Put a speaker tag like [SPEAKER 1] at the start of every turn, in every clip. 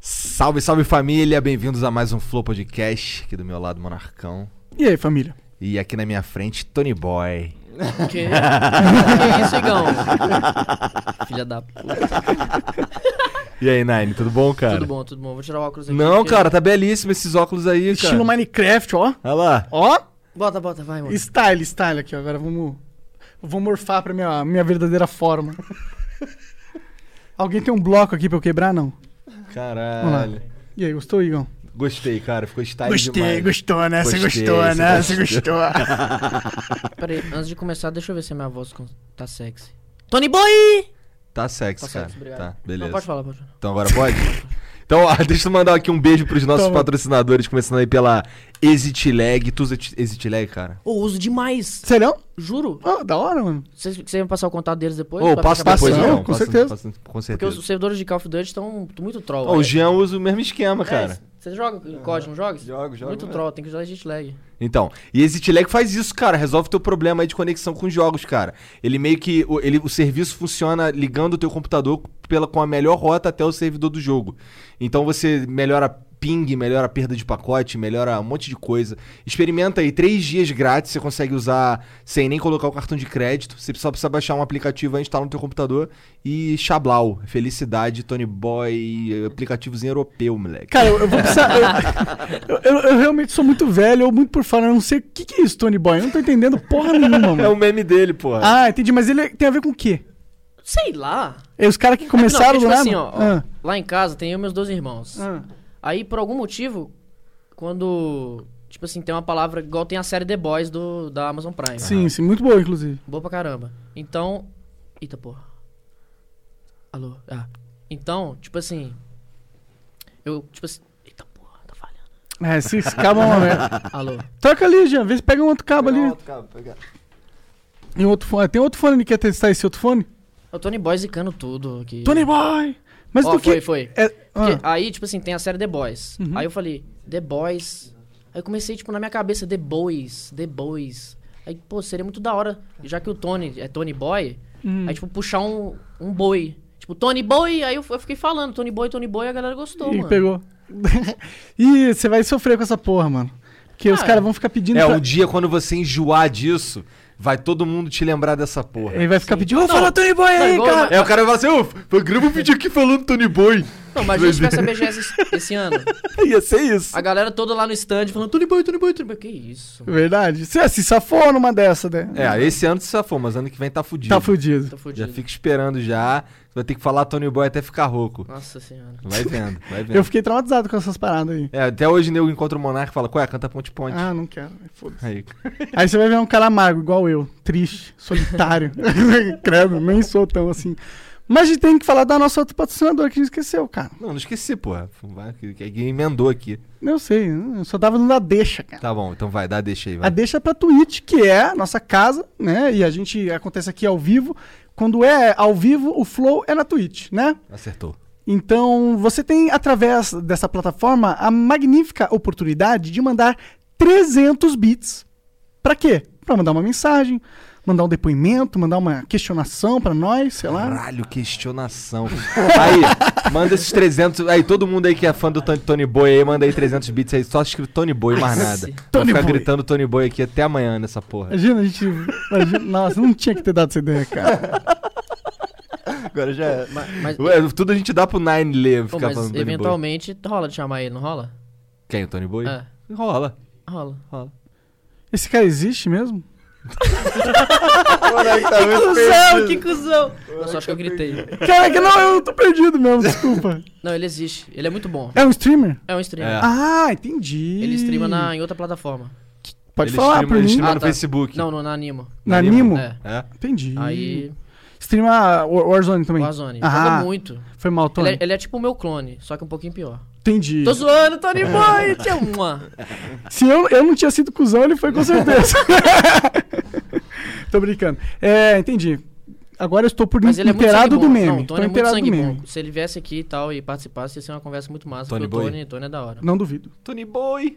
[SPEAKER 1] Salve, salve família, bem-vindos a mais um Flow Podcast, aqui do meu lado Monarcão.
[SPEAKER 2] E aí, família?
[SPEAKER 1] E aqui na minha frente, Tony Boy.
[SPEAKER 3] Que, que isso, Igão? Filha da puta.
[SPEAKER 1] E aí, Nine, tudo bom, cara?
[SPEAKER 3] Tudo bom, tudo bom. Vou tirar o óculos aqui.
[SPEAKER 1] Não,
[SPEAKER 3] porque-
[SPEAKER 1] cara, tá belíssimo esses óculos aí,
[SPEAKER 2] Estilo
[SPEAKER 1] cara.
[SPEAKER 2] Minecraft, ó.
[SPEAKER 1] Olha lá.
[SPEAKER 2] Ó,
[SPEAKER 3] Bota, bota, vai, mano.
[SPEAKER 2] style, style aqui, ó. Agora vamos. Vou morfar pra minha, minha verdadeira forma. Alguém tem um bloco aqui pra eu quebrar? Não.
[SPEAKER 1] Caralho.
[SPEAKER 2] E aí, gostou, Igão?
[SPEAKER 1] Gostei, cara, ficou style
[SPEAKER 2] Gostei,
[SPEAKER 1] demais.
[SPEAKER 2] gostou, né? Você
[SPEAKER 1] Gostei,
[SPEAKER 2] gostou,
[SPEAKER 1] você
[SPEAKER 2] né? Você gostou.
[SPEAKER 3] Pera aí, antes de começar, deixa eu ver se a minha voz con- tá sexy. Tony Boy!
[SPEAKER 1] Tá sexy,
[SPEAKER 3] Tá
[SPEAKER 1] cara.
[SPEAKER 3] sexy, obrigado.
[SPEAKER 1] Tá, beleza.
[SPEAKER 3] Não, pode falar, pode falar.
[SPEAKER 1] Então agora pode? Então, ó, deixa eu mandar aqui um beijo pros nossos
[SPEAKER 2] Toma.
[SPEAKER 1] patrocinadores, começando aí pela Exit Lag. Tu usa Exit Lag, cara?
[SPEAKER 3] Ô, uso demais.
[SPEAKER 2] Serão?
[SPEAKER 3] Juro.
[SPEAKER 2] Ó, da hora, mano.
[SPEAKER 3] Vocês vocês vão passar o contato deles depois?
[SPEAKER 1] Ô,
[SPEAKER 3] Pra
[SPEAKER 1] passa
[SPEAKER 3] ficar
[SPEAKER 1] depois,
[SPEAKER 3] bacana?
[SPEAKER 2] passando,
[SPEAKER 1] então.
[SPEAKER 2] com
[SPEAKER 1] passa-
[SPEAKER 2] certeza.
[SPEAKER 1] passa- com
[SPEAKER 3] Porque
[SPEAKER 1] certeza.
[SPEAKER 3] os servidores de Call of Duty estão muito troll. É
[SPEAKER 1] Ó, o Jean usa o mesmo esquema, cara.
[SPEAKER 3] Você joga o código, não joga?
[SPEAKER 1] Jogo, jogo, é.
[SPEAKER 3] Muito
[SPEAKER 1] velho.
[SPEAKER 3] troll, tem que usar Git lag.
[SPEAKER 1] Então, e Exit Lag faz isso, cara. Resolve teu problema aí de conexão com os jogos, cara. Ele meio que. O, ele, o serviço funciona ligando o teu computador pela, com a melhor rota até o servidor do jogo. Então você melhora ping, melhora a perda de pacote, melhora um monte de coisa. Experimenta aí, três dias grátis, você consegue usar sem nem colocar o cartão de crédito. Você só precisa baixar um aplicativo aí, instalar no teu computador. E Xablau, felicidade, Tony Boy, aplicativozinho europeu, moleque.
[SPEAKER 2] Cara, eu, eu vou precisar. Eu, eu- eu- eu realmente sou muito velho, ou muito por fora. Eu não sei o que, que é isso, Tony Boy. Eu não tô entendendo porra nenhuma,
[SPEAKER 1] É
[SPEAKER 2] mano.
[SPEAKER 1] o meme dele, porra.
[SPEAKER 2] Ah, entendi, mas ele tem a ver com o quê?
[SPEAKER 3] Sei lá.
[SPEAKER 2] É os caras que
[SPEAKER 3] Não,
[SPEAKER 2] começaram
[SPEAKER 3] porque,
[SPEAKER 2] do
[SPEAKER 3] tipo
[SPEAKER 2] nada?
[SPEAKER 3] assim, ó, ó,
[SPEAKER 2] Ah,
[SPEAKER 3] Lá em casa tem eu e meus dois irmãos.
[SPEAKER 2] ah.
[SPEAKER 3] Aí, por algum motivo, quando. Tipo assim, tem uma palavra igual tem a série The Boys do, da Amazon Prime.
[SPEAKER 2] Sim, sim, muito boa, inclusive.
[SPEAKER 3] Boa pra caramba. Então. Eita porra. Alô? Ah. Então, tipo assim. Eu, tipo assim. Eita porra, tá falhando.
[SPEAKER 2] É, se esse cabo é uma merda.
[SPEAKER 3] Alô?
[SPEAKER 2] Troca ali, Jean, vê se pega um outro cabo ali. E um outro fone. Tem outro fone ali, quer testar esse outro fone?
[SPEAKER 3] É o Tony Boy zicando tudo aqui.
[SPEAKER 2] Tony Boy! Mas
[SPEAKER 3] Ó,
[SPEAKER 2] do que.
[SPEAKER 3] foi, foi.
[SPEAKER 2] É,
[SPEAKER 3] Porque
[SPEAKER 2] ah,
[SPEAKER 3] aí, tipo assim, tem a série The Boys.
[SPEAKER 2] Uhum.
[SPEAKER 3] Aí eu falei, The Boys. Aí eu comecei, tipo, na minha cabeça, The Boys, The Boys. Aí, pô, seria muito da hora, já que o Tony é Tony Boy,
[SPEAKER 2] Hum.
[SPEAKER 3] aí, tipo, puxar um, um boi. Tipo, Tony Boy, aí eu, eu fiquei falando, Tony Boy, Tony Boy, a galera gostou,
[SPEAKER 2] Ih,
[SPEAKER 3] mano.
[SPEAKER 2] pegou. Ih, você vai sofrer com essa porra, mano. Porque os
[SPEAKER 3] Ah,
[SPEAKER 2] caras vão ficar pedindo.
[SPEAKER 1] É,
[SPEAKER 2] pra-
[SPEAKER 1] um dia quando você enjoar disso, vai todo mundo te lembrar dessa porra.
[SPEAKER 2] Ele vai ficar pedindo. Ô,
[SPEAKER 3] Não.
[SPEAKER 2] fala Tony Boy
[SPEAKER 3] Não,
[SPEAKER 2] aí,
[SPEAKER 3] igual-
[SPEAKER 2] cara!
[SPEAKER 1] É, o cara vai assim, ô, o Grêmio pediu aqui falando Tony Boy.
[SPEAKER 3] Não, mas a gente vai saber BGS esse- esse ano.
[SPEAKER 1] Ia ser isso.
[SPEAKER 3] A galera toda lá no stand falando, Tony Boy, Tony Boy, Tony Boy. Que isso, mano.
[SPEAKER 2] Verdade. Você se safou numa dessa, né?
[SPEAKER 1] É, esse ano se safou, mas ano que vem tá fudido.
[SPEAKER 2] Tá fudido.
[SPEAKER 3] Tô
[SPEAKER 1] Já
[SPEAKER 3] fudido.
[SPEAKER 1] fica esperando já. Você vai ter que falar Tony Boy até ficar rouco.
[SPEAKER 3] Nossa senhora.
[SPEAKER 1] Vai vendo, vai vendo.
[SPEAKER 2] Eu fiquei traumatizado com essas paradas aí.
[SPEAKER 1] É, até hoje nego encontra o Monarca e fala, ué, canta Ponte Ponte.
[SPEAKER 2] Ah, não quero. Foda-se.
[SPEAKER 1] Aí.
[SPEAKER 2] Aí você vai ver um cara amargo, igual eu, triste, solitário. Credo, nem sou tão assim. Mas a gente tem que falar da nossa outra patrocinadora que a gente esqueceu, cara.
[SPEAKER 1] Não, não esqueci, porra. Vai, que, que, que emendou aqui.
[SPEAKER 2] Eu sei, eu só tava dando a deixa, cara.
[SPEAKER 1] Tá bom, então vai, dá, deixa aí,
[SPEAKER 2] A
[SPEAKER 1] vai.
[SPEAKER 2] deixa pra Twitch, que é a nossa casa, né? E a gente acontece aqui ao vivo. Quando é ao vivo, o flow é na Twitch, né?
[SPEAKER 1] Acertou.
[SPEAKER 2] Então, você tem, através dessa plataforma, a magnífica oportunidade de mandar 300 bits. Pra quê? Pra mandar uma mensagem, mandar um depoimento, mandar uma questionação pra nós, sei lá.
[SPEAKER 1] Caralho, questionação. aí, manda esses 300. Aí, todo mundo aí que é fã do Tony- Tony Boy aí, manda aí 300 bits aí. Só escrito Tony Boy, mais
[SPEAKER 3] Ai,
[SPEAKER 1] nada.
[SPEAKER 3] sim.
[SPEAKER 1] Vai
[SPEAKER 2] Tony
[SPEAKER 1] ficar
[SPEAKER 2] Boy.
[SPEAKER 1] gritando Tony Boy aqui até amanhã nessa porra.
[SPEAKER 2] Imagina, a gente. imagina- nossa, não tinha que ter dado essa ideia, cara.
[SPEAKER 1] Agora já é.
[SPEAKER 3] Mas, mas-
[SPEAKER 1] Ué, tudo a gente dá pro Nine ler,
[SPEAKER 3] pô,
[SPEAKER 1] ficar
[SPEAKER 3] mas
[SPEAKER 1] falando Tony Boy.
[SPEAKER 3] eventualmente rola de chamar ele, não rola?
[SPEAKER 1] Quem, o Tony Boy?
[SPEAKER 3] É,
[SPEAKER 1] Rola,
[SPEAKER 3] rola.
[SPEAKER 1] rola.
[SPEAKER 2] Esse cara existe mesmo?
[SPEAKER 3] Que cuzão, que cuzão. Eu só acho que eu gritei.
[SPEAKER 2] Caraca, não, eu tô perdido mesmo, desculpa.
[SPEAKER 3] Não, ele existe. Ele é muito bom.
[SPEAKER 2] É um streamer?
[SPEAKER 3] É um streamer.
[SPEAKER 1] É.
[SPEAKER 2] Ah, entendi.
[SPEAKER 3] Ele streama na, em outra plataforma.
[SPEAKER 2] Pode
[SPEAKER 1] Ele
[SPEAKER 2] falar
[SPEAKER 1] streama,
[SPEAKER 2] pra
[SPEAKER 1] ele
[SPEAKER 2] mim.
[SPEAKER 1] streama
[SPEAKER 3] Ah,
[SPEAKER 1] no
[SPEAKER 3] tá.
[SPEAKER 1] Facebook.
[SPEAKER 3] Não, não, na Animo.
[SPEAKER 2] Na
[SPEAKER 1] Animo.
[SPEAKER 2] Animo?
[SPEAKER 3] É.
[SPEAKER 1] É?
[SPEAKER 2] Entendi.
[SPEAKER 3] Aí,
[SPEAKER 2] Streama War- Warzone também.
[SPEAKER 3] Warzone.
[SPEAKER 2] Ah.
[SPEAKER 3] Joga muito.
[SPEAKER 2] Foi mal,
[SPEAKER 3] Ele
[SPEAKER 2] Tony.
[SPEAKER 3] é, ele é tipo o meu clone, só que um pouquinho pior.
[SPEAKER 2] Entendi.
[SPEAKER 3] Tô zoando,
[SPEAKER 2] É.
[SPEAKER 3] Tony Boy! Te amo.
[SPEAKER 2] Se eu, eu não tinha sido cuzão, ele foi com certeza. Tô brincando. É, entendi. Agora eu estou por
[SPEAKER 3] Mas ele é muito
[SPEAKER 2] inteirado
[SPEAKER 3] sangue
[SPEAKER 2] do
[SPEAKER 3] bom.
[SPEAKER 2] meme.
[SPEAKER 3] Não, o
[SPEAKER 2] Tô
[SPEAKER 3] Tony é muito
[SPEAKER 2] inteirado do
[SPEAKER 3] sangue
[SPEAKER 2] meme.
[SPEAKER 3] bom. Se ele viesse aqui e tal e participasse, ia ser uma conversa muito massa.
[SPEAKER 1] Tony
[SPEAKER 3] Porque o
[SPEAKER 1] Boy.
[SPEAKER 3] Tony, Tony é da hora.
[SPEAKER 2] Não duvido.
[SPEAKER 1] Tony Boy.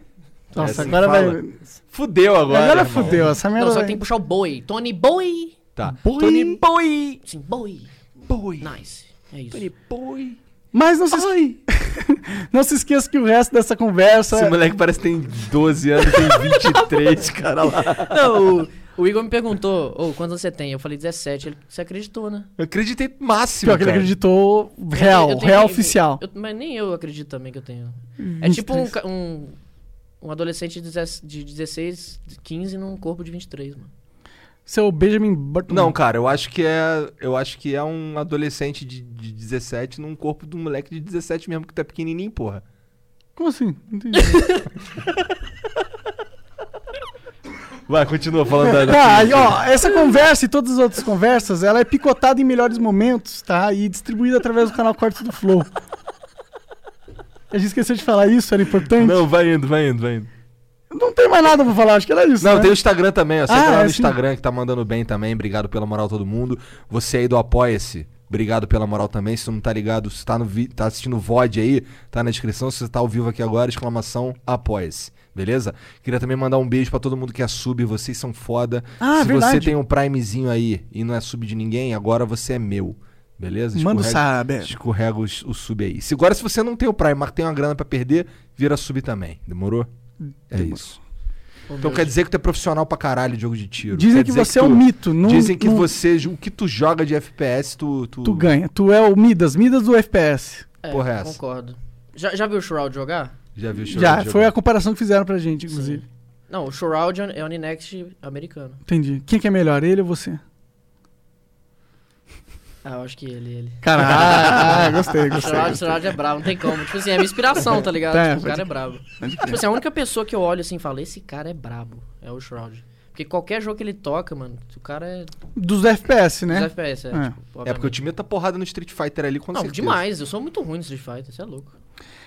[SPEAKER 3] É
[SPEAKER 2] Nossa,
[SPEAKER 1] assim
[SPEAKER 2] agora vai.
[SPEAKER 1] fala. Fudeu agora.
[SPEAKER 2] agora
[SPEAKER 1] irmão.
[SPEAKER 2] fudeu. Essa merda.
[SPEAKER 3] Não, só
[SPEAKER 2] vai-
[SPEAKER 3] que tem que puxar o Boy. Tony Boy!
[SPEAKER 1] Tá.
[SPEAKER 2] Boy.
[SPEAKER 1] Tony Boy.
[SPEAKER 3] Sim, Boy.
[SPEAKER 1] Boy.
[SPEAKER 3] Nice. É isso.
[SPEAKER 1] Tony Boy.
[SPEAKER 2] Mas não se, es- não se esqueça que o resto dessa conversa. é
[SPEAKER 1] Esse moleque parece que tem 12 anos, tem 23, cara lá.
[SPEAKER 3] Não, o, o Igor me perguntou, ô, quantos anos você tem? Eu falei 17. Ele, você acreditou, né?
[SPEAKER 1] Eu acreditei máximo,
[SPEAKER 2] Pior que ele
[SPEAKER 1] cara.
[SPEAKER 2] acreditou
[SPEAKER 3] Eu
[SPEAKER 2] real,
[SPEAKER 3] tenho- eu tenho-
[SPEAKER 2] real
[SPEAKER 3] eu-
[SPEAKER 2] oficial.
[SPEAKER 3] eu- mas nem eu acredito também que eu tenho. É
[SPEAKER 2] 23.
[SPEAKER 3] tipo um, ca- um, um adolescente de 16 de 16, de 15 num corpo de 23, mano.
[SPEAKER 2] Seu Benjamin Button.
[SPEAKER 1] Não, cara, eu acho que é. Eu acho que é um adolescente de, de 17 num corpo de um moleque de 17 mesmo, que tá pequenininho, porra.
[SPEAKER 2] Como assim? Não entendi.
[SPEAKER 1] Vai, continua falando da.
[SPEAKER 2] Tá, aí, ó, essa conversa e todas as outras conversas, ela é picotada em melhores momentos, tá? E distribuída através do canal Cortes do Flow. A gente esqueceu de falar isso, era importante. Não,
[SPEAKER 1] Não, vai indo, vai indo, vai indo.
[SPEAKER 2] tem mais nada pra falar, acho que era isso.
[SPEAKER 1] Não,
[SPEAKER 2] né?
[SPEAKER 1] tem o Instagram também, ó. Você
[SPEAKER 2] Ah,
[SPEAKER 1] entra lá
[SPEAKER 2] é,
[SPEAKER 1] no
[SPEAKER 2] sim.
[SPEAKER 1] Instagram que tá mandando bem também. Obrigado pela moral todo mundo. Você aí do Apoia-se, obrigado pela moral também. Se não tá ligado, se tá, no vi- tá assistindo o VOD aí, tá na descrição. Se você tá ao vivo aqui agora, exclamação Apoia-se. Beleza? Queria também mandar um beijo pra todo mundo que é sub, vocês são foda.
[SPEAKER 2] Ah,
[SPEAKER 1] Se
[SPEAKER 2] verdade.
[SPEAKER 1] você tem um primezinho aí e não é sub de ninguém, agora você é meu. Beleza?
[SPEAKER 2] Manda um o
[SPEAKER 1] Escorrega-
[SPEAKER 2] saber.
[SPEAKER 1] Escorrega o, o sub aí. Se agora se você não tem o Prime, mas tem uma grana pra perder, vira sub também. Demorou?
[SPEAKER 2] Hum,
[SPEAKER 1] É isso.
[SPEAKER 3] Ô,
[SPEAKER 1] Então
[SPEAKER 3] meu
[SPEAKER 1] quer dizer que tu é profissional pra caralho de jogo de tiro.
[SPEAKER 2] Dizem
[SPEAKER 1] Quer
[SPEAKER 2] que
[SPEAKER 1] dizer
[SPEAKER 2] você é
[SPEAKER 1] tu-
[SPEAKER 2] um mito, não,
[SPEAKER 1] Dizem que
[SPEAKER 2] não-
[SPEAKER 1] você, o que tu joga de FPS, tu. Tu,
[SPEAKER 2] tu ganha. Tu é o Midas, Midas do FPS.
[SPEAKER 3] É,
[SPEAKER 1] porra é essa?
[SPEAKER 3] Concordo. Já, já viu o Shroud jogar?
[SPEAKER 1] já viu o jogo
[SPEAKER 2] Já,
[SPEAKER 1] de
[SPEAKER 2] foi a
[SPEAKER 1] jogar.
[SPEAKER 2] comparação que fizeram pra gente, inclusive.
[SPEAKER 3] Não, o Shroud é o- é o Ninext americano.
[SPEAKER 2] Entendi. Quem que é melhor, ele ou você?
[SPEAKER 3] Ah, eu acho que ele, ele.
[SPEAKER 2] Caralho, Ah, gostei,
[SPEAKER 3] O
[SPEAKER 2] gostei.
[SPEAKER 3] Shroud, Shroud é bravo, não tem como. Tipo assim, é minha inspiração, tá ligado?
[SPEAKER 2] Tá,
[SPEAKER 3] Tipo, o
[SPEAKER 2] pode
[SPEAKER 3] cara é brabo. Tipo assim, a única pessoa que eu olho assim e falo, esse cara é brabo, é o Shroud. Porque qualquer jogo que ele toca, mano, o cara é.
[SPEAKER 2] Dos FPS,
[SPEAKER 3] Né?
[SPEAKER 2] né?
[SPEAKER 3] FPS,
[SPEAKER 2] É.
[SPEAKER 3] é, tipo,
[SPEAKER 1] É porque eu
[SPEAKER 3] obviamente.
[SPEAKER 1] te meto a porrada no Street Fighter ali com
[SPEAKER 3] Não,
[SPEAKER 1] certeza.
[SPEAKER 3] demais, eu sou muito ruim no Street Fighter, você é louco.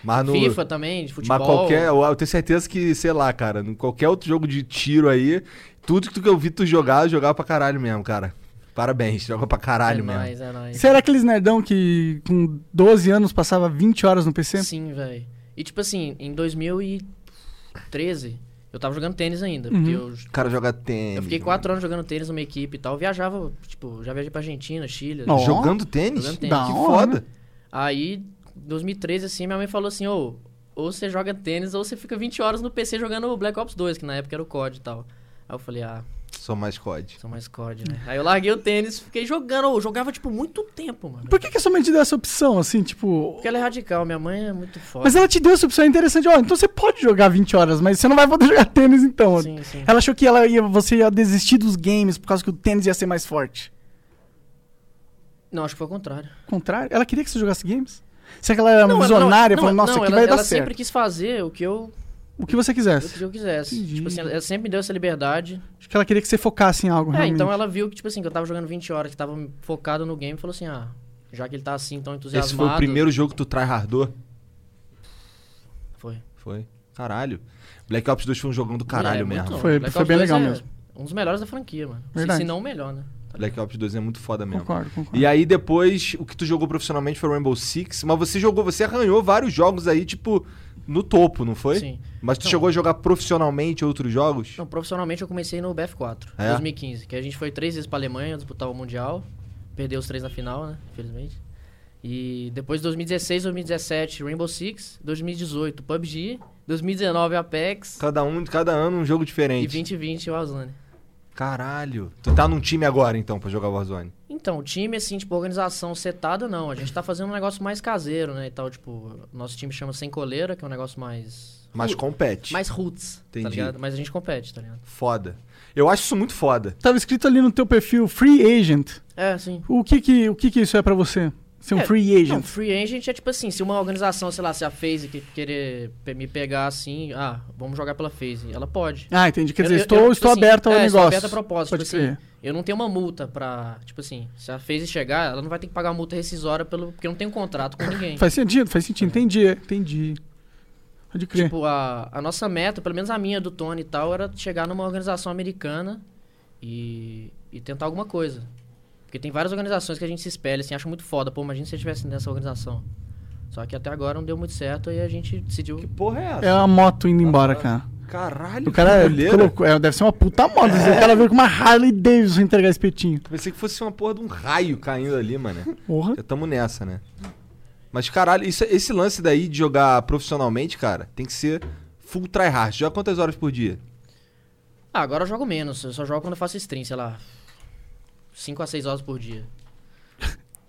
[SPEAKER 1] Mas no.
[SPEAKER 3] FIFA também, de futebol.
[SPEAKER 1] Mas qualquer. é Eu eu tenho certeza que, sei lá, cara, em qualquer outro jogo de tiro aí, tudo que tu- que eu vi tu jogar, eu jogava pra caralho mesmo, cara. Parabéns, joga pra
[SPEAKER 3] É
[SPEAKER 1] caralho mesmo.
[SPEAKER 3] nóis, é nóis.
[SPEAKER 2] Você era aqueles nerdão que com 12 anos passava 20 horas no PC?
[SPEAKER 3] Sim, velho. E tipo assim, em 2013, eu tava jogando tênis ainda.
[SPEAKER 2] Uhum.
[SPEAKER 3] Porque eu,
[SPEAKER 1] O cara joga tênis.
[SPEAKER 3] eu fiquei
[SPEAKER 1] mano.
[SPEAKER 3] quatro anos jogando tênis numa equipe e tal. Eu viajava, tipo, já viajei pra Argentina, Chile.
[SPEAKER 2] Ó.
[SPEAKER 1] Jogando tênis?
[SPEAKER 3] Jogando
[SPEAKER 1] que
[SPEAKER 3] tênis.
[SPEAKER 2] Da hora,
[SPEAKER 1] foda.
[SPEAKER 3] Aí, em 2013, assim, minha mãe falou assim, ô, ou você joga tênis ou você fica 20 horas no PC jogando Black Ops 2, que na época era o COD e tal. Aí eu falei, ah,
[SPEAKER 1] Sou mais COD.
[SPEAKER 3] sou mais COD, né? Aí eu larguei o tênis, fiquei jogando, ou jogava, tipo, muito tempo, mano.
[SPEAKER 2] Por que, que a sua mãe te deu essa opção, assim, tipo...
[SPEAKER 3] Porque ela é radical, minha mãe é muito foda.
[SPEAKER 2] Mas ela te deu essa opção é interessante. Ó, então você pode jogar 20 horas, mas você não vai poder jogar tênis então.
[SPEAKER 3] Sim, sim.
[SPEAKER 2] Ela achou que ela ia, você ia desistir dos games por causa que o tênis ia ser mais forte.
[SPEAKER 3] Não, acho que foi o contrário.
[SPEAKER 2] Ao contrário, ela queria que você jogasse games? Será que ela era
[SPEAKER 3] ela-
[SPEAKER 2] visionária?
[SPEAKER 3] não,
[SPEAKER 2] falou, nossa,
[SPEAKER 3] não,
[SPEAKER 2] aqui
[SPEAKER 3] ela,
[SPEAKER 2] vai dar
[SPEAKER 3] ela
[SPEAKER 2] certo.
[SPEAKER 3] sempre quis fazer o que eu,
[SPEAKER 2] O que você
[SPEAKER 3] o
[SPEAKER 2] quisesse.
[SPEAKER 3] que eu quisesse.
[SPEAKER 2] Entendi.
[SPEAKER 3] Tipo assim, ela, ela sempre me deu essa liberdade.
[SPEAKER 2] Acho que ela queria que você focasse em algo,
[SPEAKER 3] É,
[SPEAKER 2] realmente.
[SPEAKER 3] então ela viu que, tipo assim, que eu tava jogando 20 horas, que tava focado no game, e falou assim, ah, já que ele tá assim tão entusiasmado...
[SPEAKER 1] Esse foi o primeiro jogo que tu trai hardor?
[SPEAKER 3] Foi.
[SPEAKER 1] Foi. Caralho. Black Ops 2 foi um jogão do caralho
[SPEAKER 3] É, muito
[SPEAKER 1] mesmo.
[SPEAKER 3] louco.
[SPEAKER 2] Foi-
[SPEAKER 3] Black
[SPEAKER 2] foi
[SPEAKER 3] Ops
[SPEAKER 2] bem
[SPEAKER 3] 2
[SPEAKER 2] legal
[SPEAKER 3] é
[SPEAKER 2] mesmo.
[SPEAKER 3] Um dos melhores da franquia, mano. Se-
[SPEAKER 2] Verdade.
[SPEAKER 3] Se não o melhor, né?
[SPEAKER 1] Black Ops 2 é muito foda mesmo.
[SPEAKER 2] Concordo, concordo.
[SPEAKER 1] E aí depois, o que tu jogou profissionalmente foi Rainbow Six, mas você jogou, você arranhou vários jogos aí, tipo, no topo, não foi?
[SPEAKER 3] Sim.
[SPEAKER 1] Mas tu
[SPEAKER 3] Não.
[SPEAKER 1] chegou a jogar profissionalmente outros jogos?
[SPEAKER 3] Não, profissionalmente eu comecei no BF4,
[SPEAKER 1] É?
[SPEAKER 3] 2015. Que a gente foi três vezes pra Alemanha disputar o Mundial. Perdeu os três na final, né? Infelizmente. E depois 2016, 2017, Rainbow Six. 2018, PUBG. 2019, Apex.
[SPEAKER 1] Cada um, cada ano um jogo
[SPEAKER 3] E
[SPEAKER 1] diferente.
[SPEAKER 3] 2020, Warzone.
[SPEAKER 1] Caralho. Tu tá num time agora então pra jogar Warzone.
[SPEAKER 3] Então, o time, assim, tipo, organização setada, não. A gente tá fazendo um negócio mais caseiro, né? E tal, tipo, nosso time chama Sem Coleira, que é um negócio mais.
[SPEAKER 1] Mas compete.
[SPEAKER 3] Mais roots,
[SPEAKER 1] Entendi.
[SPEAKER 3] tá ligado? Mas a gente compete, tá ligado?
[SPEAKER 1] Foda. Eu acho isso muito foda.
[SPEAKER 2] Tava escrito ali no teu perfil, free agent.
[SPEAKER 3] É, sim.
[SPEAKER 2] O que que, o que, que isso é pra você? Ser um
[SPEAKER 3] É,
[SPEAKER 2] free
[SPEAKER 3] Não,
[SPEAKER 2] agent.
[SPEAKER 3] free agent é tipo assim, se uma organização, sei lá, se a FaZe que querer pe- me pegar assim, ah, vamos jogar pela FaZe, ela pode.
[SPEAKER 2] Ah, entendi. Quer dizer,
[SPEAKER 3] Eu- eu-
[SPEAKER 2] estou,
[SPEAKER 3] eu, tipo
[SPEAKER 2] estou
[SPEAKER 3] assim,
[SPEAKER 2] aberto ao
[SPEAKER 3] é,
[SPEAKER 2] negócio.
[SPEAKER 3] Estou aberto a propósito,
[SPEAKER 2] Pode
[SPEAKER 3] tipo assim,
[SPEAKER 2] crer.
[SPEAKER 3] eu não tenho uma multa pra, tipo assim, se a FaZe chegar, ela não vai ter que pagar uma multa rescisória pelo, porque eu não tenho contrato com ninguém.
[SPEAKER 2] Faz sentido, faz sentido. Entendi, entendi. Pode crer.
[SPEAKER 3] É. Tipo, a, a nossa meta, pelo menos a minha do Tony e tal, era chegar numa organização americana e, e tentar alguma coisa. Porque tem várias organizações que a gente se espelha, assim, acha muito foda. Pô, imagina se eu estivesse nessa organização. Só que até agora não deu muito certo e a gente decidiu.
[SPEAKER 1] Que porra é essa?
[SPEAKER 2] é a moto
[SPEAKER 3] Tá
[SPEAKER 2] indo embora, cara.
[SPEAKER 3] É.
[SPEAKER 1] Caralho,
[SPEAKER 2] O cara
[SPEAKER 1] que doideira. É.
[SPEAKER 2] colocou, é, deve ser uma puta moto. O cara veio com uma Harley Davidson entregar espetinho.
[SPEAKER 1] Pensei que fosse uma porra de um raio caindo ali, mano.
[SPEAKER 2] Porra.
[SPEAKER 1] Já tamo nessa, né? Mas, caralho, isso- esse lance daí de jogar profissionalmente, cara, tem que ser full tryhard. Joga quantas horas por dia?
[SPEAKER 3] Ah, agora eu jogo menos. Eu só jogo quando eu faço stream, sei lá. 5 a 6 horas por dia.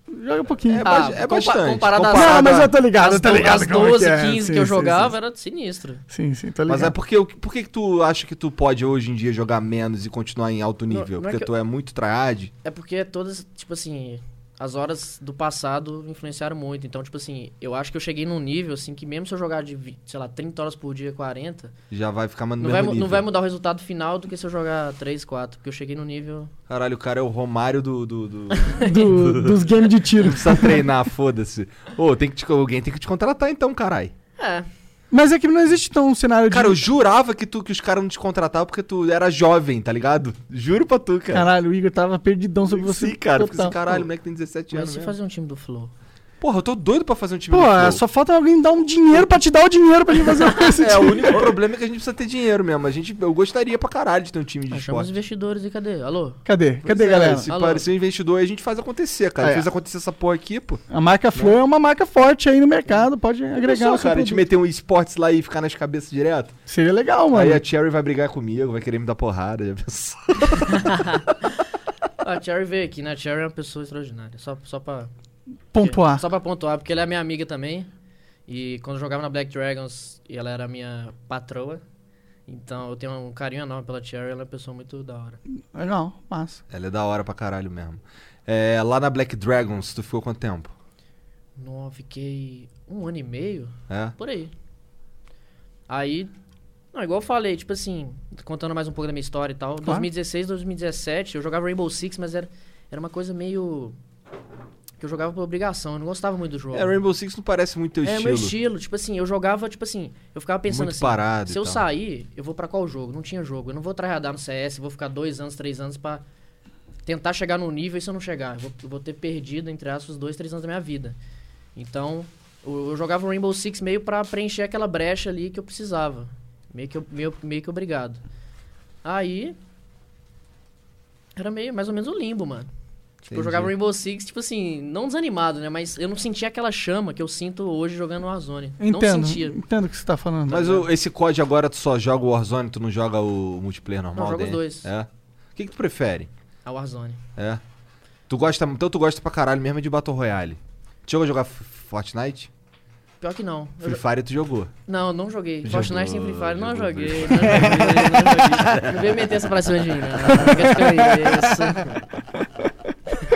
[SPEAKER 2] Joga um pouquinho.
[SPEAKER 1] É,
[SPEAKER 3] Ah,
[SPEAKER 1] ba- é
[SPEAKER 3] compa-
[SPEAKER 1] bastante.
[SPEAKER 3] comparado às-
[SPEAKER 2] não, mas eu tô ligado,
[SPEAKER 3] As
[SPEAKER 2] eu tô
[SPEAKER 3] do-
[SPEAKER 2] ligado.
[SPEAKER 3] as
[SPEAKER 2] como é que
[SPEAKER 3] 12,
[SPEAKER 2] é.
[SPEAKER 3] 15
[SPEAKER 2] Sim,
[SPEAKER 3] que eu
[SPEAKER 2] sim,
[SPEAKER 3] jogava era sinistro.
[SPEAKER 2] Sim, sim, sim tô ligado.
[SPEAKER 1] Mas é porque o- por que, que tu acha que tu pode hoje em dia jogar menos e continuar em alto
[SPEAKER 3] Não-
[SPEAKER 1] nível?
[SPEAKER 3] não é
[SPEAKER 1] porque
[SPEAKER 3] que
[SPEAKER 1] tu é muito tryhard.
[SPEAKER 3] É porque todas, tipo assim, as horas do passado influenciaram muito. Então, tipo assim, eu acho que eu cheguei num nível, assim, que mesmo se eu jogar de, vi- sei lá, 30 horas por dia, 40,
[SPEAKER 1] Já vai ficar mais no
[SPEAKER 3] não vai,
[SPEAKER 1] mesmo
[SPEAKER 3] mu-
[SPEAKER 1] nível.
[SPEAKER 3] não vai mudar o resultado final do que se eu jogar 3, 4. Porque eu cheguei no nível.
[SPEAKER 1] Caralho, o cara é o Romário do. do, do...
[SPEAKER 2] Do- dos games de
[SPEAKER 1] não
[SPEAKER 2] tiro.
[SPEAKER 1] precisa treinar, foda-se. Ô, tem que te- alguém tem que te contratar então, caralho.
[SPEAKER 3] É.
[SPEAKER 2] Mas é que não existe então um cenário de.
[SPEAKER 1] Cara, eu jurava que, tu, que os caras não te contratavam porque tu era jovem, tá ligado? Juro pra tu, cara.
[SPEAKER 2] Caralho, o Igor tava perdidão sobre você.
[SPEAKER 1] Sim, cara. Fica
[SPEAKER 2] total.
[SPEAKER 1] assim, caralho, o moleque tem 17
[SPEAKER 3] Mas
[SPEAKER 1] anos.
[SPEAKER 3] se é
[SPEAKER 1] mesmo.
[SPEAKER 3] fazer um time do Flow.
[SPEAKER 1] Porra, eu tô doido pra fazer um time
[SPEAKER 2] Pô, é,
[SPEAKER 1] do Flow.
[SPEAKER 2] só falta alguém dar um dinheiro pra te dar o dinheiro pra gente fazer esse
[SPEAKER 1] É, o
[SPEAKER 2] time.
[SPEAKER 1] único problema é que a gente precisa ter dinheiro mesmo. A gente, eu gostaria pra caralho de ter um time de
[SPEAKER 3] Ah, Chama os
[SPEAKER 1] esporte.
[SPEAKER 3] investidores e cadê? Alô?
[SPEAKER 2] Cadê?
[SPEAKER 1] Pois
[SPEAKER 2] Cadê,
[SPEAKER 1] é,
[SPEAKER 2] galera?
[SPEAKER 1] Se
[SPEAKER 3] Alô.
[SPEAKER 1] parecer um investidor aí, a gente faz acontecer, cara.
[SPEAKER 2] Ah, é.
[SPEAKER 1] Fez acontecer essa porra aqui, pô.
[SPEAKER 2] A marca Flow é uma marca forte aí no mercado, pode agregar o
[SPEAKER 1] né? Só,
[SPEAKER 3] é
[SPEAKER 2] seu
[SPEAKER 1] cara, a gente
[SPEAKER 2] produto.
[SPEAKER 1] meter um esportes lá e ficar nas cabeças direto.
[SPEAKER 2] Seria legal, mano.
[SPEAKER 1] Aí
[SPEAKER 3] né?
[SPEAKER 1] é a Cherry vai brigar comigo, vai querer me dar porrada. Já pensou?
[SPEAKER 3] Ah, a Cherry veio aqui, né? A Cherry é uma pessoa extraordinária. Só, só pra.
[SPEAKER 2] Pontuar.
[SPEAKER 3] Só pra pontuar, porque ela é minha amiga também. E quando eu jogava na Black Dragons, ela era minha patroa. Então eu tenho um carinho enorme pela Cherry, ela é uma pessoa muito da hora.
[SPEAKER 2] Legal, massa.
[SPEAKER 1] Ela é da hora pra caralho mesmo. É, lá na Black Dragons, tu ficou quanto tempo?
[SPEAKER 3] Não, eu fiquei um ano e meio,
[SPEAKER 1] É?
[SPEAKER 3] por aí. Aí, não, igual eu falei, tipo assim, contando mais um pouco da minha história e tal. 2016, 2017, eu jogava Rainbow Six, mas era, era uma coisa meio. que eu jogava por obrigação, eu não gostava muito do jogo.
[SPEAKER 1] É, Rainbow Six não parece muito teu
[SPEAKER 3] é,
[SPEAKER 1] estilo.
[SPEAKER 3] meu estilo. Tipo assim, eu jogava, tipo assim, eu ficava pensando
[SPEAKER 1] Muito
[SPEAKER 3] assim.
[SPEAKER 1] parado
[SPEAKER 3] se
[SPEAKER 1] e
[SPEAKER 3] eu
[SPEAKER 1] tal.
[SPEAKER 3] sair, eu vou pra qual jogo? Não tinha jogo. Eu não vou tryhardar no CS, vou ficar dois anos, três anos pra tentar chegar no nível e se eu não chegar. Eu vou, eu vou ter perdido, entre aspas, dois, três anos da minha vida. Então, eu, eu jogava o Rainbow Six meio pra preencher aquela brecha ali que eu precisava. Meio que, eu- meio, meio que obrigado. Aí. Era meio mais ou menos o limbo, mano. Tipo, eu
[SPEAKER 1] Entendi.
[SPEAKER 3] jogava Rainbow Six, tipo assim, não desanimado, né? Mas eu não sentia aquela chama que eu sinto hoje jogando Warzone. Não
[SPEAKER 2] Entendo.
[SPEAKER 3] sentia.
[SPEAKER 2] Entendo o que você tá falando.
[SPEAKER 1] Mas o- esse COD agora tu só joga o Warzone, tu não joga o multiplayer normal
[SPEAKER 3] Não, eu jogo os
[SPEAKER 1] dele?
[SPEAKER 3] dois.
[SPEAKER 1] É. O que, que tu prefere?
[SPEAKER 3] A Warzone.
[SPEAKER 1] É. Tu gosta, então tu gosta pra caralho mesmo de Battle Royale. Tu chegou a jogar F- Fortnite?
[SPEAKER 3] Pior que não. Eu
[SPEAKER 1] Free
[SPEAKER 3] jo-
[SPEAKER 1] Fire tu jogou.
[SPEAKER 3] Não, eu não joguei.
[SPEAKER 1] Jogou,
[SPEAKER 3] Fortnite sem Free Fire, não
[SPEAKER 1] jogou.
[SPEAKER 3] joguei. Não joguei, não joguei. Não veio meter essa pra cima de mim, não. um Fica de cabeça.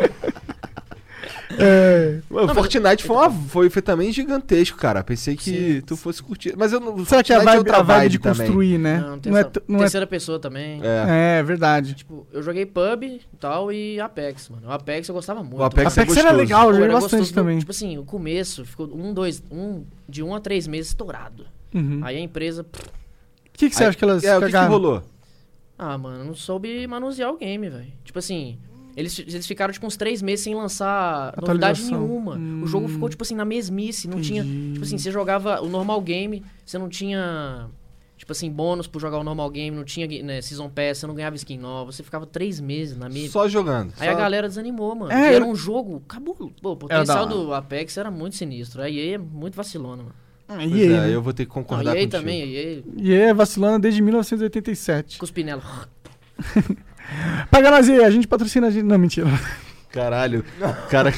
[SPEAKER 2] É,
[SPEAKER 1] Mano, Fortnite foi, uma, foi, foi também gigantesco, cara. Pensei que tu fosse curtir. Mas eu não.
[SPEAKER 2] Será que a
[SPEAKER 1] Fortnite é
[SPEAKER 2] vibe,
[SPEAKER 1] outra
[SPEAKER 2] a vibe
[SPEAKER 1] vibe
[SPEAKER 2] de
[SPEAKER 1] também.
[SPEAKER 2] construir, né?
[SPEAKER 3] Não, tem
[SPEAKER 2] é,
[SPEAKER 3] essa-
[SPEAKER 2] t- não é,
[SPEAKER 3] terceira pessoa também.
[SPEAKER 1] É.
[SPEAKER 2] é verdade.
[SPEAKER 3] Tipo, eu joguei pub e tal e Apex, mano. O Apex eu gostava muito.
[SPEAKER 1] O Apex
[SPEAKER 2] A
[SPEAKER 1] Isso é
[SPEAKER 2] Pex era
[SPEAKER 1] gostoso.
[SPEAKER 2] legal, Ah, eu
[SPEAKER 3] Pô,
[SPEAKER 2] joguei
[SPEAKER 3] era
[SPEAKER 2] bastante
[SPEAKER 3] gostoso no-
[SPEAKER 2] também.
[SPEAKER 3] Tipo assim, o começo ficou um, dois, um, de um a três meses estourado.
[SPEAKER 2] Uhum.
[SPEAKER 3] Aí a empresa.
[SPEAKER 2] O que, que você
[SPEAKER 1] Aí-
[SPEAKER 2] acha que elas
[SPEAKER 1] É, o que, que
[SPEAKER 2] cagaram?
[SPEAKER 1] rolou?
[SPEAKER 3] Ah, mano, não soube manusear o game, velho. Tipo assim, eles, eles ficaram tipo uns três meses sem lançar novidade
[SPEAKER 2] Atualização.
[SPEAKER 3] nenhuma.
[SPEAKER 2] Hum.
[SPEAKER 3] O jogo ficou tipo assim na mesmice, não
[SPEAKER 2] Entendi.
[SPEAKER 3] tinha, tipo assim, você jogava o normal game, você não tinha tipo assim bônus por jogar o normal game, não tinha né, season pass, você não ganhava skin nova, você ficava três meses na mesma.
[SPEAKER 1] Só jogando.
[SPEAKER 3] Aí
[SPEAKER 1] só-
[SPEAKER 3] a galera desanimou, mano.
[SPEAKER 2] É,
[SPEAKER 3] E era
[SPEAKER 2] eu-
[SPEAKER 3] um jogo cabuloso. Pô, o
[SPEAKER 2] da
[SPEAKER 3] potencial
[SPEAKER 2] hora.
[SPEAKER 3] do Apex era muito sinistro. A EA é muito vacilona, mano.
[SPEAKER 2] Ah,
[SPEAKER 1] Pois
[SPEAKER 2] E aí,
[SPEAKER 1] é,
[SPEAKER 2] né?
[SPEAKER 1] eu vou ter que
[SPEAKER 3] Não,
[SPEAKER 1] concordar
[SPEAKER 3] a EA
[SPEAKER 1] contigo.
[SPEAKER 3] também, a EA
[SPEAKER 2] E é vacilando desde 1987.
[SPEAKER 3] cuspir nela.
[SPEAKER 2] Paga nós aí, a gente patrocina a gente. Não, mentira.
[SPEAKER 1] Caralho. Cara,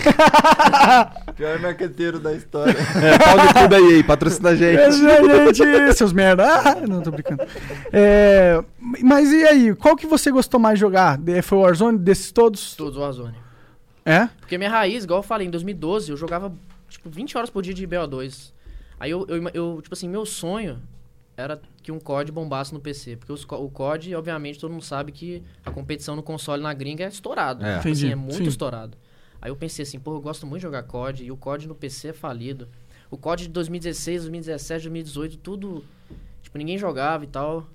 [SPEAKER 4] Pior marqueteiro da história.
[SPEAKER 1] é, pau no cu da EA, patrocina a gente.
[SPEAKER 2] É, gente, seus merda. Ah, não, tô brincando. É, mas e aí, qual que você gostou mais de jogar? De- Foi o Warzone desses todos?
[SPEAKER 3] Todos Warzone.
[SPEAKER 2] É?
[SPEAKER 3] Porque minha raiz, igual eu falei, em 2012 eu jogava, tipo, 20 horas por dia de BO2. Aí eu, eu, eu, tipo assim, meu sonho era que um COD bombasse no PC. Porque os co- o COD, obviamente, todo mundo sabe que a competição no console na gringa é estourado.
[SPEAKER 1] É.
[SPEAKER 3] Tipo assim,
[SPEAKER 2] Entendi,
[SPEAKER 3] é muito
[SPEAKER 2] sim.
[SPEAKER 3] estourado. Aí eu pensei assim, pô, eu gosto muito de jogar COD, e o COD no PC é falido. O COD de 2016, 2017, 2018, tudo. Tipo, ninguém jogava e tal.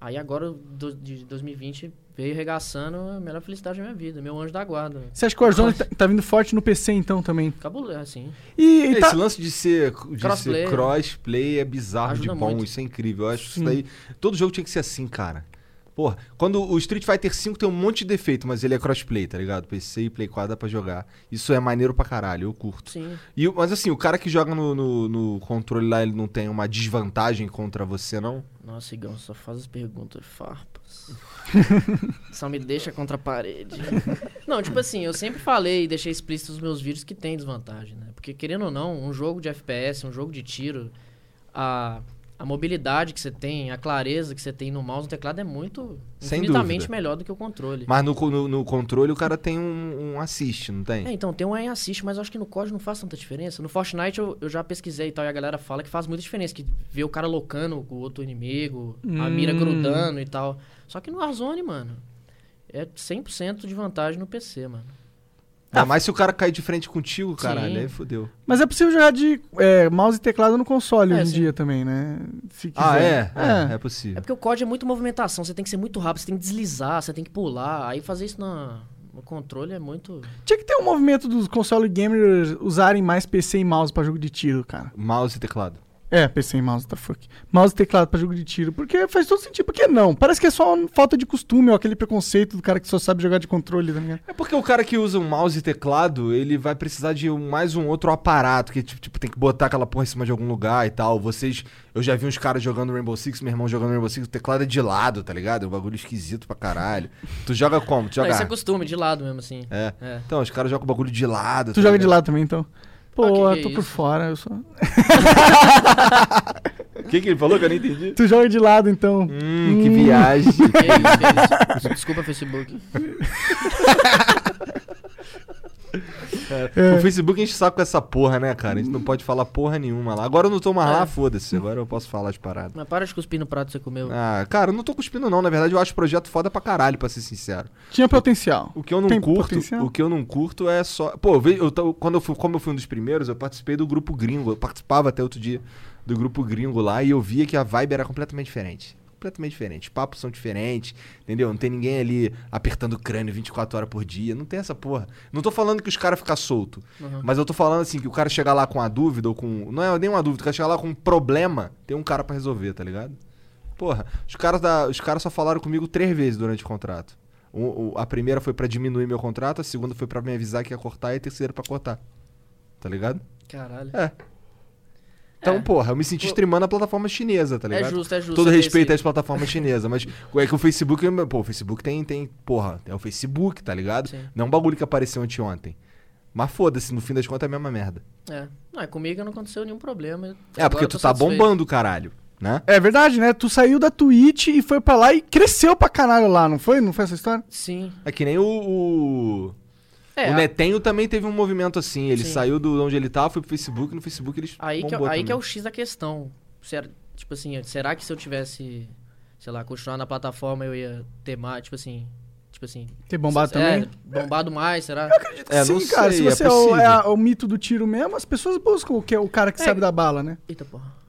[SPEAKER 3] Aí agora, do- de 2020, veio regaçando a melhor felicidade da minha vida, meu anjo da guarda.
[SPEAKER 2] Você acha que o Warzone tá, tá vindo forte no PC então também?
[SPEAKER 3] Acabou, é assim.
[SPEAKER 2] E, e tá-
[SPEAKER 1] Esse lance de ser de
[SPEAKER 3] Crossplay. né?
[SPEAKER 1] ser crossplay é bizarro
[SPEAKER 3] Ajuda
[SPEAKER 1] de bom,
[SPEAKER 3] muito.
[SPEAKER 1] isso é incrível. Eu acho
[SPEAKER 2] Sim.
[SPEAKER 1] isso daí. Todo jogo tinha que ser assim, cara. Porra, quando o Street Fighter V tem um monte de defeito, mas ele é crossplay, tá ligado? PC e Play 4 dá pra jogar. Isso é maneiro pra caralho, eu curto.
[SPEAKER 3] Sim.
[SPEAKER 1] E, o- mas assim, o cara que joga no, no- no controle lá, ele não tem uma desvantagem contra você, não?
[SPEAKER 3] Nossa, Igão, só faz as perguntas farpas. só me deixa contra a parede. não, tipo assim, eu sempre falei e deixei explícito nos meus vídeos que tem desvantagem, né? Porque, querendo ou não, um jogo de FPS, um jogo de tiro, a, a mobilidade que você tem, a clareza que você tem no mouse e no teclado é muito
[SPEAKER 1] Sem
[SPEAKER 3] infinitamente
[SPEAKER 1] dúvida.
[SPEAKER 3] melhor do que o controle.
[SPEAKER 1] Mas no, co- no- no controle o cara tem um, um assist, não tem?
[SPEAKER 3] É, então, tem um aim assist, mas eu acho que no COD não faz tanta diferença. No Fortnite eu, eu já pesquisei e tal, e a galera fala que faz muita diferença, que vê o cara locando o outro inimigo, a
[SPEAKER 2] Hum.
[SPEAKER 3] mira grudando e tal. Só que no Warzone, mano, é 100% de vantagem no PC, mano.
[SPEAKER 1] Ainda mais se o cara cair de frente contigo,
[SPEAKER 3] Sim.
[SPEAKER 1] caralho, aí fodeu.
[SPEAKER 2] Mas é possível jogar de é, mouse e teclado no console
[SPEAKER 3] É,
[SPEAKER 2] hoje em
[SPEAKER 3] sim.
[SPEAKER 2] dia também, né? Se quiser.
[SPEAKER 1] Ah, é? É, é,
[SPEAKER 3] É
[SPEAKER 1] possível.
[SPEAKER 3] porque o COD é muito movimentação, você tem que ser muito rápido, você tem que deslizar, você tem que pular, aí fazer isso na- no controle é muito...
[SPEAKER 2] Tinha que ter um movimento dos console gamers usarem mais PC e mouse pra jogo de tiro, cara.
[SPEAKER 1] Mouse e teclado.
[SPEAKER 2] É, PC e mouse, tá fuck. Mouse e teclado pra jogo de tiro, porque faz todo sentido. Por que não? Parece que é só uma falta de costume ou aquele preconceito do cara que só sabe jogar de controle, tá ligado?
[SPEAKER 1] É porque o cara que usa um mouse e teclado, ele vai precisar de um- mais um outro aparato, que tipo, tipo, tem que botar aquela porra em cima de algum lugar e tal. Vocês, eu já vi uns caras jogando Rainbow Six, meu irmão jogando Rainbow Six, o teclado é de lado, tá ligado? É um bagulho esquisito pra caralho. Tu joga como? Tu joga...
[SPEAKER 3] Isso é costume, de lado mesmo, assim.
[SPEAKER 1] É.
[SPEAKER 3] É.
[SPEAKER 1] Então, os caras jogam o bagulho de lado. tá
[SPEAKER 2] Tu joga de lado também, então? Pô,
[SPEAKER 3] Ah, que que
[SPEAKER 2] eu
[SPEAKER 3] é
[SPEAKER 2] tô por
[SPEAKER 3] isso?
[SPEAKER 2] fora, eu só.
[SPEAKER 1] O que, que ele falou que eu nem entendi?
[SPEAKER 2] Tu joga de lado, então.
[SPEAKER 1] Hum, que viagem.
[SPEAKER 3] Que isso, que isso. Desculpa, Facebook.
[SPEAKER 1] O Facebook enche o saco com essa porra, né, cara? A gente não pode falar porra nenhuma lá. Agora eu não tô mais lá,
[SPEAKER 3] É.
[SPEAKER 1] foda-se. Agora eu posso falar as paradas.
[SPEAKER 3] Mas para de cuspir no prato que você comeu.
[SPEAKER 1] Ah, cara, eu não tô cuspindo, não. Na verdade, eu acho o projeto foda pra caralho, pra ser sincero.
[SPEAKER 2] Tinha potencial.
[SPEAKER 1] O que eu não
[SPEAKER 2] Tem
[SPEAKER 1] curto,
[SPEAKER 2] potencial?
[SPEAKER 1] o que eu não curto é só. Pô, eu, ve- eu tô- quando eu fui, como eu fui um dos primeiros, eu participei do grupo gringo. Eu participava até outro dia do grupo gringo lá e eu via que a vibe era completamente diferente. Completamente diferente. Os papos são diferentes, entendeu? Não tem ninguém ali apertando o crânio 24 horas por dia. Não tem essa porra. Não tô falando que os caras ficam solto.
[SPEAKER 3] Uhum.
[SPEAKER 1] Mas eu tô falando assim, que o cara chegar lá com a dúvida ou com. Não é nem uma dúvida, o cara chegar lá com um problema, tem um cara pra resolver, tá ligado? Porra, os caras, da, os caras só falaram comigo três vezes durante o contrato. O- o- a primeira foi pra diminuir meu contrato, a segunda foi pra me avisar que ia cortar e a terceira pra cortar. Tá ligado?
[SPEAKER 3] Caralho.
[SPEAKER 1] É. Então,
[SPEAKER 3] É.
[SPEAKER 1] porra, eu me senti
[SPEAKER 3] Pô.
[SPEAKER 1] streamando a plataforma chinesa, tá
[SPEAKER 3] É
[SPEAKER 1] ligado?
[SPEAKER 3] justo, é justo.
[SPEAKER 1] Todo
[SPEAKER 3] você ter
[SPEAKER 1] respeito
[SPEAKER 3] esse-
[SPEAKER 1] às plataformas chinesas, mas é que o Facebook. Pô, o Facebook tem, tem. Porra, é o Facebook, tá ligado?
[SPEAKER 3] Sim.
[SPEAKER 1] Não é um bagulho que apareceu anteontem. Mas foda-se, no fim das contas é a mesma merda.
[SPEAKER 3] É. Não, é comigo não aconteceu nenhum problema.
[SPEAKER 1] É, porque tu tá bombando, caralho, né?
[SPEAKER 2] É verdade, né? Tu saiu da Twitch e foi pra lá e cresceu pra caralho lá, não foi? Não foi essa história?
[SPEAKER 3] Sim.
[SPEAKER 1] É que nem o. O,
[SPEAKER 3] É,
[SPEAKER 1] o
[SPEAKER 3] a-
[SPEAKER 1] Netenho também teve um movimento assim. Ele
[SPEAKER 3] Sim.
[SPEAKER 1] saiu do onde ele tava, foi pro Facebook, no Facebook eles.
[SPEAKER 3] aí, que, é-
[SPEAKER 1] bombou
[SPEAKER 3] aí que é o
[SPEAKER 1] também.
[SPEAKER 3] X da questão. Ser- tipo assim, será que se eu tivesse, sei lá, continuar na plataforma eu ia ter mais, tipo assim... Tipo assim...
[SPEAKER 2] Ter bombado
[SPEAKER 3] se-
[SPEAKER 2] também?
[SPEAKER 3] É, bombado mais, será?
[SPEAKER 1] É, não
[SPEAKER 2] Sim, cara,
[SPEAKER 1] sei,
[SPEAKER 2] se você é,
[SPEAKER 1] possível.
[SPEAKER 2] o, é a- o mito do tiro mesmo, as pessoas buscam o, que, o cara que
[SPEAKER 3] É.
[SPEAKER 2] sabe da bala, né?
[SPEAKER 3] Eita, porra.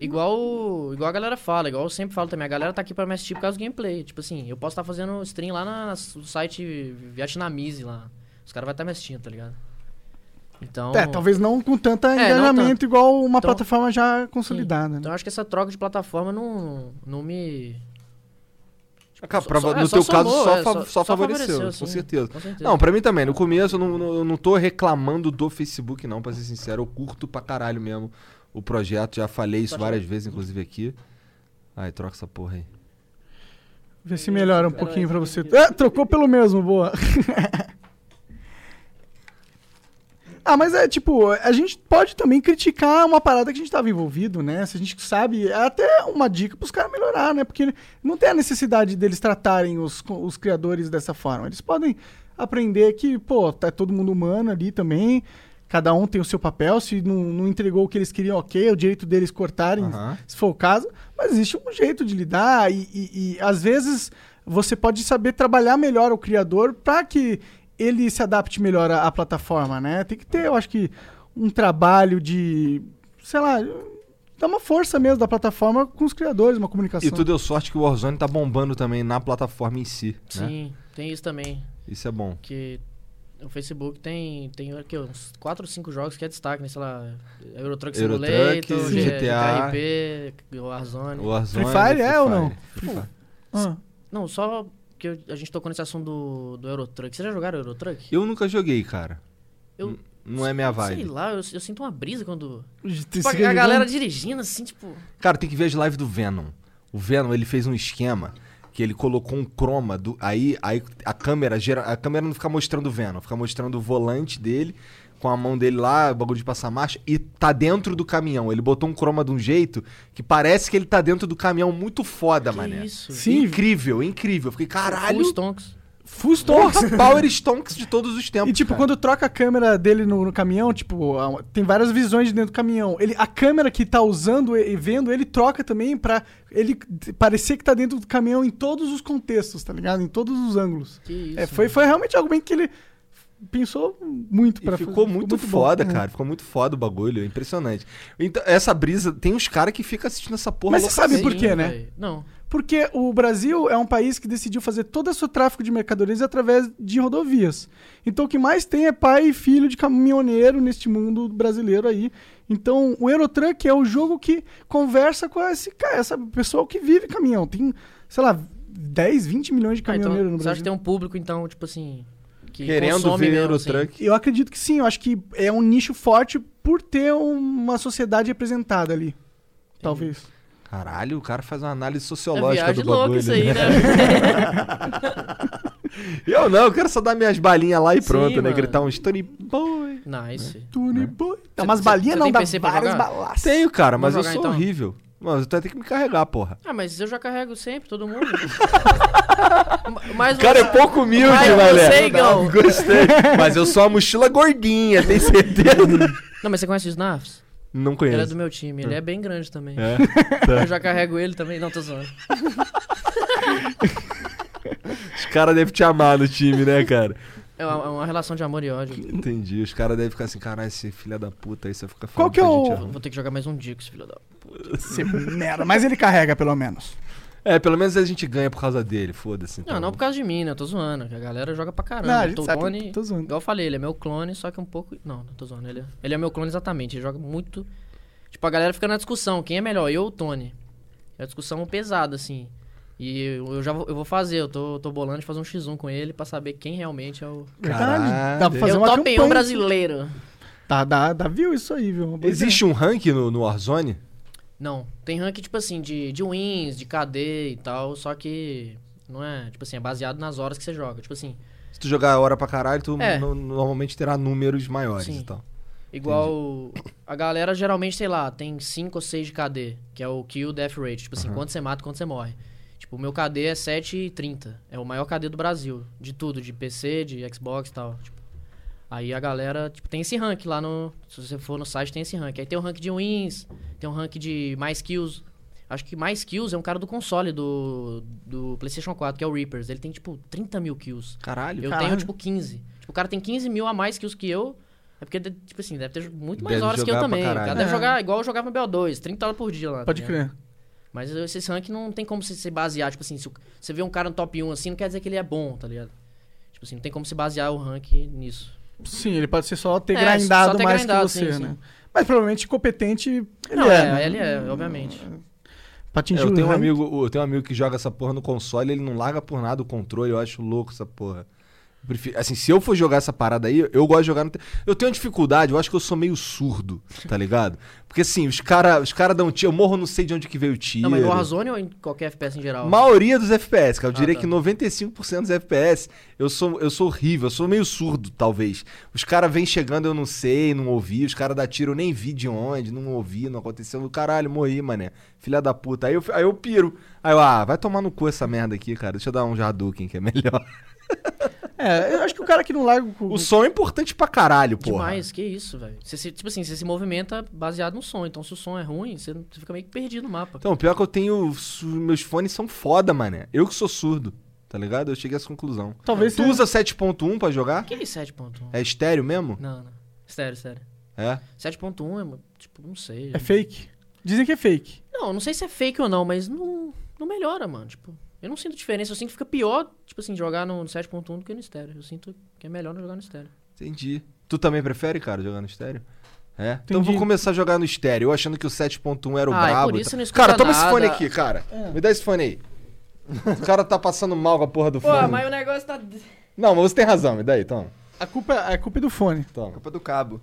[SPEAKER 3] Igual, o- igual a galera fala, igual eu sempre falo também, a galera tá aqui pra me assistir por causa do gameplay. Tipo assim, eu posso estar fazendo stream lá na- no site vietnamese lá. Os caras vão estar me assistindo, tá ligado? Então.
[SPEAKER 2] É, talvez não com tanto
[SPEAKER 3] não
[SPEAKER 2] engajamento
[SPEAKER 3] tanto.
[SPEAKER 2] igual uma
[SPEAKER 3] Então-
[SPEAKER 2] plataforma já consolidada, né?
[SPEAKER 3] Então eu acho que essa troca de plataforma não, não me.
[SPEAKER 1] Cara,
[SPEAKER 3] só-
[SPEAKER 1] pra-
[SPEAKER 3] só- é,
[SPEAKER 1] no
[SPEAKER 3] só
[SPEAKER 1] teu
[SPEAKER 3] somou,
[SPEAKER 1] caso, só,
[SPEAKER 3] é,
[SPEAKER 1] fa-
[SPEAKER 3] só-
[SPEAKER 1] só
[SPEAKER 3] só
[SPEAKER 1] favoreceu,
[SPEAKER 3] favoreceu,
[SPEAKER 1] com
[SPEAKER 3] sim.
[SPEAKER 1] certeza.
[SPEAKER 3] Com certeza.
[SPEAKER 1] Não, pra mim também. No começo eu não, não, eu não tô reclamando do Facebook, não, pra ser sincero. Eu curto pra caralho mesmo o projeto. Já falei isso
[SPEAKER 3] Pode
[SPEAKER 1] várias vezes, inclusive, aqui. Ai, troca essa porra aí.
[SPEAKER 2] Vê se melhora um pouquinho pra você. É, trocou pelo mesmo, boa. ah, mas é tipo, a gente pode também criticar uma parada que a gente tava envolvido, né? Se a gente sabe, é até uma dica pros caras melhorar, né? Porque não tem a necessidade deles tratarem os, co- os criadores dessa forma. Eles podem aprender que, pô, tá todo mundo humano ali também. Cada um tem o seu papel. Se não, não entregou o que eles queriam, ok. É o direito deles cortarem
[SPEAKER 1] Aham.
[SPEAKER 2] se for o caso, mas existe um jeito de lidar e, e- e, às vezes você pode saber trabalhar melhor o criador para que ele se adapte melhor à, à plataforma, né? Tem que ter, eu acho que, um trabalho de, sei lá, dar uma força mesmo da plataforma com os criadores, uma comunicação.
[SPEAKER 1] E tu deu sorte que o Warzone tá bombando também na plataforma em si, né?
[SPEAKER 3] Sim, tem isso também.
[SPEAKER 1] Isso é bom.
[SPEAKER 3] Que o Facebook tem, tem o quê? uns 4 ou 5 jogos que é destaque, né? Sei lá, Euro Truck
[SPEAKER 1] Eurotruck,
[SPEAKER 3] Simulator, G-
[SPEAKER 1] GTA,
[SPEAKER 3] GKRP, Warzone.
[SPEAKER 1] O Warzone,
[SPEAKER 2] Free Fire é ou não?
[SPEAKER 1] Free Fire.
[SPEAKER 2] Ah,
[SPEAKER 3] Não, só que eu- a gente tocou nesse assunto do, do Eurotruck. Vocês já jogaram Eurotruck?
[SPEAKER 1] Eu nunca joguei, cara.
[SPEAKER 3] Eu-
[SPEAKER 1] Não é minha
[SPEAKER 3] Sei
[SPEAKER 1] vibe. é
[SPEAKER 3] lá, eu, eu sinto uma brisa quando.
[SPEAKER 2] de ter
[SPEAKER 3] Tipo,
[SPEAKER 2] sido
[SPEAKER 3] a galera
[SPEAKER 2] ligado.
[SPEAKER 3] dirigindo assim, tipo.
[SPEAKER 1] Cara, tem que ver as lives do Venom. O Venom, ele fez um esquema que ele colocou um croma do aí, aí a câmera gera, a câmera não fica mostrando o Venom, fica mostrando o volante dele com a mão dele lá, o bagulho de passar marcha e tá dentro do caminhão. Ele botou um croma de um jeito que parece que ele tá dentro do caminhão muito foda,
[SPEAKER 3] que
[SPEAKER 1] mané.
[SPEAKER 3] isso?
[SPEAKER 2] Sim,
[SPEAKER 1] Incrível, incrível. Eu Fiquei, caralho.
[SPEAKER 3] Full Stonks.
[SPEAKER 2] Full stop.
[SPEAKER 1] Porra, Power Stonks de todos os tempos.
[SPEAKER 2] E tipo,
[SPEAKER 1] cara.
[SPEAKER 2] quando troca a câmera dele no, no caminhão, tipo, a- tem várias visões de dentro do caminhão. Ele, a câmera que tá usando e e vendo, ele troca também pra ele t- parecer que tá dentro do caminhão em todos os contextos, tá ligado? Em todos os ângulos.
[SPEAKER 3] Que isso?
[SPEAKER 2] É, foi, foi realmente algo bem que ele pensou muito
[SPEAKER 1] né? E
[SPEAKER 2] pra
[SPEAKER 1] ficou muito,
[SPEAKER 2] bom.
[SPEAKER 1] foda,
[SPEAKER 2] É.
[SPEAKER 1] cara. Ficou muito foda o bagulho. é Impressionante. Então, essa brisa, tem uns caras que ficam assistindo essa porra
[SPEAKER 2] Mas você
[SPEAKER 1] loucamente.
[SPEAKER 2] sabe por quê, né?
[SPEAKER 3] velho. Não.
[SPEAKER 2] Porque o Brasil é um país que decidiu fazer todo o seu tráfico de mercadorias através de rodovias. Então o que mais tem é pai e filho de caminhoneiro neste mundo brasileiro aí. Então o Eurotruck é o jogo que conversa com esse cara, essa pessoa que vive caminhão. Tem, sei lá, 10, 20 milhões de
[SPEAKER 3] Ah, então,
[SPEAKER 2] caminhoneiros no
[SPEAKER 3] você acha
[SPEAKER 2] Brasil.
[SPEAKER 3] que tem um público, então, tipo assim. Que
[SPEAKER 1] Querendo ver
[SPEAKER 3] consome mesmo, assim?
[SPEAKER 1] Eurotruck.
[SPEAKER 2] Eu acredito que sim, eu acho que é um nicho forte por ter uma sociedade representada ali. Talvez.
[SPEAKER 1] Caralho, o cara faz uma análise
[SPEAKER 3] assim. É
[SPEAKER 1] sociológica
[SPEAKER 3] viagem
[SPEAKER 1] do
[SPEAKER 3] louca
[SPEAKER 1] bagulho.
[SPEAKER 3] isso aí,
[SPEAKER 1] né?
[SPEAKER 3] né?
[SPEAKER 1] Eu não, eu quero só dar minhas balinhas lá e
[SPEAKER 3] Sim,
[SPEAKER 1] pronto, né?
[SPEAKER 3] mano.
[SPEAKER 1] Gritar um Stone Boy.
[SPEAKER 3] né? nice.
[SPEAKER 2] Tune boy. Tá,
[SPEAKER 3] Você-
[SPEAKER 2] umas
[SPEAKER 3] você-
[SPEAKER 2] balinhas
[SPEAKER 3] você
[SPEAKER 2] não,
[SPEAKER 3] tem
[SPEAKER 2] dá
[SPEAKER 3] PC pra
[SPEAKER 2] várias
[SPEAKER 3] jogar?
[SPEAKER 2] balas.
[SPEAKER 1] Tenho, cara, mas
[SPEAKER 3] Vamos
[SPEAKER 1] eu
[SPEAKER 3] jogar,
[SPEAKER 1] sou
[SPEAKER 3] então.
[SPEAKER 1] horrível. Mas tu vai ter que me carregar, porra.
[SPEAKER 3] Ah, mas eu já carrego sempre, todo mundo. Ma- Mas
[SPEAKER 1] Cara,
[SPEAKER 3] você-
[SPEAKER 1] é pouco humilde,
[SPEAKER 3] Mas eu
[SPEAKER 1] mané.
[SPEAKER 3] sei, Igão.
[SPEAKER 1] Gostei. Mas eu sou uma mochila gordinha, tem certeza?
[SPEAKER 3] Não, mas você conhece o Snafs?
[SPEAKER 1] Não
[SPEAKER 3] Ele é
[SPEAKER 1] conheço.
[SPEAKER 3] do meu time, ele é bem grande também.
[SPEAKER 1] É?
[SPEAKER 3] Eu já carrego ele também. Não, tô zoando.
[SPEAKER 1] Os caras devem te amar no time, né, cara?
[SPEAKER 3] É uma, é uma relação de amor e ódio.
[SPEAKER 1] Entendi. Os caras devem ficar assim, caralho, esse filho da puta aí, você fica
[SPEAKER 2] Qual
[SPEAKER 1] falando
[SPEAKER 2] que é
[SPEAKER 1] a gente
[SPEAKER 2] o-
[SPEAKER 1] arruma."
[SPEAKER 3] Vou ter que jogar mais um dia com esse filho da.
[SPEAKER 2] Esse merda, mas ele carrega pelo menos.
[SPEAKER 1] É, pelo menos a gente ganha por causa dele, foda-se. então.
[SPEAKER 3] Não, não por causa de mim, né? Eu tô zoando. que A galera joga pra caramba.
[SPEAKER 2] Não, a
[SPEAKER 3] Eu
[SPEAKER 2] gente
[SPEAKER 3] tô né?
[SPEAKER 2] sabe,
[SPEAKER 3] clone-
[SPEAKER 2] tô zoando.
[SPEAKER 3] Igual eu falei, ele é meu clone, só que um pouco. Não, não tô zoando. Ele é, ele é meu clone exatamente. Ele joga muito. Tipo, a galera fica na discussão: quem é melhor, eu ou o Tony? É uma discussão pesada, assim. E eu, eu já vou, eu vou fazer, eu tô, tô bolando de fazer um x1 com ele pra saber quem realmente é o.
[SPEAKER 1] Caralho.
[SPEAKER 2] Verdade. Dá pra fazer um
[SPEAKER 3] é o
[SPEAKER 2] uma
[SPEAKER 3] top 1
[SPEAKER 2] campanha.
[SPEAKER 3] brasileiro.
[SPEAKER 2] Tá, dá, dá, viu isso aí, viu? Uma boa
[SPEAKER 3] é.
[SPEAKER 1] Existe um rank no, no Warzone?
[SPEAKER 3] Não, tem rank, tipo assim, de, de wins, de KD e tal, só que. Não é, tipo assim, é baseado nas horas que você joga. Tipo assim,
[SPEAKER 1] Se tu jogar a hora pra caralho, tu
[SPEAKER 3] É.
[SPEAKER 1] no- normalmente terá números maiores então.
[SPEAKER 3] Sim.
[SPEAKER 1] e tal.
[SPEAKER 3] Igual a galera geralmente, sei lá, tem 5 ou 6 de KD, que é o kill death rate, tipo assim, quanto você mata, e quanto você morre. Tipo, o meu KD é 7,30, é o maior KD do Brasil, de tudo, de PC, de Xbox e tal, tipo. Aí a galera, tipo, tem esse rank lá no, se você for no site tem esse rank. Aí tem o rank de wins, tem o rank de mais kills. Acho que mais kills é um cara do console do, do PlayStation 4, que é o Reapers. Ele tem, tipo, 30 mil kills.
[SPEAKER 1] Caralho.
[SPEAKER 3] Eu
[SPEAKER 2] Caralho.
[SPEAKER 3] tenho, tipo, 15. Tipo, o cara tem 15 mil a mais que os que eu. É porque, tipo assim, deve ter muito mais
[SPEAKER 1] Deve
[SPEAKER 3] horas que
[SPEAKER 1] jogar pra
[SPEAKER 3] eu também. O cara
[SPEAKER 1] caralho.
[SPEAKER 3] deve
[SPEAKER 2] É.
[SPEAKER 3] jogar igual eu jogava no BO2, 30 horas por dia lá. tá
[SPEAKER 2] Pode
[SPEAKER 3] ligado?
[SPEAKER 2] crer.
[SPEAKER 3] Mas esse rank não tem como se, se basear. Tipo assim, se o- você vê um cara no top 1 assim, não quer dizer que ele é bom, tá ligado? Tipo assim, não tem como se basear o rank nisso.
[SPEAKER 2] Sim, ele pode ser só ter
[SPEAKER 3] É,
[SPEAKER 2] grindado
[SPEAKER 3] só ter
[SPEAKER 2] mais
[SPEAKER 3] grindado,
[SPEAKER 2] que você,
[SPEAKER 3] sim,
[SPEAKER 2] né?
[SPEAKER 3] sim.
[SPEAKER 2] Mas provavelmente competente ele
[SPEAKER 3] não,
[SPEAKER 2] é.
[SPEAKER 3] é,
[SPEAKER 2] né?
[SPEAKER 3] ele é, obviamente.
[SPEAKER 2] Pra né?
[SPEAKER 1] É,
[SPEAKER 2] atingir
[SPEAKER 1] eu,
[SPEAKER 2] o
[SPEAKER 1] tenho um
[SPEAKER 2] rank.
[SPEAKER 1] amigo, eu tenho um amigo que joga essa porra no console, ele não larga por nada o controle, eu acho louco essa porra. Eu prefiro- assim, se eu for jogar essa parada aí, eu gosto de jogar no. te- Eu tenho uma dificuldade, eu acho que eu sou meio surdo, tá ligado? Porque assim, os caras os cara dão tiro, eu morro, não sei de onde que veio o tiro.
[SPEAKER 3] Não, mas no Warzone ou em qualquer FPS em geral?
[SPEAKER 1] maioria dos FPS, cara. Eu diria
[SPEAKER 3] tá.
[SPEAKER 1] que 95% dos FPS eu sou, eu sou horrível, eu sou meio surdo, talvez. Os caras vêm chegando, eu não sei, não ouvi. Os caras dá tiro, eu nem vi de onde, não ouvi, não aconteceu. Caralho, morri, mané. Filha da puta. Aí eu, aí eu piro. Aí eu, ah, vai tomar no cu essa merda aqui, cara. Deixa eu dar um Hadouken que é melhor.
[SPEAKER 2] É, eu acho que o cara que não larga o.
[SPEAKER 1] O som é importante pra caralho, porra.
[SPEAKER 3] Demais, que isso, velho. Você se- Tipo assim, você se movimenta baseado no som. Então, se o som é ruim, você você fica meio que perdido no mapa.
[SPEAKER 1] Então, pior que eu tenho. su- Meus fones são foda, mané. Eu que sou surdo, tá ligado? Eu cheguei a essa conclusão.
[SPEAKER 2] Talvez
[SPEAKER 1] Tu
[SPEAKER 2] seja-
[SPEAKER 1] usa 7.1 pra jogar?
[SPEAKER 3] Que 7.1?
[SPEAKER 1] É estéreo mesmo?
[SPEAKER 3] Não, não. Sério, sério.
[SPEAKER 1] É.
[SPEAKER 3] 7.1 é, mo- tipo, não sei.
[SPEAKER 2] É fake. Dizem que é fake.
[SPEAKER 3] Não, não sei se é fake ou não, mas não, não melhora, mano. Tipo, eu não sinto diferença. Eu sinto que fica pior, tipo assim, jogar no 7.1 do que no estéreo. Eu sinto que é melhor não jogar no estéreo.
[SPEAKER 1] Entendi. Tu também prefere, cara, jogar no estéreo? É? Então eu
[SPEAKER 2] Entendi.
[SPEAKER 1] vou começar a jogar no estéreo, eu achando que o 7.1 era o
[SPEAKER 3] Ah, é
[SPEAKER 1] brabo.
[SPEAKER 3] por
[SPEAKER 1] e
[SPEAKER 3] isso
[SPEAKER 1] tal.
[SPEAKER 3] eu não escuta
[SPEAKER 1] cara, toma esse
[SPEAKER 3] nada.
[SPEAKER 1] fone aqui, cara. Me dá esse fone aí. O cara tá passando mal com a porra do
[SPEAKER 3] Pô,
[SPEAKER 1] fone.
[SPEAKER 3] mas o negócio tá.
[SPEAKER 1] Não, mas você tem razão, me dá aí, toma.
[SPEAKER 2] A culpa, a culpa é do fone.
[SPEAKER 1] toma.
[SPEAKER 4] Copa do Cabo.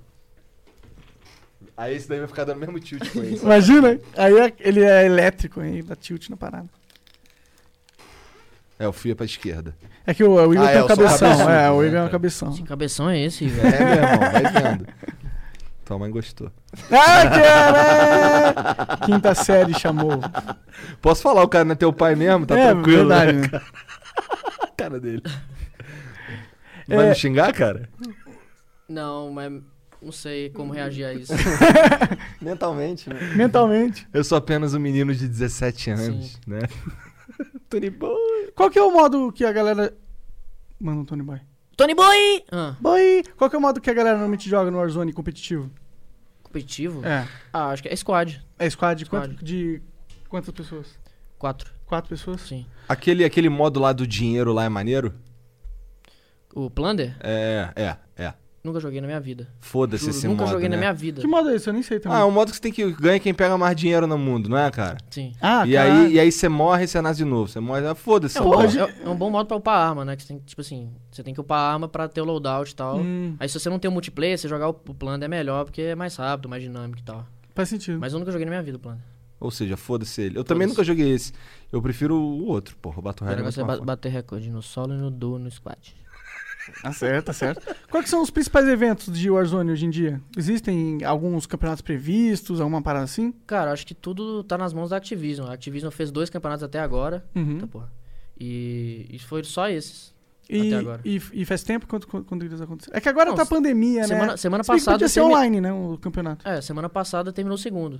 [SPEAKER 1] Aí esse daí vai ficar dando mesmo tilt com isso.
[SPEAKER 2] Imagina, aí é- ele é elétrico, aí dá tilt na parada.
[SPEAKER 1] É, o fio é pra esquerda.
[SPEAKER 2] É que o, o Igor
[SPEAKER 1] Ah,
[SPEAKER 2] tem
[SPEAKER 1] é,
[SPEAKER 2] um
[SPEAKER 1] eu sou
[SPEAKER 2] cabeção.
[SPEAKER 1] cabeçudo,
[SPEAKER 2] É, o
[SPEAKER 1] né,
[SPEAKER 2] Igor é um
[SPEAKER 1] cara?
[SPEAKER 2] cabeção.
[SPEAKER 3] Que cabeção é esse,
[SPEAKER 1] É,
[SPEAKER 3] velho?
[SPEAKER 1] meu irmão, vai vendo. Tua mãe gostou.
[SPEAKER 2] Ah, caralho! Ah, Quinta série chamou.
[SPEAKER 1] Posso falar, o cara não é teu pai mesmo? Tá
[SPEAKER 2] é,
[SPEAKER 1] tranquilo,
[SPEAKER 2] verdade,
[SPEAKER 1] né?
[SPEAKER 2] né?
[SPEAKER 1] A cara dele.
[SPEAKER 2] É.
[SPEAKER 1] Vai me xingar, cara?
[SPEAKER 3] Não, mas não sei como reagir a isso.
[SPEAKER 4] Mentalmente, né?
[SPEAKER 2] Mentalmente.
[SPEAKER 1] Eu sou apenas um menino de 17 anos,
[SPEAKER 3] Sim.
[SPEAKER 1] né?
[SPEAKER 4] Tony Boy.
[SPEAKER 2] Qual que é o modo que a galera. Mano, Tony Boy.
[SPEAKER 3] Tony Boy! Ah,
[SPEAKER 2] Boy! Qual que é o modo que a galera normalmente joga no Warzone competitivo?
[SPEAKER 3] competitivo?
[SPEAKER 2] É.
[SPEAKER 3] Ah, acho que é squad.
[SPEAKER 2] É squad, de
[SPEAKER 3] Squad.
[SPEAKER 2] quanto- de quantas pessoas?
[SPEAKER 3] Quatro,
[SPEAKER 2] Quatro pessoas?
[SPEAKER 3] sim.
[SPEAKER 1] Aquele, aquele modo lá do dinheiro lá é maneiro?
[SPEAKER 3] O Plunder?
[SPEAKER 1] É, é, é.
[SPEAKER 3] Nunca joguei na minha vida.
[SPEAKER 1] Foda-se
[SPEAKER 3] Juro,
[SPEAKER 1] esse
[SPEAKER 3] nunca
[SPEAKER 1] modo,
[SPEAKER 3] joguei
[SPEAKER 1] né?
[SPEAKER 3] na minha vida.
[SPEAKER 2] Que modo é esse? Eu nem sei também.
[SPEAKER 1] Ah, é um modo que você tem que ganha quem pega mais dinheiro no mundo, não é, cara?
[SPEAKER 3] Sim.
[SPEAKER 2] Ah,
[SPEAKER 1] e,
[SPEAKER 2] caralho.
[SPEAKER 1] aí, e aí você morre e você nasce de novo. Você morre, ah, foda-se.
[SPEAKER 3] É um,
[SPEAKER 1] porra.
[SPEAKER 3] bom,
[SPEAKER 2] Porra, gente.
[SPEAKER 3] é- é um bom modo pra upar arma, né? Que você tem que, tipo assim, você tem que upar a arma pra ter o loadout e tal.
[SPEAKER 2] Hum,
[SPEAKER 3] Aí se você não tem o multiplayer, você jogar o, o Plunder é melhor, porque é mais rápido, mais dinâmico e tal.
[SPEAKER 2] faz sentido.
[SPEAKER 3] Mas eu nunca joguei na minha vida o Plunder.
[SPEAKER 1] Ou seja, foda-se ele. Eu também
[SPEAKER 3] Foda-se.
[SPEAKER 1] nunca joguei esse. Eu prefiro o outro, porra. O Battle
[SPEAKER 3] O
[SPEAKER 1] Royale. é
[SPEAKER 3] negócio é
[SPEAKER 1] muito
[SPEAKER 3] ba-
[SPEAKER 1] mais foda.
[SPEAKER 3] bater recorde no solo e no duo no squad.
[SPEAKER 2] Tá certo, tá certo. Quais que são os principais eventos de Warzone hoje em dia? Existem alguns campeonatos previstos, alguma parada assim?
[SPEAKER 3] Cara, acho que tudo tá nas mãos da Activision. A Activision fez dois campeonatos até agora.
[SPEAKER 2] Uhum.
[SPEAKER 3] Eita porra. E, e foi só esses.
[SPEAKER 2] E,
[SPEAKER 3] Até agora.
[SPEAKER 2] E, e faz tempo quanto, quando, quando eles aconteceram? É que agora
[SPEAKER 3] Não,
[SPEAKER 2] tá pandemia,
[SPEAKER 3] semana
[SPEAKER 2] né?
[SPEAKER 3] semana
[SPEAKER 2] Se bem que
[SPEAKER 3] passada.
[SPEAKER 2] Podia ser
[SPEAKER 3] termi-
[SPEAKER 2] online, né? O campeonato.
[SPEAKER 3] É, semana passada terminou o segundo.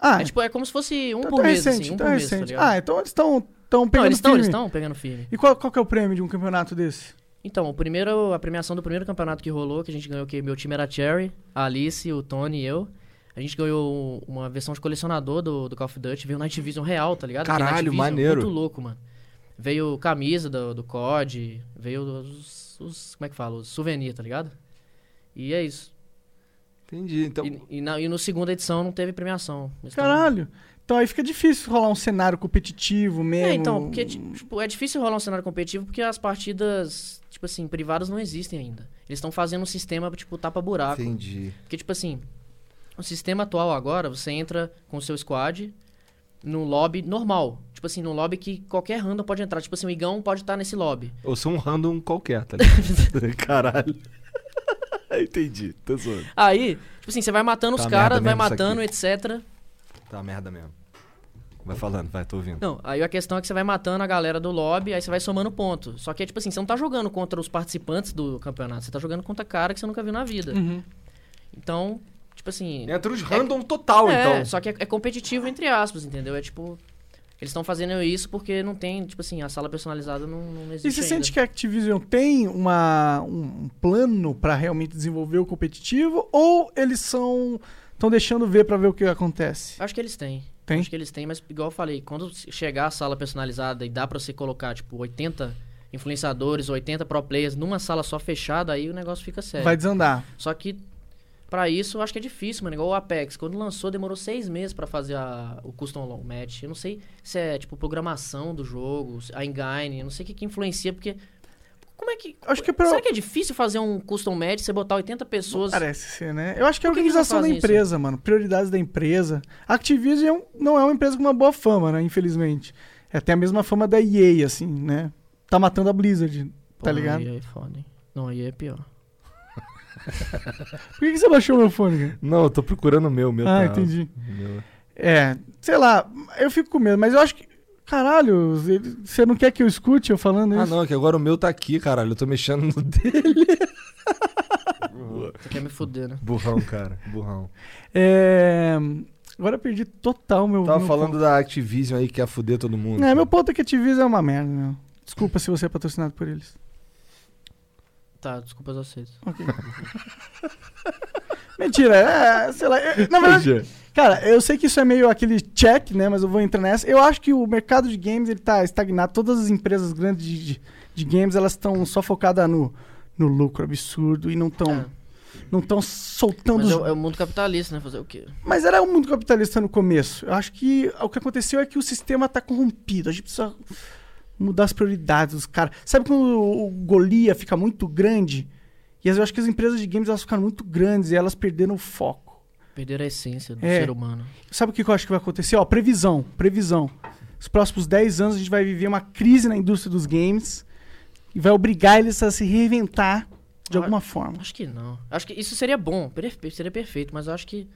[SPEAKER 2] Ah,
[SPEAKER 3] é tipo, é como se fosse um
[SPEAKER 2] tá-
[SPEAKER 3] por
[SPEAKER 2] tá
[SPEAKER 3] mês,
[SPEAKER 2] recente,
[SPEAKER 3] assim, um
[SPEAKER 2] tá
[SPEAKER 3] por mês, tá
[SPEAKER 2] recente.
[SPEAKER 3] ligado?
[SPEAKER 2] ah, então eles estão tão pegando
[SPEAKER 3] não, eles estão,
[SPEAKER 2] firme.
[SPEAKER 3] eles estão pegando firme.
[SPEAKER 2] E qual, qual que é o prêmio de um campeonato desse?
[SPEAKER 3] Então, o primeiro, a premiação do primeiro campeonato que rolou, que a gente ganhou, que meu time era a Cherry, a Alice, o Tony e eu. A gente ganhou uma versão de colecionador do, do Call of Duty, veio o Night Vision real, tá ligado? Porque
[SPEAKER 1] Caralho,
[SPEAKER 3] Night Vision é
[SPEAKER 1] maneiro.
[SPEAKER 3] Muito louco, mano. Veio camisa do, do COD, veio os, os- como é que fala, os souvenir, tá ligado? E é isso.
[SPEAKER 1] Entendi. Então,
[SPEAKER 3] E, e na, e no segunda edição não teve premiação. Eles tão-
[SPEAKER 2] Caralho. Então aí fica difícil rolar um cenário competitivo mesmo.
[SPEAKER 3] É, então, porque ti- tipo, é difícil rolar um cenário competitivo porque as partidas, tipo assim, privadas não existem ainda. Eles estão fazendo um sistema, tipo, tapa-buraco.
[SPEAKER 1] entendi.
[SPEAKER 3] Porque, tipo assim, o sistema atual agora, você entra com o seu squad num lobby normal. Tipo assim, num lobby que qualquer random pode entrar. Tipo assim, o Igão pode estar nesse lobby.
[SPEAKER 1] Ou sou um random qualquer, tá ligado? Caralho. entendi. Tô zoando.
[SPEAKER 3] Aí, tipo assim, você vai matando
[SPEAKER 1] Tá
[SPEAKER 3] os
[SPEAKER 1] uma
[SPEAKER 3] caras,
[SPEAKER 1] merda
[SPEAKER 3] vai
[SPEAKER 1] mesmo isso
[SPEAKER 3] matando, etc.
[SPEAKER 1] Tá merda mesmo. Vai falando, vai, tô ouvindo.
[SPEAKER 3] Não, aí a questão é que você vai matando a galera do lobby, aí você vai somando ponto. Só que é tipo assim, você não tá jogando contra os participantes do campeonato, você tá jogando contra cara que você nunca viu na vida.
[SPEAKER 2] Uhum.
[SPEAKER 3] Então, tipo assim.
[SPEAKER 1] Entra os Né? random total,
[SPEAKER 3] é,
[SPEAKER 1] então.
[SPEAKER 3] só que é, é competitivo entre aspas, entendeu? É tipo. Eles estão fazendo isso porque não tem, tipo assim, a sala personalizada não, não existe.
[SPEAKER 2] E você
[SPEAKER 3] ainda.
[SPEAKER 2] sente que a Activision tem uma, um um plano pra realmente desenvolver o competitivo ou eles são estão deixando ver pra ver o que acontece?
[SPEAKER 3] Acho que eles têm.
[SPEAKER 2] Tem?
[SPEAKER 3] Acho que eles têm, mas igual eu falei, quando chegar a sala personalizada e dá pra você colocar, tipo, 80 influenciadores, 80 pro players numa sala só fechada, aí o negócio fica sério.
[SPEAKER 2] Vai desandar.
[SPEAKER 3] Só que, pra isso, eu acho que é difícil, mano. Igual o Apex. Quando lançou, demorou seis meses pra fazer a- o custom long match. Eu não sei se é, tipo, programação do jogo, se- a engine. Eu não sei o que, que influencia, porque... Como é que...
[SPEAKER 2] Acho que é pro-
[SPEAKER 3] Será que é difícil fazer um custom match, você botar 80 pessoas...
[SPEAKER 2] Parece ser, né? Eu acho que é a
[SPEAKER 3] Por que que eles
[SPEAKER 2] organização da
[SPEAKER 3] fazem isso?
[SPEAKER 2] empresa, mano. Prioridades da empresa. A Activision não é uma empresa com uma boa fama, né? Infelizmente. É até a mesma fama da EA, assim, né? Tá matando a Blizzard,
[SPEAKER 3] Pô,
[SPEAKER 2] tá ligado?
[SPEAKER 3] Aí é foda, hein? Não, aí é pior.
[SPEAKER 2] Por que, que você baixou meu fone, cara?
[SPEAKER 1] Não, eu tô procurando o meu, o meu
[SPEAKER 2] ah,
[SPEAKER 1] tá-
[SPEAKER 2] entendi.
[SPEAKER 1] o meu-
[SPEAKER 2] É, sei lá, eu fico com medo, mas eu acho que. Caralho, ele- você não quer que eu escute eu falando
[SPEAKER 1] Ah,
[SPEAKER 2] isso?
[SPEAKER 1] não, é que agora o meu tá aqui, caralho. Eu tô mexendo no dele.
[SPEAKER 3] Você quer me foder, né?
[SPEAKER 1] Burrão, cara. Burrão.
[SPEAKER 2] É. Agora eu perdi total meu.
[SPEAKER 1] Tava
[SPEAKER 2] meu
[SPEAKER 1] falando né?
[SPEAKER 2] ponto.
[SPEAKER 1] da Activision aí que ia fuder todo mundo.
[SPEAKER 2] É, meu ponto é que a Activision é uma merda, meu. Desculpa se você é patrocinado por eles.
[SPEAKER 3] Tá, desculpa vocês.
[SPEAKER 2] Ok. Mentira, é, sei lá. eu- na verdade,
[SPEAKER 1] Veja.
[SPEAKER 2] Cara, eu sei que isso é meio aquele check, né? Mas eu vou entrar nessa. Eu acho que o mercado de games ele tá estagnado. Todas as empresas grandes de, de- de games elas estão só focadas no, no lucro absurdo e não estão
[SPEAKER 3] É.
[SPEAKER 2] não tão soltando.
[SPEAKER 3] Mas
[SPEAKER 2] os-
[SPEAKER 3] é, o- é o mundo capitalista, né? Fazer o quê?
[SPEAKER 2] Mas era um mundo capitalista no começo. Eu acho que o que aconteceu é que o sistema tá corrompido. A gente precisa mudar as prioridades dos caras. Sabe quando o o Golia fica muito grande? E às vezes eu acho que as empresas de games elas ficaram muito grandes e elas perderam o foco.
[SPEAKER 3] Perderam a essência do
[SPEAKER 2] É.
[SPEAKER 3] ser humano.
[SPEAKER 2] Sabe o que eu acho que vai acontecer? Ó, previsão, previsão. Os próximos 10 anos a gente vai viver uma crise na indústria dos games e vai obrigar eles a se reinventar de
[SPEAKER 3] Ah,
[SPEAKER 2] alguma forma.
[SPEAKER 3] Acho que não. Acho que isso seria bom, perfe- seria perfeito, mas eu acho que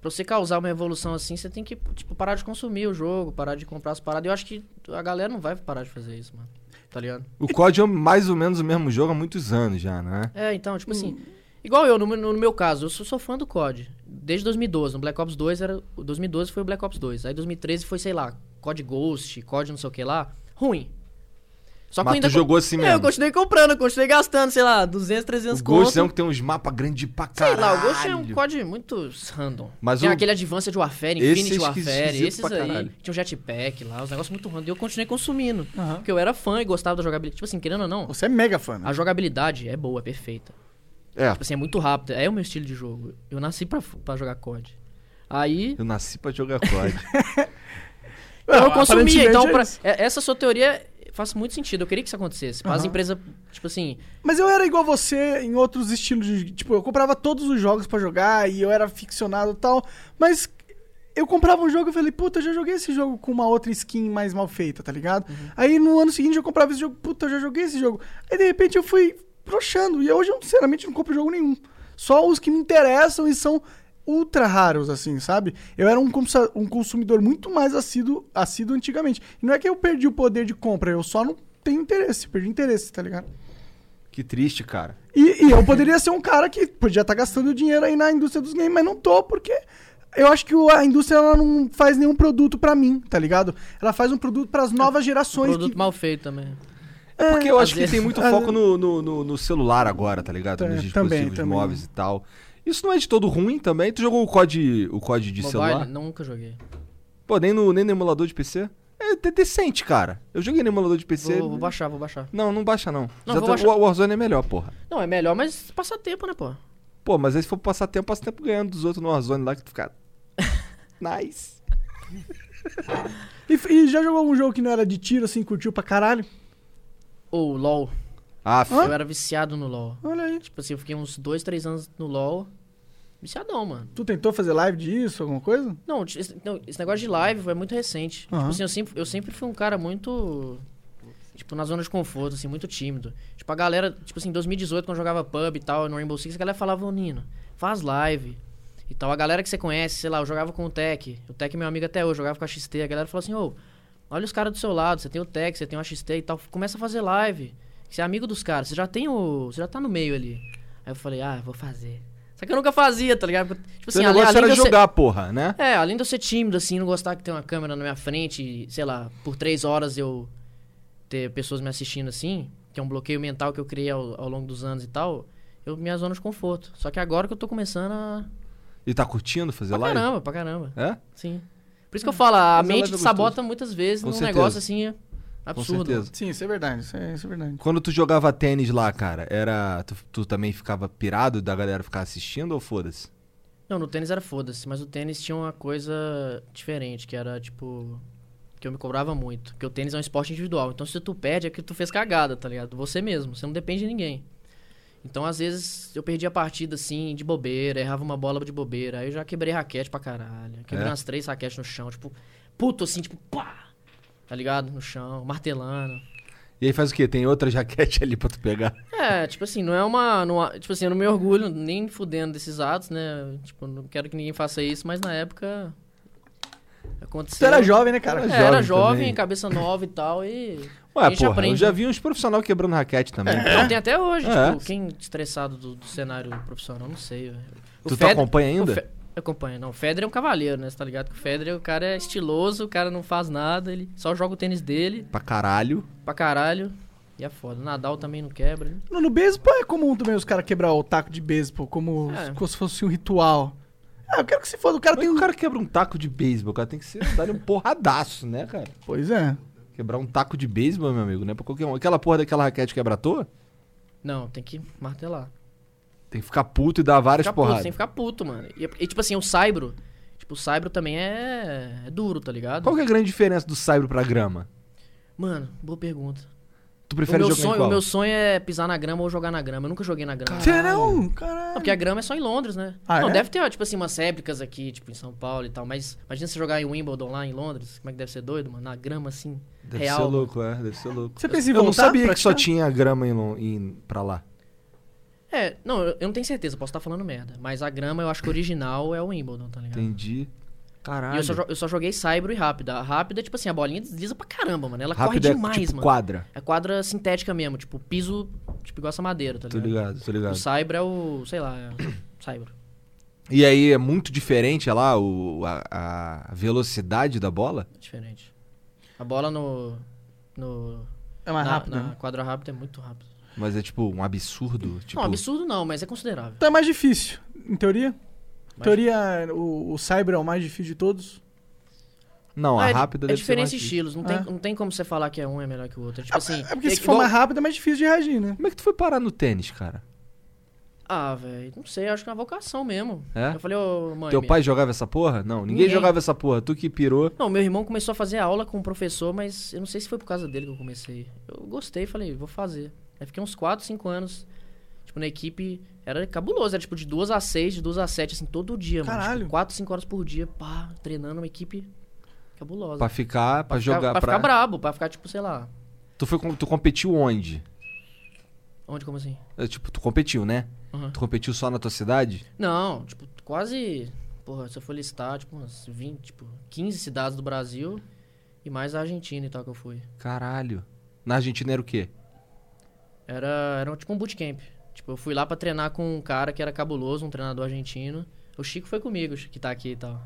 [SPEAKER 3] pra você causar uma evolução assim, você tem que, tipo, parar de consumir o jogo, parar de comprar as paradas. E eu acho que a galera não vai parar de fazer isso, mano. Tá ligado?
[SPEAKER 1] O COD é mais ou menos o mesmo jogo há muitos anos já, né?
[SPEAKER 3] É, então, tipo assim. Igual eu, no, meu- no meu caso, eu sou, sou fã do COD. Desde 2012. No Black Ops 2 era. o 2012 foi o Black Ops 2. Aí 2013 foi, sei lá, COD Ghost, COD não sei o que lá. Ruim. Só
[SPEAKER 1] Mas tu
[SPEAKER 3] co-
[SPEAKER 1] jogou assim
[SPEAKER 3] É,
[SPEAKER 1] mesmo?
[SPEAKER 3] Eu continuei comprando, eu continuei gastando, sei lá, 200, 300
[SPEAKER 1] O Ghost é um
[SPEAKER 3] conto.
[SPEAKER 1] que tem uns mapas grandes pra caralho.
[SPEAKER 3] Sei lá, o Ghost é um COD muito random.
[SPEAKER 1] Mas
[SPEAKER 3] Tem
[SPEAKER 1] o-
[SPEAKER 3] aquele Advanced Warfare,
[SPEAKER 1] Esse é
[SPEAKER 3] Infinity
[SPEAKER 1] esquisito
[SPEAKER 3] Warfare,
[SPEAKER 1] pra
[SPEAKER 3] esses aí.
[SPEAKER 1] caralho.
[SPEAKER 3] Tinha um jetpack lá, os negócios muito random. E eu continuei consumindo.
[SPEAKER 2] Aham.
[SPEAKER 3] Porque eu era fã e gostava da jogabilidade. Tipo assim, querendo ou não,
[SPEAKER 2] Você é mega fã, né?
[SPEAKER 3] a jogabilidade é boa, é perfeita.
[SPEAKER 1] É,
[SPEAKER 3] Tipo assim, é muito rápido. É o meu estilo de jogo. Eu nasci pra, pra jogar COD. Aí.
[SPEAKER 1] eu nasci pra jogar COD.
[SPEAKER 3] Eu, consumia.
[SPEAKER 2] aparentemente
[SPEAKER 3] Então,
[SPEAKER 2] é
[SPEAKER 3] pra-
[SPEAKER 2] isso.
[SPEAKER 3] é- essa sua teoria faz muito sentido. Eu queria que isso acontecesse. Pra as empresas, tipo assim.
[SPEAKER 2] Mas eu era igual você em outros estilos de. Tipo, eu comprava todos os jogos pra jogar e eu era ficcionado e tal. Mas eu comprava um jogo e falei, puta, eu já joguei esse jogo com uma outra skin mais mal feita, tá ligado? Aí no ano seguinte eu comprava esse jogo, puta, eu já joguei esse jogo. Aí de repente eu fui broxando. E hoje eu, sinceramente, não compro jogo nenhum. Só os que me interessam e são ultra raros, assim, sabe? Eu era um, consu- um consumidor muito mais assíduo, assíduo antigamente. E não é que eu perdi o poder de compra, eu só não tenho interesse, perdi interesse, tá ligado?
[SPEAKER 1] que triste, cara.
[SPEAKER 2] E, e eu poderia ser um cara que podia estar gastando dinheiro aí na indústria dos games, mas não tô, porque eu acho que o- a indústria ela não faz nenhum produto pra mim, tá ligado? Ela faz um produto pras novas gerações.
[SPEAKER 3] Produto
[SPEAKER 2] que...
[SPEAKER 3] mal feito também.
[SPEAKER 1] É porque eu
[SPEAKER 3] às
[SPEAKER 1] acho que
[SPEAKER 3] vezes-
[SPEAKER 1] tem muito
[SPEAKER 2] às
[SPEAKER 1] foco no, no, no- no celular agora, tá ligado?
[SPEAKER 2] É,
[SPEAKER 1] Nos
[SPEAKER 2] também,
[SPEAKER 1] dispositivos
[SPEAKER 2] também.
[SPEAKER 1] móveis e tal. Isso não é de todo ruim também. Tu jogou o COD, o COD de
[SPEAKER 3] Mobile, né?
[SPEAKER 1] celular?
[SPEAKER 3] nunca joguei.
[SPEAKER 1] Pô, nem no, nem no emulador de PC? É até decente, cara. Eu joguei no emulador de PC.
[SPEAKER 3] Vou, vou baixar, vou baixar.
[SPEAKER 1] Não, não baixa não.
[SPEAKER 3] Não,
[SPEAKER 1] Já
[SPEAKER 3] vou
[SPEAKER 1] tá-
[SPEAKER 3] baixar.
[SPEAKER 1] O Warzone é melhor, porra.
[SPEAKER 3] Não, é melhor, mas passa tempo, né, pô?
[SPEAKER 1] Pô, mas aí se for passar tempo, passa tempo ganhando dos outros no Warzone lá que tu fica. nice.
[SPEAKER 2] E, e já jogou um jogo que não era de tiro, assim, curtiu pra caralho?
[SPEAKER 3] Ou LOL.
[SPEAKER 1] Ah,
[SPEAKER 3] Eu
[SPEAKER 1] filho.
[SPEAKER 3] era viciado no LOL.
[SPEAKER 2] Olha aí.
[SPEAKER 3] Tipo assim, eu fiquei uns dois, três anos no LOL. Viciadão, mano.
[SPEAKER 2] Tu tentou fazer live disso, alguma coisa?
[SPEAKER 3] Não, t- esse, não, esse negócio de live é muito recente.
[SPEAKER 2] Aham.
[SPEAKER 3] Tipo assim, eu sempre, eu sempre fui um cara muito. Tipo, na zona de conforto, assim, muito tímido. Tipo, a galera, tipo assim, em 2018, quando eu jogava pub e tal, no Rainbow Six, a galera falava, ô Nino, faz live. E tal, a galera que você conhece, sei lá, eu jogava com o Tech, o Tech é meu amigo até hoje, eu jogava com a XT, a galera falou assim, ô, olha os caras do seu lado, você tem o Tech, você tem o XT e tal, começa a fazer live. Você é amigo dos caras, você já tem o. Você já tá no meio ali. Aí eu falei, ah, eu vou fazer. Só que eu nunca fazia, tá ligado? Tipo
[SPEAKER 1] Seu
[SPEAKER 3] ale-
[SPEAKER 1] negócio
[SPEAKER 3] de
[SPEAKER 1] era
[SPEAKER 3] eu ser-
[SPEAKER 1] jogar, porra, né?
[SPEAKER 3] é, além de eu ser tímido, assim, não gostar que tem uma câmera na minha frente, e, sei lá, por três horas eu ter pessoas me assistindo assim, que é um bloqueio mental que eu criei ao, ao longo dos anos e tal, eu minha zona de conforto. Só que agora que eu tô começando a.
[SPEAKER 1] E tá curtindo fazer
[SPEAKER 3] Pra
[SPEAKER 1] live?
[SPEAKER 3] caramba, pra caramba.
[SPEAKER 1] É?
[SPEAKER 3] Sim. Por isso que eu falo,
[SPEAKER 1] Mas
[SPEAKER 3] a
[SPEAKER 1] a
[SPEAKER 3] mente
[SPEAKER 1] live é
[SPEAKER 3] te sabota muitas vezes
[SPEAKER 1] Com
[SPEAKER 3] num
[SPEAKER 1] certeza.
[SPEAKER 3] negócio assim
[SPEAKER 1] Com
[SPEAKER 3] absurdo.
[SPEAKER 1] certeza.
[SPEAKER 2] Sim, isso é verdade, isso é, isso é verdade.
[SPEAKER 1] Quando tu jogava tênis lá, cara, era. Tu, tu também ficava pirado da galera ficar assistindo ou foda-se?
[SPEAKER 3] Não, no tênis era foda-se, mas o tênis tinha uma coisa diferente, que era tipo. Que eu me cobrava muito. Porque o tênis é um esporte individual. Então se tu perde é que tu fez cagada, tá ligado? Você mesmo, você não depende de ninguém. Então às vezes eu perdi a partida assim, de bobeira, errava uma bola de bobeira. Aí eu já quebrei raquete pra caralho. Quebrei
[SPEAKER 1] É?
[SPEAKER 3] umas três raquetes no chão, tipo, puto assim, tipo, pá! Tá ligado? No chão, martelando.
[SPEAKER 1] E aí faz o quê? Tem outra jaquete ali pra tu pegar.
[SPEAKER 3] É, tipo assim, não é uma. não há- tipo assim, eu não me orgulho nem fudendo desses atos, né? Tipo, não quero que ninguém faça isso, mas na época. Aconteceu.
[SPEAKER 2] Tu era jovem, né, cara?
[SPEAKER 3] É,
[SPEAKER 1] Era
[SPEAKER 3] era
[SPEAKER 1] jovem
[SPEAKER 3] jovem,
[SPEAKER 1] também.
[SPEAKER 3] cabeça nova e tal, e. a
[SPEAKER 1] Ué,
[SPEAKER 3] gente
[SPEAKER 1] porra, eu
[SPEAKER 3] aprende,
[SPEAKER 1] já
[SPEAKER 3] né?
[SPEAKER 1] vi uns profissionais quebrando raquete também.
[SPEAKER 3] Não, tem até hoje,
[SPEAKER 1] É.
[SPEAKER 3] tipo, quem estressado do, do cenário profissional, não sei, velho. O
[SPEAKER 1] Tu tá
[SPEAKER 3] Fed-
[SPEAKER 1] acompanha
[SPEAKER 3] o
[SPEAKER 1] ainda?
[SPEAKER 3] Fe- Acompanha, não. O Federer é um cavaleiro, né? Você tá ligado que o Federer, o cara é estiloso, o cara não faz nada, ele só joga o tênis dele
[SPEAKER 1] Pra caralho.
[SPEAKER 3] pra caralho. E é foda. Nadal também não quebra, né?
[SPEAKER 2] No, no beisebol é comum também os caras quebrar o taco de beisebol como
[SPEAKER 3] É.
[SPEAKER 2] como se fosse um ritual. Ah, eu quero que se foda, o cara
[SPEAKER 1] Como é
[SPEAKER 2] tem
[SPEAKER 1] que
[SPEAKER 2] um...
[SPEAKER 1] o cara quebra um taco de beisebol, cara? Tem que ser dar um porradaço, né, cara?
[SPEAKER 2] Pois é.
[SPEAKER 1] Quebrar um taco de beisebol, meu amigo, não é pra qualquer um. Aquela porra daquela raquete quebra à toa?
[SPEAKER 3] Não, tem que martelar.
[SPEAKER 1] Tem que ficar puto e dar várias
[SPEAKER 3] ficar puto,
[SPEAKER 1] porradas.
[SPEAKER 3] tem que ficar puto, mano. E, e, tipo assim, o Saibro. Tipo, o Saibro também é, é duro, tá ligado?
[SPEAKER 1] Qual que é a grande diferença do saibro pra grama?
[SPEAKER 3] Mano, boa pergunta.
[SPEAKER 1] Tu
[SPEAKER 3] O
[SPEAKER 1] prefere
[SPEAKER 3] meu,
[SPEAKER 1] jogar em
[SPEAKER 3] sonho,
[SPEAKER 1] qual?
[SPEAKER 3] o meu sonho é pisar na grama ou jogar na grama. Eu nunca joguei na grama.
[SPEAKER 2] Serão?
[SPEAKER 3] Não,
[SPEAKER 2] Caralho.
[SPEAKER 3] porque a grama é só em Londres, né?
[SPEAKER 2] Ah,
[SPEAKER 3] não,
[SPEAKER 2] é?
[SPEAKER 3] deve ter, ó, tipo assim, umas réplicas aqui, tipo, em São Paulo e tal. Mas imagina você jogar em Wimbledon lá em Londres. Como é que deve ser doido, mano? Na grama, assim,
[SPEAKER 1] Deve
[SPEAKER 3] real.
[SPEAKER 1] ser louco, é. Deve ser louco.
[SPEAKER 2] Você pensa em
[SPEAKER 1] Eu não
[SPEAKER 2] voltar
[SPEAKER 1] sabia que
[SPEAKER 2] pra
[SPEAKER 1] só
[SPEAKER 2] cá?
[SPEAKER 1] tinha grama em, Lon- em, pra lá.
[SPEAKER 3] É, não, eu, eu não tenho certeza, posso estar falando merda. Mas a grama, eu acho que o original é o Wimbledon, tá ligado?
[SPEAKER 1] Entendi.
[SPEAKER 3] E
[SPEAKER 1] Caralho.
[SPEAKER 3] eu só, jo- eu só joguei Saibro e Rápida. A Rápida, tipo assim, a bolinha desliza pra caramba, mano. Ela
[SPEAKER 1] Rápido
[SPEAKER 3] corre
[SPEAKER 1] é
[SPEAKER 3] demais,
[SPEAKER 1] tipo
[SPEAKER 3] mano.
[SPEAKER 1] quadra.
[SPEAKER 3] É quadra sintética mesmo, tipo, piso, tipo, igual essa madeira, tá
[SPEAKER 1] Tô
[SPEAKER 3] ligado?
[SPEAKER 1] ligado, tô
[SPEAKER 3] O
[SPEAKER 1] ligado.
[SPEAKER 3] Saibro é o, sei lá, é o Saibro.
[SPEAKER 1] E aí é muito diferente, olha lá, o, a, a velocidade da bola?
[SPEAKER 3] É diferente. A bola no. no
[SPEAKER 2] É mais
[SPEAKER 3] na,
[SPEAKER 2] rápido.
[SPEAKER 3] na
[SPEAKER 2] né?
[SPEAKER 3] quadra rápida é muito rápido.
[SPEAKER 1] Mas é tipo um absurdo. Tipo,
[SPEAKER 3] Não, absurdo não, mas é considerável.
[SPEAKER 2] Então é mais difícil, em teoria. Em
[SPEAKER 3] Mas-
[SPEAKER 2] teoria, o, o Cyber é o mais difícil de todos.
[SPEAKER 3] Tipo
[SPEAKER 1] Não, a
[SPEAKER 3] é, di-
[SPEAKER 1] rápida
[SPEAKER 3] é
[SPEAKER 1] deve ser mais
[SPEAKER 3] diferença em
[SPEAKER 1] difícil.
[SPEAKER 3] estilos, não, tem,
[SPEAKER 2] É.
[SPEAKER 3] não tem como você falar que é um é melhor que o outro. É tipo assim.
[SPEAKER 2] É porque se for
[SPEAKER 3] igual-
[SPEAKER 2] mais rápido, é mais difícil de reagir, né?
[SPEAKER 1] Como é que tu foi parar no tênis, cara?
[SPEAKER 3] Ah, velho, não sei, acho que é uma vocação mesmo.
[SPEAKER 1] É?
[SPEAKER 3] Eu falei, ô mãe.
[SPEAKER 1] Teu
[SPEAKER 3] minha-
[SPEAKER 1] pai jogava essa porra? Não, ninguém,
[SPEAKER 3] Ninguém.
[SPEAKER 1] jogava essa porra. Tu que pirou.
[SPEAKER 3] Não, meu irmão começou a fazer aula com o professor, mas eu não sei se foi por causa dele que eu comecei. Eu gostei, falei, vou fazer. Aí fiquei uns 4, 5 anos, tipo, na equipe. Era cabuloso, era tipo de 2 a 6, de 2 a 7, assim, todo dia, mano.
[SPEAKER 2] Caralho.
[SPEAKER 3] Tipo, 4, 5 horas por dia, pá, treinando uma equipe cabulosa.
[SPEAKER 1] Pra ficar, pra,
[SPEAKER 3] Ficar-
[SPEAKER 1] jogar.
[SPEAKER 3] pra ficar brabo, pra ficar, tipo, sei lá,
[SPEAKER 1] Tu, foi, com- tu competiu onde?
[SPEAKER 3] onde como assim?
[SPEAKER 1] É, tipo, tu competiu, né?
[SPEAKER 3] Aham.
[SPEAKER 1] Tu competiu só na tua cidade?
[SPEAKER 3] Não, tipo, quase. Porra, se eu for listar, tipo, umas 20, tipo, 15 cidades do Brasil e mais a Argentina e tal que eu fui.
[SPEAKER 1] Caralho. Na Argentina era o quê?
[SPEAKER 3] Era, era um- tipo um bootcamp. Tipo, eu fui lá pra treinar com um cara que era cabuloso, um treinador argentino. O Chico foi comigo, que tá aqui e tal.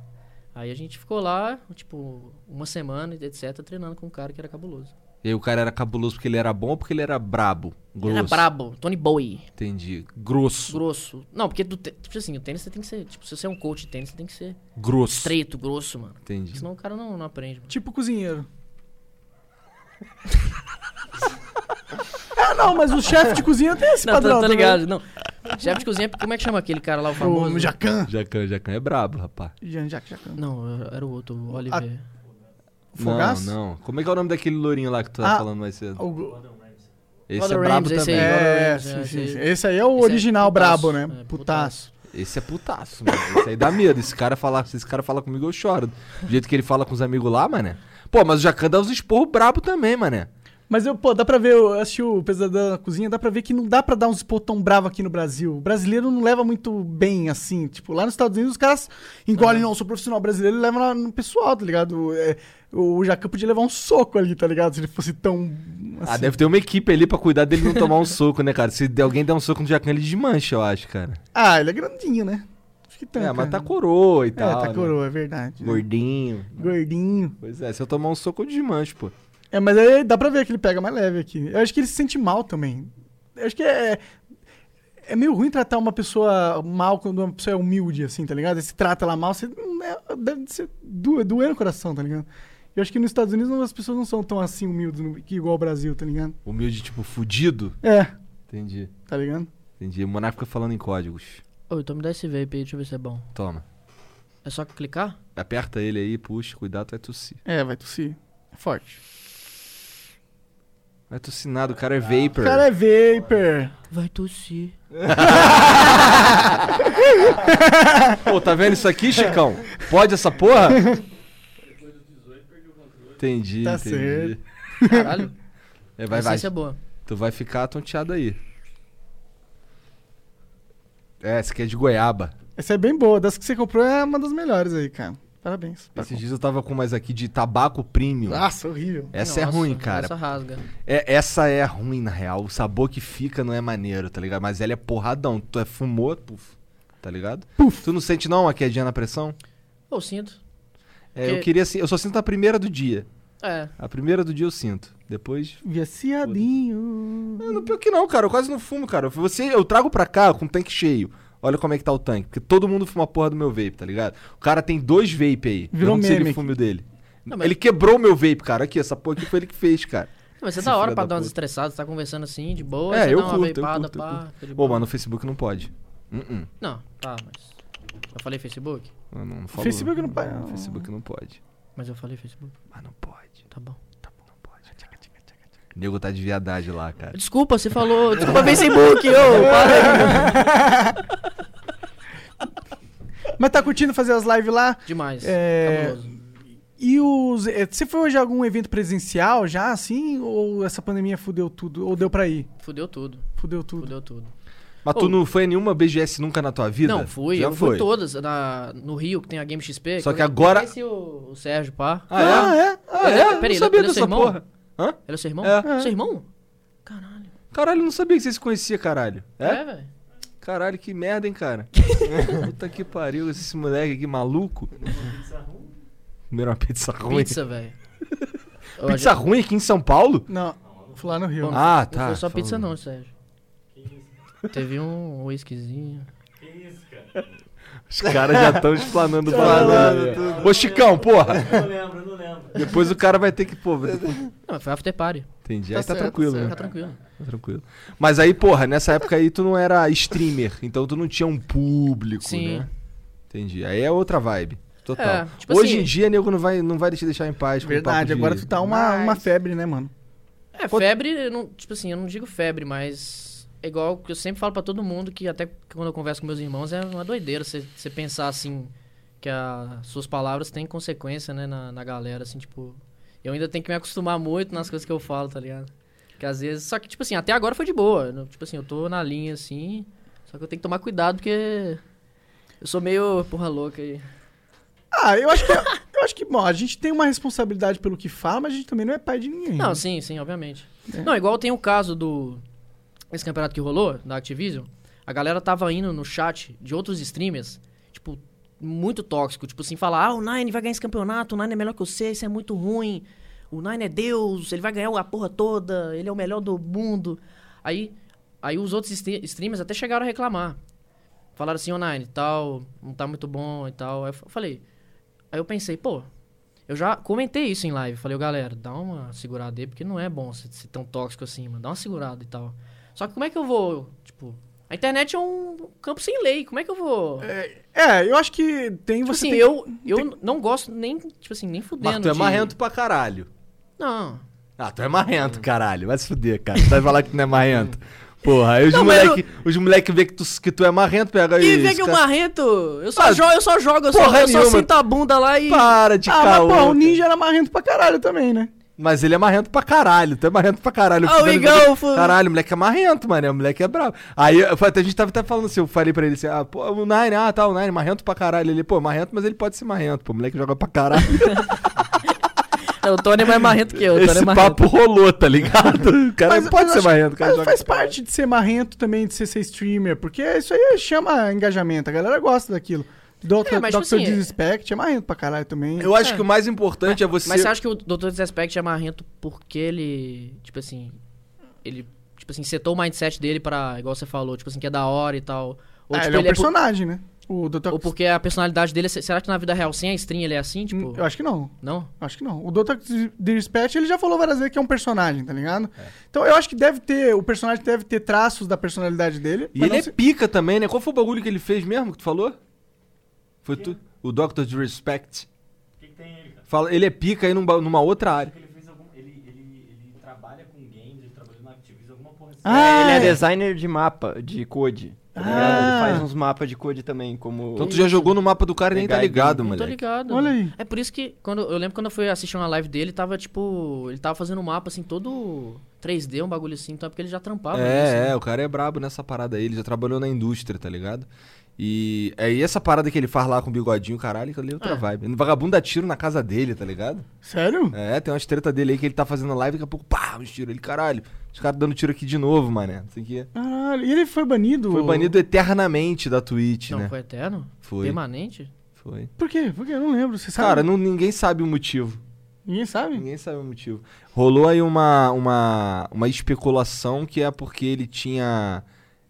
[SPEAKER 3] Aí a gente ficou lá, tipo, uma semana, e etc, treinando com um cara que era cabuloso.
[SPEAKER 1] E aí o cara era cabuloso porque ele era bom ou porque ele era brabo? Grosso.
[SPEAKER 3] Ele era brabo, Tony Boy,
[SPEAKER 1] Entendi. Grosso.
[SPEAKER 3] grosso. Não, porque do te- tipo assim, o tênis você tem que ser, tipo, se você é um coach de tênis, você tem que ser
[SPEAKER 1] Grosso.
[SPEAKER 3] estreito, grosso, mano.
[SPEAKER 1] Entendi.
[SPEAKER 3] Senão o cara não, não aprende, mano.
[SPEAKER 2] Tipo cozinheiro. ah, não, mas o chefe de cozinha tem esse
[SPEAKER 3] Não,
[SPEAKER 2] padrão.
[SPEAKER 3] tô,
[SPEAKER 2] tá
[SPEAKER 3] tô ligado, não. Chefe de cozinha, como é que chama aquele cara lá, o famoso?
[SPEAKER 2] O Jacan.
[SPEAKER 1] Jacan, Jacan é brabo, rapaz.
[SPEAKER 2] Jean Jacques Jacan.
[SPEAKER 3] Não, era o outro, o Oliver.
[SPEAKER 2] Fogaço?
[SPEAKER 1] Não, não. Como é que é o nome daquele lourinho lá que tu tá
[SPEAKER 2] Ah,
[SPEAKER 1] falando mais cedo?
[SPEAKER 2] O-
[SPEAKER 1] Esse
[SPEAKER 3] Gordon
[SPEAKER 1] é brabo
[SPEAKER 3] Ramsay, esse
[SPEAKER 1] também.
[SPEAKER 3] aí.
[SPEAKER 2] É,
[SPEAKER 3] Gordon
[SPEAKER 2] sim,
[SPEAKER 3] Ramsay,
[SPEAKER 2] sim,
[SPEAKER 3] esse
[SPEAKER 2] sim.
[SPEAKER 3] aí.
[SPEAKER 2] Esse aí é o
[SPEAKER 3] Esse é
[SPEAKER 2] original
[SPEAKER 3] putaço.
[SPEAKER 2] brabo, né?
[SPEAKER 3] É,
[SPEAKER 2] putaço.
[SPEAKER 3] putaço.
[SPEAKER 1] Esse é putaço, mano. Esse aí dá medo. Esse cara falar, se esse cara falar comigo, eu choro. Do jeito que ele fala com os amigos lá, mané. Pô, mas o Jacan dá uns esporros brabo também, mané.
[SPEAKER 2] Mas eu, pô, dá pra ver, eu assisti o Pesadelo na Cozinha, dá pra ver que não dá pra dar uns pô tão bravo aqui no Brasil. O brasileiro não leva muito bem, assim. Tipo, lá nos Estados Unidos os caras engolem, não, sou profissional brasileiro, ele leva na- no pessoal, tá ligado? É, o Jacan podia levar um soco ali, tá ligado? Se ele fosse tão.
[SPEAKER 1] Ah,
[SPEAKER 2] assim.
[SPEAKER 1] deve ter uma equipe ali pra cuidar dele não tomar um soco, né, cara? Se der- alguém der um soco no Jacan, ele desmancha, eu acho, cara.
[SPEAKER 2] Ah, ele é grandinho, né? Acho que tanto.
[SPEAKER 1] é, mas tá coroa e tal.
[SPEAKER 2] É, tá
[SPEAKER 1] né?
[SPEAKER 2] coroa, é verdade. né?
[SPEAKER 1] Gordinho.
[SPEAKER 2] Gordinho.
[SPEAKER 1] Pois é, se eu tomar um soco, eu desmancho, pô.
[SPEAKER 2] É, mas aí dá pra ver que ele pega mais leve aqui. Eu acho que ele se sente mal também. Eu acho que é. É meio ruim tratar uma pessoa mal quando uma pessoa é humilde, assim, tá ligado? Se trata ela mal, você. é, Deve ser doer, doer no coração, tá ligado? Eu acho que nos Estados Unidos não, as pessoas não são tão assim humildes no- que igual o Brasil, tá ligado?
[SPEAKER 1] Humilde, tipo, fudido.
[SPEAKER 2] É,
[SPEAKER 1] Entendi.
[SPEAKER 2] tá ligado?
[SPEAKER 1] Entendi. O Monarca fica falando em códigos.
[SPEAKER 3] Ô, então me dá esse vape aí, deixa eu ver se é bom.
[SPEAKER 1] Toma.
[SPEAKER 3] É só clicar?
[SPEAKER 1] Aperta ele aí, puxa, cuidado, vai tossir.
[SPEAKER 2] É, vai tossir. É forte.
[SPEAKER 1] Vai tossir nada, o cara é
[SPEAKER 2] O
[SPEAKER 1] vapor.
[SPEAKER 2] cara é vapor.
[SPEAKER 3] Vai tossir.
[SPEAKER 1] Pô, tá vendo isso aqui, Chicão? Pode essa porra? Entendi,
[SPEAKER 2] Tá
[SPEAKER 1] entendi.
[SPEAKER 2] certo.
[SPEAKER 3] Caralho.
[SPEAKER 1] É,
[SPEAKER 3] A
[SPEAKER 1] vai, vai.
[SPEAKER 3] essência é boa.
[SPEAKER 1] Tu vai ficar tonteado aí. É, essa aqui é de goiaba.
[SPEAKER 2] Essa é bem boa. Das que você comprou é uma das melhores aí, cara. Parabéns. Tá
[SPEAKER 1] Esses dias eu tava com mais aqui de tabaco premium.
[SPEAKER 2] Nossa, horrível.
[SPEAKER 1] essa é
[SPEAKER 3] Nossa,
[SPEAKER 1] ruim, cara.
[SPEAKER 3] Essa rasga.
[SPEAKER 1] É, essa é ruim, na real. O sabor que fica não é maneiro, tá ligado? Mas ela é porradão. Tu é fumou, puf, tá ligado? Tu não sente não uma quedinha na pressão?
[SPEAKER 3] Eu sinto.
[SPEAKER 1] É, eu
[SPEAKER 3] Que-
[SPEAKER 1] queria assim, eu só sinto a primeira do dia.
[SPEAKER 3] É.
[SPEAKER 1] A primeira do dia eu sinto. Depois.
[SPEAKER 2] Viciadinho.
[SPEAKER 1] Não, pior que não, cara. Eu quase não fumo, cara. Você, eu trago pra cá com o tanque cheio. Olha como é que tá o tanque. Porque todo mundo fuma a porra do meu vape, tá ligado? O cara tem dois vape aí.
[SPEAKER 2] Virou
[SPEAKER 1] eu não sei
[SPEAKER 2] meme
[SPEAKER 1] ele fume o dele.
[SPEAKER 3] Não, mas-
[SPEAKER 1] Ele quebrou o meu vape, cara. Aqui, essa porra aqui foi ele que fez, cara.
[SPEAKER 3] Não, mas é
[SPEAKER 1] Esse
[SPEAKER 3] da hora
[SPEAKER 1] filho
[SPEAKER 3] pra
[SPEAKER 1] da
[SPEAKER 3] dar umas
[SPEAKER 1] puta.
[SPEAKER 3] estressadas, tá conversando assim, de boa.
[SPEAKER 1] É,
[SPEAKER 3] aí você
[SPEAKER 1] eu
[SPEAKER 3] dá uma
[SPEAKER 1] curto, eu
[SPEAKER 3] veipada,
[SPEAKER 1] curto, eu
[SPEAKER 3] pá.
[SPEAKER 1] curto.
[SPEAKER 3] fica de
[SPEAKER 1] Pô,
[SPEAKER 3] boa.
[SPEAKER 1] mas no Facebook não pode. Uh
[SPEAKER 3] Não, tá, mas. Eu falei Facebook?
[SPEAKER 1] Eu não falo-
[SPEAKER 2] Facebook não pode.
[SPEAKER 1] Facebook não pode.
[SPEAKER 3] Mas eu falei Facebook.
[SPEAKER 1] Mas não pode.
[SPEAKER 3] Tá bom.
[SPEAKER 1] Não pode. cara. O nego tá de viadagem lá, cara.
[SPEAKER 3] Desculpa, você falou. Desculpa, Facebook, ô! para aí.
[SPEAKER 2] Mas tá curtindo fazer as lives lá?
[SPEAKER 3] Demais.
[SPEAKER 2] É,
[SPEAKER 3] Cabuloso.
[SPEAKER 2] E os. eh, Você foi hoje a algum evento presencial já, assim? Ou essa pandemia fudeu tudo? Ou deu pra ir?
[SPEAKER 3] Fudeu tudo.
[SPEAKER 2] Fudeu tudo.
[SPEAKER 3] Fudeu tudo.
[SPEAKER 1] Mas tu
[SPEAKER 3] Ô.
[SPEAKER 1] não foi a nenhuma BGS nunca na tua vida?
[SPEAKER 3] Não, fui.
[SPEAKER 1] Já
[SPEAKER 3] eu fui todas. Na, no Rio, que tem a Game XP.
[SPEAKER 1] Só que
[SPEAKER 3] eu
[SPEAKER 1] agora-
[SPEAKER 3] conheci o, o Sérgio, pá.
[SPEAKER 1] Ah, é?
[SPEAKER 2] Ah, é?
[SPEAKER 1] Ah, é?
[SPEAKER 3] É,
[SPEAKER 1] Eu
[SPEAKER 3] peraí,
[SPEAKER 1] não sabia
[SPEAKER 3] ele é
[SPEAKER 1] dessa
[SPEAKER 3] seu irmão?
[SPEAKER 1] porra. Hã?
[SPEAKER 3] Ele é seu irmão?
[SPEAKER 1] É.
[SPEAKER 3] Seu irmão? Caralho.
[SPEAKER 1] Caralho, eu não sabia que você se conhecia, caralho. É?
[SPEAKER 3] velho.
[SPEAKER 1] Caralho, que merda, hein, cara? Puta que pariu, esse moleque aqui maluco. Comeram uma pizza ruim.
[SPEAKER 3] Pizza, velho. Ô, a
[SPEAKER 1] Pizza
[SPEAKER 3] gente-
[SPEAKER 1] ruim aqui em São Paulo?
[SPEAKER 2] Não, fui lá no Rio.
[SPEAKER 3] Bom,
[SPEAKER 1] Ah,
[SPEAKER 3] Não
[SPEAKER 1] tá.
[SPEAKER 3] foi só pizza,
[SPEAKER 1] falou.
[SPEAKER 3] não, Sérgio. Teve um whiskyzinho.
[SPEAKER 1] Os caras já estão explanando o
[SPEAKER 4] Explanando
[SPEAKER 1] planeta. Ô, Chicão, porra.
[SPEAKER 5] Eu não lembro, eu não lembro.
[SPEAKER 1] Depois o cara vai ter que, pô.
[SPEAKER 3] Não, mas foi after party.
[SPEAKER 1] Entendi.
[SPEAKER 3] Tá
[SPEAKER 1] Aí tá
[SPEAKER 3] certo,
[SPEAKER 1] tranquilo,
[SPEAKER 3] tá
[SPEAKER 1] né?
[SPEAKER 3] tranquilo.
[SPEAKER 1] Tá tranquilo. Mas aí, porra, nessa época aí tu não era streamer, então tu não tinha um público,
[SPEAKER 3] Sim.
[SPEAKER 1] né? Entendi. Aí é outra vibe. Total.
[SPEAKER 3] É, tipo
[SPEAKER 1] Hoje
[SPEAKER 3] assim-
[SPEAKER 1] em dia, nego não vai, não vai te deixar em paz. com
[SPEAKER 2] Verdade,
[SPEAKER 1] papo de-
[SPEAKER 2] agora tu tá uma, uma febre, né, mano?
[SPEAKER 3] É, febre, eu não, tipo assim, eu não digo febre, mas é igual que eu sempre falo pra todo mundo que até que quando eu converso com meus irmãos é uma doideira você você pensar assim que as suas palavras têm consequência, né, na, na galera, assim, tipo. Eu ainda tenho que me acostumar muito nas coisas que eu falo, tá ligado? Que às vezes. Só que, tipo assim, até agora foi de boa. eu não- Tipo assim, eu tô na linha assim. Só que eu tenho que tomar cuidado porque. Eu sou meio porra louca aí.
[SPEAKER 2] Ah, eu acho que. Eu acho que, bom, a gente tem uma responsabilidade pelo que fala, mas a gente também não é pai de ninguém.
[SPEAKER 3] Não,
[SPEAKER 2] né?
[SPEAKER 3] sim, sim, obviamente.
[SPEAKER 2] É.
[SPEAKER 3] Não, igual tem o caso do. Esse campeonato que rolou, da Activision. A galera tava indo no chat de outros streamers, tipo, muito tóxico. Tipo assim, falar: ah, o Nine vai ganhar esse campeonato, o Nine é melhor que você, isso é muito ruim. O Nine é Deus, ele vai ganhar a porra toda, ele é o melhor do mundo. Aí, aí os outros stre- streamers até chegaram a reclamar. Falaram assim, ô Nine, tal, não tá muito bom e tal. Aí eu fa- falei. Aí eu pensei, pô, eu já comentei isso em live. Falei, ô, galera, dá uma segurada aí, porque não é bom ser, ser tão tóxico assim, mano. Dá uma segurada e tal. Só que como é que eu vou, tipo... A internet é um campo sem lei. Como é que eu vou... É,
[SPEAKER 2] É, eu acho que tem
[SPEAKER 3] tipo
[SPEAKER 2] você.
[SPEAKER 3] assim,
[SPEAKER 2] tem-
[SPEAKER 3] eu, eu não gosto nem, tipo assim, nem fudendo
[SPEAKER 1] Mas tu é
[SPEAKER 3] de-
[SPEAKER 1] marrento pra caralho.
[SPEAKER 3] Não.
[SPEAKER 1] Ah, tu é marrento, caralho. Vai se fuder, cara. Tu vai falar que tu não é marrento. Porra, aí os
[SPEAKER 3] Não, mas
[SPEAKER 1] moleque, os moleque vê que tu, que tu é marrento, pega
[SPEAKER 3] E
[SPEAKER 1] isso.
[SPEAKER 3] vê que o
[SPEAKER 1] cara.
[SPEAKER 3] marrento... Eu só,
[SPEAKER 1] Ah,
[SPEAKER 3] jo- eu só jogo, eu só,
[SPEAKER 1] porra
[SPEAKER 3] eu só
[SPEAKER 1] nenhuma.
[SPEAKER 3] sinto a bunda lá e...
[SPEAKER 1] Para de
[SPEAKER 2] Ah, mas
[SPEAKER 1] caô, tá
[SPEAKER 2] pô, o
[SPEAKER 1] cara.
[SPEAKER 2] ninja era marrento pra caralho também, né?
[SPEAKER 1] Mas ele é marrento pra caralho. Tu é marrento pra caralho.
[SPEAKER 3] Ah, o
[SPEAKER 1] Fudendo,
[SPEAKER 3] Igão,
[SPEAKER 1] moleque-
[SPEAKER 3] fu-
[SPEAKER 1] Caralho, o moleque é marrento, mano. O moleque é brabo. Aí eu- até a gente tava até falando assim, eu falei pra ele assim, ah, pô, o Nine, ah, tá, o Nine, marrento pra caralho. Ele, pô, marrento, mas ele pode ser marrento. Pô, o moleque joga pra caralho.
[SPEAKER 3] É, O Tony é mais marrento que eu. O Tony é
[SPEAKER 1] Esse
[SPEAKER 3] marrento.
[SPEAKER 1] papo rolou, tá ligado? O cara
[SPEAKER 2] Mas-
[SPEAKER 1] pode
[SPEAKER 2] mas
[SPEAKER 1] ser
[SPEAKER 2] acho-
[SPEAKER 1] marrento. o cara
[SPEAKER 2] Mas
[SPEAKER 1] joga
[SPEAKER 2] faz
[SPEAKER 1] pra caralho.
[SPEAKER 2] parte de ser marrento também, de ser, ser streamer, porque isso aí chama engajamento, a galera gosta daquilo. Dr.
[SPEAKER 3] É, mas, tipo
[SPEAKER 2] Dr.
[SPEAKER 3] assim,
[SPEAKER 2] Disrespect é marrento pra caralho também.
[SPEAKER 1] Eu acho
[SPEAKER 3] É.
[SPEAKER 1] que o mais importante é você...
[SPEAKER 3] Mas você acha que o Dr. Disrespect é marrento porque ele, tipo assim, ele, tipo assim, setou o mindset dele pra, igual você falou, tipo assim, que é da hora e tal. Ou,
[SPEAKER 2] Ah,
[SPEAKER 3] tipo,
[SPEAKER 2] ele é um
[SPEAKER 3] ele é por-
[SPEAKER 2] personagem, né? O Dr.
[SPEAKER 3] ou porque a personalidade dele, é- será que na vida real sem a stream ele é assim, tipo,
[SPEAKER 2] Eu acho que não.
[SPEAKER 3] não?
[SPEAKER 2] Acho que não. O Dr. Disrespect, ele já falou várias vezes que é um personagem, tá ligado?
[SPEAKER 1] É.
[SPEAKER 2] Então eu acho que deve ter, o personagem deve ter traços da personalidade dele.
[SPEAKER 1] E
[SPEAKER 2] mas
[SPEAKER 1] ele
[SPEAKER 2] não
[SPEAKER 1] é
[SPEAKER 2] se-
[SPEAKER 1] pica também, né? Qual foi o bagulho que ele fez mesmo que tu falou? Foi tu? O Dr. Disrespect.
[SPEAKER 5] O que, que tem ele, cara?
[SPEAKER 1] Fala, ele é pica aí num ba- numa outra área.
[SPEAKER 5] Porque ele fez algum. Ele, ele, ele trabalha com games, ele trabalhou na Activision, alguma porra assim.
[SPEAKER 2] Ah,
[SPEAKER 4] ele é
[SPEAKER 2] é.
[SPEAKER 4] designer de mapa, de code. tá ligado?
[SPEAKER 3] Ah.
[SPEAKER 4] Ele faz uns mapas de code também, como.
[SPEAKER 1] Então tu já jogou no mapa do cara e nem tá
[SPEAKER 4] Pegar e-
[SPEAKER 1] ligado,
[SPEAKER 3] Não tô
[SPEAKER 1] moleque.
[SPEAKER 3] ligado.
[SPEAKER 2] Olha aí.
[SPEAKER 3] É por isso que quando eu lembro quando eu fui assistir uma live dele, tava tipo, ele tava fazendo um mapa assim todo 3D, um bagulho assim, então é porque ele já trampava. né, assim.
[SPEAKER 1] É, é, o cara é brabo nessa parada aí. Ele já trabalhou na indústria, tá ligado? E aí essa parada que ele faz lá com o bigodinho, caralho, que ali é outra
[SPEAKER 3] É.
[SPEAKER 1] vibe. Vagabundo dá tiro na casa dele, tá ligado?
[SPEAKER 2] Sério?
[SPEAKER 1] É, tem umas treta dele aí que ele tá fazendo live e daqui a pouco, pá, um tiro. Ele, caralho, os caras dando tiro aqui de novo, mané. Não sei o quê.
[SPEAKER 2] Caralho. E ele foi banido?
[SPEAKER 1] Foi banido eternamente da Twitch,
[SPEAKER 3] Não
[SPEAKER 1] né?
[SPEAKER 3] foi eterno?
[SPEAKER 1] Foi.
[SPEAKER 3] Permanente?
[SPEAKER 1] Foi.
[SPEAKER 2] Por quê? Por quê? Eu não lembro. Você sabe?
[SPEAKER 3] um-
[SPEAKER 1] Cara, não- ninguém sabe o motivo.
[SPEAKER 2] Ninguém sabe?
[SPEAKER 1] Ninguém sabe o motivo. Rolou aí uma, uma, uma especulação que é porque ele tinha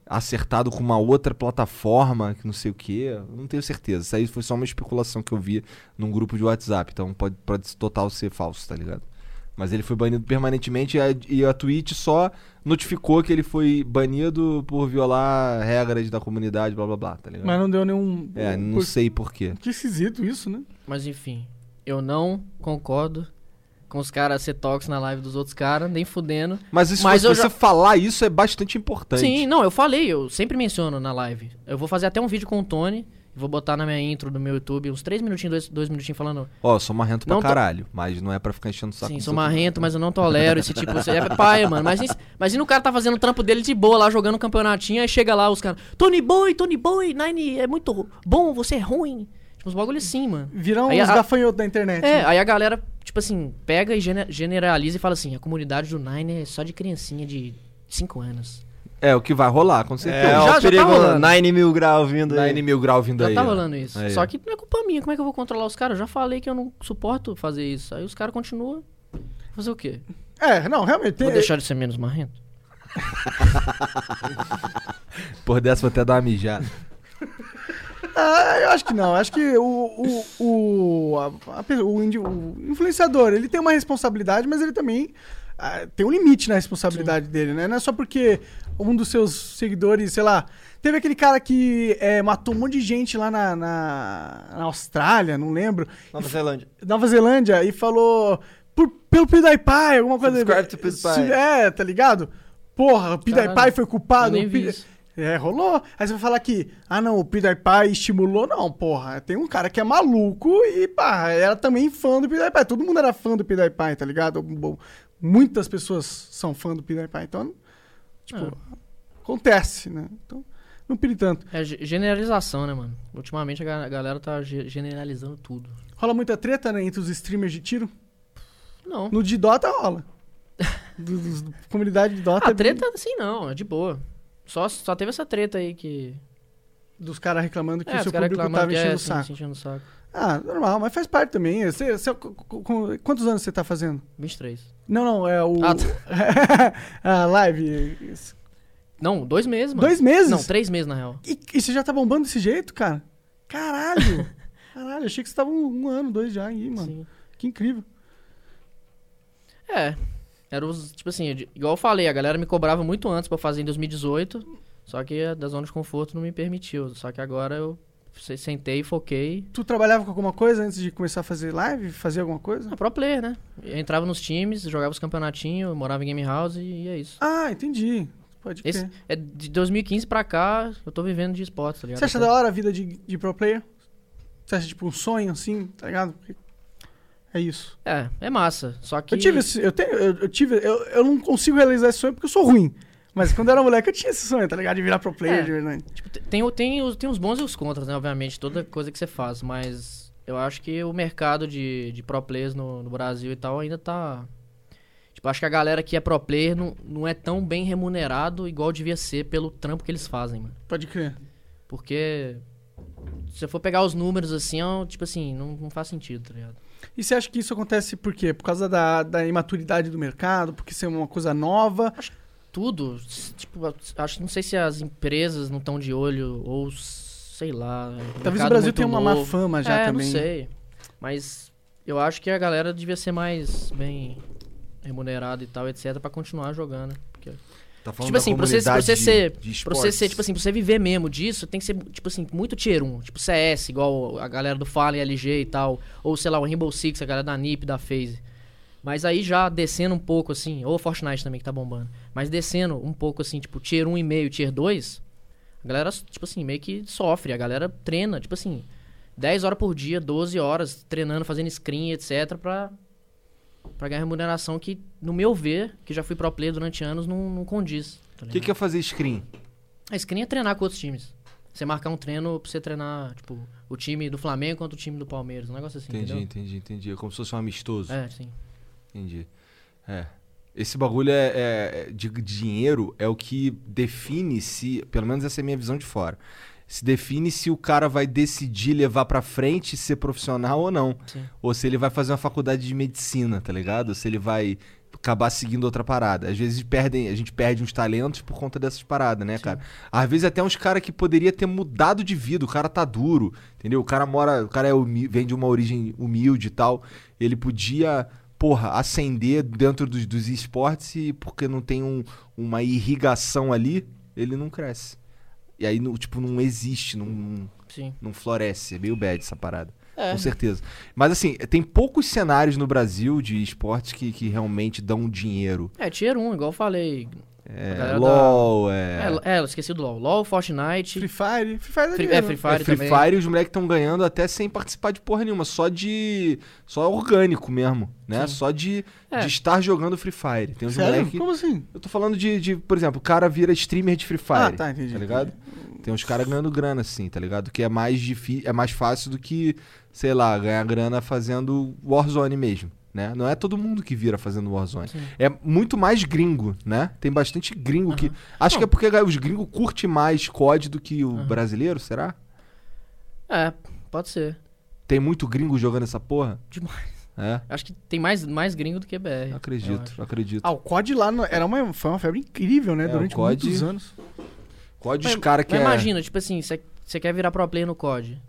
[SPEAKER 1] acertado com uma outra plataforma, que não sei o quê. Eu Não tenho certeza. Isso aí foi só uma especulação que eu vi num grupo de WhatsApp. Então pode, pode total ser falso, tá ligado? Mas ele foi banido permanentemente e a, e a Twitch só notificou que ele foi banido por violar regras da comunidade, blá blá blá, tá ligado?
[SPEAKER 2] Mas não deu nenhum...
[SPEAKER 1] É, não
[SPEAKER 2] Por-
[SPEAKER 1] sei porquê.
[SPEAKER 2] Que esquisito isso, né?
[SPEAKER 3] Mas enfim, eu não concordo com os caras ser tóxico na live dos outros caras, nem fudendo.
[SPEAKER 1] Mas isso
[SPEAKER 3] Mas
[SPEAKER 1] você
[SPEAKER 3] eu já-
[SPEAKER 1] falar isso é bastante importante.
[SPEAKER 3] Sim, não, eu falei, eu sempre menciono na live. Eu vou fazer até um vídeo com o Tony, vou botar na minha intro do meu YouTube uns três minutinhos, dois, dois minutinhos falando.
[SPEAKER 1] Ó, sou marrento pra
[SPEAKER 3] Não tô-
[SPEAKER 1] caralho, mas não é pra ficar enchendo o saco.
[SPEAKER 3] Sim,
[SPEAKER 1] dos
[SPEAKER 3] sou
[SPEAKER 1] outros, não.
[SPEAKER 3] marrento, mas eu não tolero esse tipo. Você é paia, mano. Mas, isso- mas e no cara tá fazendo o trampo dele de boa lá, jogando um campeonatinho, aí chega lá os caras. Tony Boy, Tony Boy, Nine é muito bom, você é ruim. Tipo, uns bagulho assim, mano.
[SPEAKER 2] Viram
[SPEAKER 3] Aí
[SPEAKER 2] os
[SPEAKER 3] a-
[SPEAKER 2] gafanhotos da internet.
[SPEAKER 3] É,
[SPEAKER 2] né?
[SPEAKER 3] aí a galera, tipo assim, pega e gene- generaliza e fala assim: a comunidade do Nine é só de criancinha de 5 anos.
[SPEAKER 1] É, o que vai rolar, com certeza.
[SPEAKER 4] É,
[SPEAKER 3] Já-
[SPEAKER 4] ó,
[SPEAKER 3] já
[SPEAKER 4] o
[SPEAKER 3] tá
[SPEAKER 4] perigo
[SPEAKER 3] rolando.
[SPEAKER 4] 9 mil grau vindo
[SPEAKER 1] Da
[SPEAKER 4] aí.
[SPEAKER 1] N mil grau vindo
[SPEAKER 3] Já
[SPEAKER 1] aí.
[SPEAKER 3] tá
[SPEAKER 1] ó.
[SPEAKER 3] rolando isso.
[SPEAKER 1] Aí, ó.
[SPEAKER 3] Só que não é culpa minha, como é que eu vou controlar os caras? Eu já falei que eu não suporto fazer isso. Aí os caras continuam. Fazer o quê?
[SPEAKER 2] É, não, realmente.
[SPEAKER 3] Vou
[SPEAKER 2] tem-
[SPEAKER 3] deixar de ser menos marrento?
[SPEAKER 1] Por dessa vou até dar uma mijada.
[SPEAKER 2] Ah, eu acho que não. Acho que o, o, o, a- a pe- o, indi- o influenciador, ele tem uma responsabilidade, mas ele também ah, tem um limite na responsabilidade dele, né? Não é só porque um dos seus seguidores, sei lá. Teve aquele cara que eh, matou um monte de gente lá na, na, na Austrália, não lembro.
[SPEAKER 4] Nova Zelândia.
[SPEAKER 2] Nova Zelândia e falou por, pelo PewDiePie, alguma coisa.
[SPEAKER 4] Subscribe to PewDiePie.
[SPEAKER 2] É, tá ligado? Porra, o PewDiePie
[SPEAKER 3] Caralho,
[SPEAKER 2] foi culpado.
[SPEAKER 3] eu nem
[SPEAKER 2] o
[SPEAKER 3] vi
[SPEAKER 2] Pe-
[SPEAKER 3] isso.
[SPEAKER 2] Ah, É, rolou. Aí você vai falar que, ah não, o PewDiePie estimulou. Não, porra, tem um cara que é maluco e, pá, era também fã do PewDiePie. Todo mundo era fã do PewDiePie, tá ligado? Bom, Muitas pessoas são fã do PewDiePie, então, tipo, acontece, né? Então, não pire tanto.
[SPEAKER 3] É ge- generalização, né, mano? Ultimamente a ga- a galera tá ge- generalizando tudo.
[SPEAKER 2] Rola muita treta, né, entre os streamers de tiro.
[SPEAKER 3] Não.
[SPEAKER 2] No de Dota rola. Do, do- do- comunidade de Dota.
[SPEAKER 3] A treta, assim, não, é de boa. Só, só teve essa treta aí que.
[SPEAKER 2] Dos caras reclamando que
[SPEAKER 3] é,
[SPEAKER 2] o
[SPEAKER 3] os
[SPEAKER 2] seu
[SPEAKER 3] caras
[SPEAKER 2] público tava
[SPEAKER 3] reclamando que
[SPEAKER 2] enchendo
[SPEAKER 3] é,
[SPEAKER 2] o
[SPEAKER 3] assim,
[SPEAKER 2] saco.
[SPEAKER 3] se enchendo o saco.
[SPEAKER 2] Ah, normal, mas faz parte também. Você- você- co- co- co- quantos anos você tá fazendo?
[SPEAKER 3] 23.
[SPEAKER 2] Não, não, é o.
[SPEAKER 3] Ah, tá.
[SPEAKER 2] a live. isso.
[SPEAKER 3] Não, dois meses, mano.
[SPEAKER 2] Dois meses?
[SPEAKER 3] Não, três meses, na real.
[SPEAKER 2] E, e você já tá bombando desse jeito, cara? Caralho! Caralho, achei que você tava um, um ano, dois já aí, mano.
[SPEAKER 3] Sim.
[SPEAKER 2] Que incrível.
[SPEAKER 3] É. Era os, tipo assim, de- igual eu falei, a galera me cobrava muito antes pra eu fazer em 2018. Só que a da zona de conforto não me permitiu. Só que agora eu se- sentei, foquei.
[SPEAKER 2] Tu trabalhava com alguma coisa antes de começar a fazer live? Fazer alguma coisa?
[SPEAKER 3] Na pro player, né? Eu entrava nos times, jogava os campeonatinhos, morava em game house e é isso.
[SPEAKER 2] Ah, entendi. Pode crer.
[SPEAKER 3] Esse- é de 2015 pra cá, eu tô vivendo de esportes, tá ligado?
[SPEAKER 2] Você acha da hora a vida de, de pro player? Você acha tipo um sonho assim, tá ligado? Porque É isso.
[SPEAKER 3] É, é massa. Só que.
[SPEAKER 2] Eu tive esse, eu tenho, eu, eu tive, eu, eu não consigo realizar esse sonho porque eu sou ruim. Mas quando eu era moleque eu tinha esse sonho, tá ligado? De virar pro player,
[SPEAKER 3] É.
[SPEAKER 2] de verdade.
[SPEAKER 3] Tipo, te- tem, o- tem, os, tem os bons e os contras, né? Obviamente, toda coisa que você faz, mas eu acho que o mercado de, de pro players no, no Brasil e tal ainda tá. Tipo, acho que a galera que é pro player não, não é tão bem remunerado igual devia ser pelo trampo que eles fazem, mano.
[SPEAKER 2] Pode crer.
[SPEAKER 3] Porque. Se eu for pegar os números assim, é um- tipo assim, não, não faz sentido, tá ligado?
[SPEAKER 2] E você acha que isso acontece por quê? Por causa da, da imaturidade do mercado, porque ser uma coisa nova.
[SPEAKER 3] Tudo, s- tipo, a- acho não sei se as empresas não estão de olho ou s- sei lá.
[SPEAKER 2] Talvez o
[SPEAKER 3] mercado
[SPEAKER 2] Brasil
[SPEAKER 3] muito
[SPEAKER 2] tenha uma má
[SPEAKER 3] novo.
[SPEAKER 2] fama já
[SPEAKER 3] é,
[SPEAKER 2] também.
[SPEAKER 3] não sei. Mas eu acho que a galera devia ser mais bem remunerada e tal, etc, pra continuar jogando. né? Porque...
[SPEAKER 1] Tá falando
[SPEAKER 3] Tipo
[SPEAKER 1] da
[SPEAKER 3] assim, pra você, pra
[SPEAKER 1] comunidade
[SPEAKER 3] você
[SPEAKER 1] de-
[SPEAKER 3] ser,
[SPEAKER 1] de
[SPEAKER 3] pra você ser,
[SPEAKER 1] esportes.
[SPEAKER 3] tipo assim, pra você viver mesmo disso, tem que ser, tipo assim, muito tier 1. Tipo CS, igual a galera do Fallen, LG e tal. Ou, sei lá, o Rainbow Six, a galera da NiP, da FaZe. Mas aí já descendo um pouco, assim, ou Fortnite também que tá bombando. Mas descendo um pouco, assim, tipo, tier 1,5, tier 2, a galera, tipo assim, meio que sofre. A galera treina, tipo assim, 10 horas por dia, 12 horas, treinando, fazendo screen, etc, pra, pra ganhar remuneração que, no meu ver, que já fui pro player durante anos, não, não condiz. tá
[SPEAKER 1] O
[SPEAKER 3] ligado?
[SPEAKER 1] que, que é fazer screen?
[SPEAKER 3] A screen é treinar com outros times. Você marcar um treino pra você treinar, tipo, o time do Flamengo contra o time do Palmeiras, um negócio assim,
[SPEAKER 1] Entendi,
[SPEAKER 3] entendeu?
[SPEAKER 1] entendi, entendi. É como se fosse um amistoso.
[SPEAKER 3] É, sim.
[SPEAKER 1] Entendi. É. Esse bagulho é, é- é- de dinheiro é o que define se, pelo menos essa é a minha visão de fora. Se define se o cara vai decidir levar pra frente ser profissional ou não.
[SPEAKER 3] Sim.
[SPEAKER 1] Ou se ele vai fazer uma faculdade de medicina, tá ligado? Ou se ele vai acabar seguindo outra parada. Às vezes perdem, a gente perde uns talentos por conta dessas paradas, né, cara? Às vezes até uns cara que poderia ter mudado de vida, o cara tá duro, entendeu? O cara mora, o cara é humi- vem de uma origem humilde e tal, ele podia, porra, ascender dentro dos, dos esportes e porque não tem um- uma irrigação ali, ele não cresce. E aí, no- tipo, não existe, não, não-
[SPEAKER 3] Sim.
[SPEAKER 1] Não floresce. É meio bad essa parada.
[SPEAKER 3] É.
[SPEAKER 1] Com certeza. Mas assim, tem poucos cenários no Brasil de esportes que, que realmente dão dinheiro.
[SPEAKER 3] É, tier 1, igual eu falei. A
[SPEAKER 1] É,
[SPEAKER 3] galera
[SPEAKER 1] LOL, é.
[SPEAKER 3] É, é, eu esqueci do LoL. LoL, Fortnite.
[SPEAKER 2] Free Fire? Free Fire é,
[SPEAKER 3] Free,
[SPEAKER 2] dinheiro,
[SPEAKER 3] é,
[SPEAKER 2] né?
[SPEAKER 3] Free
[SPEAKER 1] É,
[SPEAKER 3] Fire
[SPEAKER 1] Free
[SPEAKER 3] também.
[SPEAKER 1] Fire os moleques estão ganhando até sem participar de porra nenhuma, só de. Só orgânico mesmo, né?
[SPEAKER 3] Sim.
[SPEAKER 1] Só de,
[SPEAKER 3] É.
[SPEAKER 1] de estar jogando Free Fire. Tem uns
[SPEAKER 2] Sério?
[SPEAKER 1] moleques.
[SPEAKER 2] Como assim?
[SPEAKER 1] Eu tô falando de, de, por exemplo, o cara vira streamer de Free Fire.
[SPEAKER 2] Ah, tá, entendi,
[SPEAKER 1] Tá ligado? Tem uns caras ganhando grana, assim, tá ligado? Que é mais difícil, é mais fácil do que, sei lá, ganhar grana fazendo Warzone mesmo, né? Não é todo mundo que vira fazendo Warzone.
[SPEAKER 3] Sim.
[SPEAKER 1] É muito mais gringo, né? Tem bastante gringo que. Acho que é porque os gringos curtem mais COD do que o brasileiro, será?
[SPEAKER 3] É, pode ser.
[SPEAKER 1] Tem muito gringo jogando essa porra?
[SPEAKER 3] Demais.
[SPEAKER 1] É?
[SPEAKER 3] Acho que tem mais, mais gringo do que BR.
[SPEAKER 1] Não
[SPEAKER 3] eu
[SPEAKER 1] acredito,
[SPEAKER 3] acho.
[SPEAKER 1] não acredito.
[SPEAKER 2] Ah, o COD lá no- era uma, foi uma febre incrível, né?
[SPEAKER 1] É, o
[SPEAKER 2] Durante
[SPEAKER 1] COD-
[SPEAKER 2] muitos anos.
[SPEAKER 1] COD os
[SPEAKER 3] Mas-
[SPEAKER 1] caras que
[SPEAKER 3] Mas
[SPEAKER 1] é...
[SPEAKER 3] imagina, tipo assim, você quer virar pro player no COD.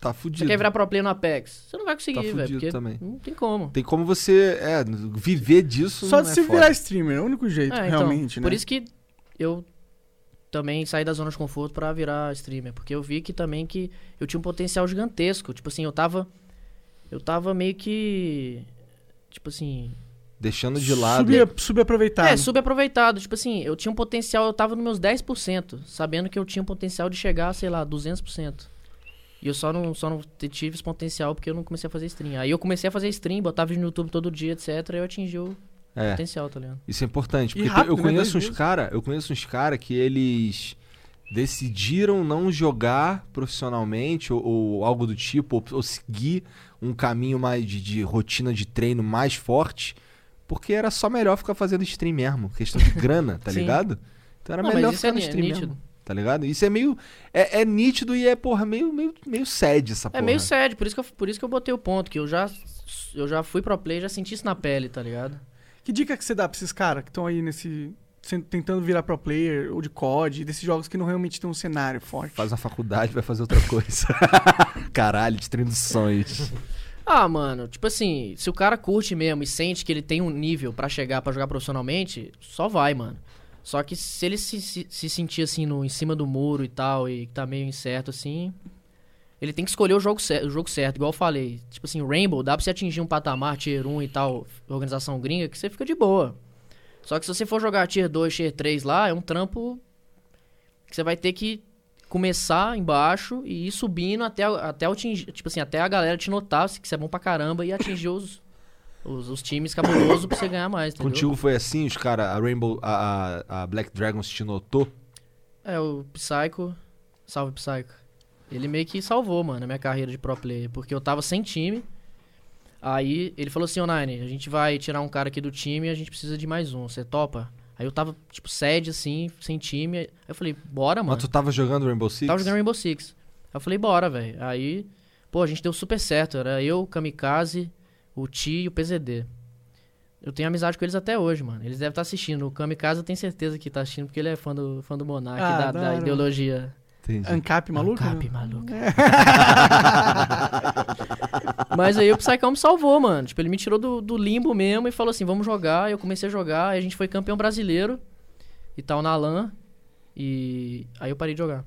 [SPEAKER 1] tá
[SPEAKER 3] Você
[SPEAKER 1] fudido.
[SPEAKER 3] quer virar pro player no Apex. Você não vai conseguir,
[SPEAKER 1] Tá
[SPEAKER 3] velho.
[SPEAKER 1] fudido
[SPEAKER 3] Porque
[SPEAKER 1] também.
[SPEAKER 3] não tem como.
[SPEAKER 1] Tem como você é, viver disso.
[SPEAKER 2] Só
[SPEAKER 1] não
[SPEAKER 2] de
[SPEAKER 1] é
[SPEAKER 2] se
[SPEAKER 1] foda.
[SPEAKER 2] virar streamer, é o único jeito,
[SPEAKER 3] É, então,
[SPEAKER 2] realmente, né?
[SPEAKER 3] Por isso que eu também saí da zona de conforto pra virar streamer, porque eu vi que também que eu tinha um potencial gigantesco, tipo assim, eu tava eu tava meio que tipo assim,
[SPEAKER 1] Deixando de lado.
[SPEAKER 2] Sub-
[SPEAKER 1] Tá,
[SPEAKER 2] Subaproveitado.
[SPEAKER 3] é, subaproveitado, tipo assim, eu tinha um potencial, eu tava nos meus 10%, sabendo que eu tinha um potencial de chegar, sei lá, 200%. E eu só não, só não t- tive esse potencial porque eu não comecei a fazer stream. Aí eu comecei a fazer stream, botava vídeo no YouTube todo dia, etc. E eu atingi o
[SPEAKER 1] É,
[SPEAKER 3] potencial, tá ligado?
[SPEAKER 1] isso é importante.
[SPEAKER 2] E
[SPEAKER 1] Porque
[SPEAKER 2] rápido,
[SPEAKER 1] eu
[SPEAKER 2] né?
[SPEAKER 1] conheço
[SPEAKER 2] Dois
[SPEAKER 1] uns
[SPEAKER 2] meses.
[SPEAKER 1] cara, eu conheço uns cara que eles decidiram não jogar profissionalmente ou, ou algo do tipo, ou, ou seguir um caminho mais de, de rotina de treino mais forte, porque era só melhor ficar fazendo stream mesmo, questão de grana, tá
[SPEAKER 3] Sim.
[SPEAKER 1] ligado? Então era
[SPEAKER 3] Não,
[SPEAKER 1] melhor
[SPEAKER 3] mas isso é
[SPEAKER 1] ficar no
[SPEAKER 3] ni-
[SPEAKER 1] stream
[SPEAKER 3] nítido.
[SPEAKER 1] mesmo, tá ligado? Isso é meio é, é nítido e é porra meio meio meio sad essa
[SPEAKER 3] É
[SPEAKER 1] porra.
[SPEAKER 3] meio sério, por isso, que eu, por isso que eu botei o ponto, que eu já, eu já fui pro play, já senti isso na pele, tá ligado?
[SPEAKER 2] Que dica que você dá pra esses caras que estão aí nesse. sen- tentando virar pro player ou de COD, desses jogos que não realmente tem um cenário forte?
[SPEAKER 1] Faz uma faculdade, vai fazer outra coisa. Caralho, destruindo sonhos.
[SPEAKER 3] Ah, mano, tipo assim, se o cara curte mesmo e sente que ele tem um nível pra chegar, pra jogar profissionalmente, só vai, mano. Só que se ele se, se, se sentir assim no, em cima do muro e tal, e tá meio incerto assim, ele tem que escolher o jogo, cer- o jogo certo, igual eu falei. Tipo assim, Rainbow, dá pra você atingir um patamar tier 1 e tal, organização gringa, que você fica de boa. Só que se você for jogar tier 2, tier 3 lá, é um trampo que você vai ter que começar embaixo e ir subindo até, até atingir, tipo assim, até a galera te notar que você é bom pra caramba e atingir os, os, os times cabulosos pra você ganhar mais, entendeu?
[SPEAKER 1] Contigo foi assim, os caras, a Rainbow, a, a- a Black Dragons te notou?
[SPEAKER 3] É, o Psycho. Salve, Psycho. Ele meio que salvou, mano, a minha carreira de pro player. Porque eu tava sem time. Aí ele falou assim: Ô Nine, a gente vai tirar um cara aqui do time e a gente precisa de mais um. Você topa? Aí eu tava, tipo, sede assim, sem time. Aí eu falei: Bora, Ah, mano.
[SPEAKER 1] Mas tu tava jogando Rainbow Six?
[SPEAKER 3] Tava jogando Rainbow Six. Aí eu falei, bora, velho. Aí, pô, a gente deu super certo. Era eu, o Kamikaze, o Ti e o PZD. Eu tenho amizade com eles até hoje, mano. Eles devem estar assistindo. O Kamikaze eu tenho certeza que tá assistindo, porque ele é fã do, fã do Monark,
[SPEAKER 2] Ah, da
[SPEAKER 3] da, da
[SPEAKER 2] hora,
[SPEAKER 3] ideologia.
[SPEAKER 1] Entendi.
[SPEAKER 2] Ancap maluco?
[SPEAKER 3] Cap,
[SPEAKER 2] né?
[SPEAKER 3] maluco. Mas aí o Psycão me salvou, mano. Tipo, ele me tirou do, do limbo mesmo e falou assim, vamos jogar. Eu comecei a jogar, aí a gente foi campeão brasileiro e tal na LAN. E aí eu parei de jogar.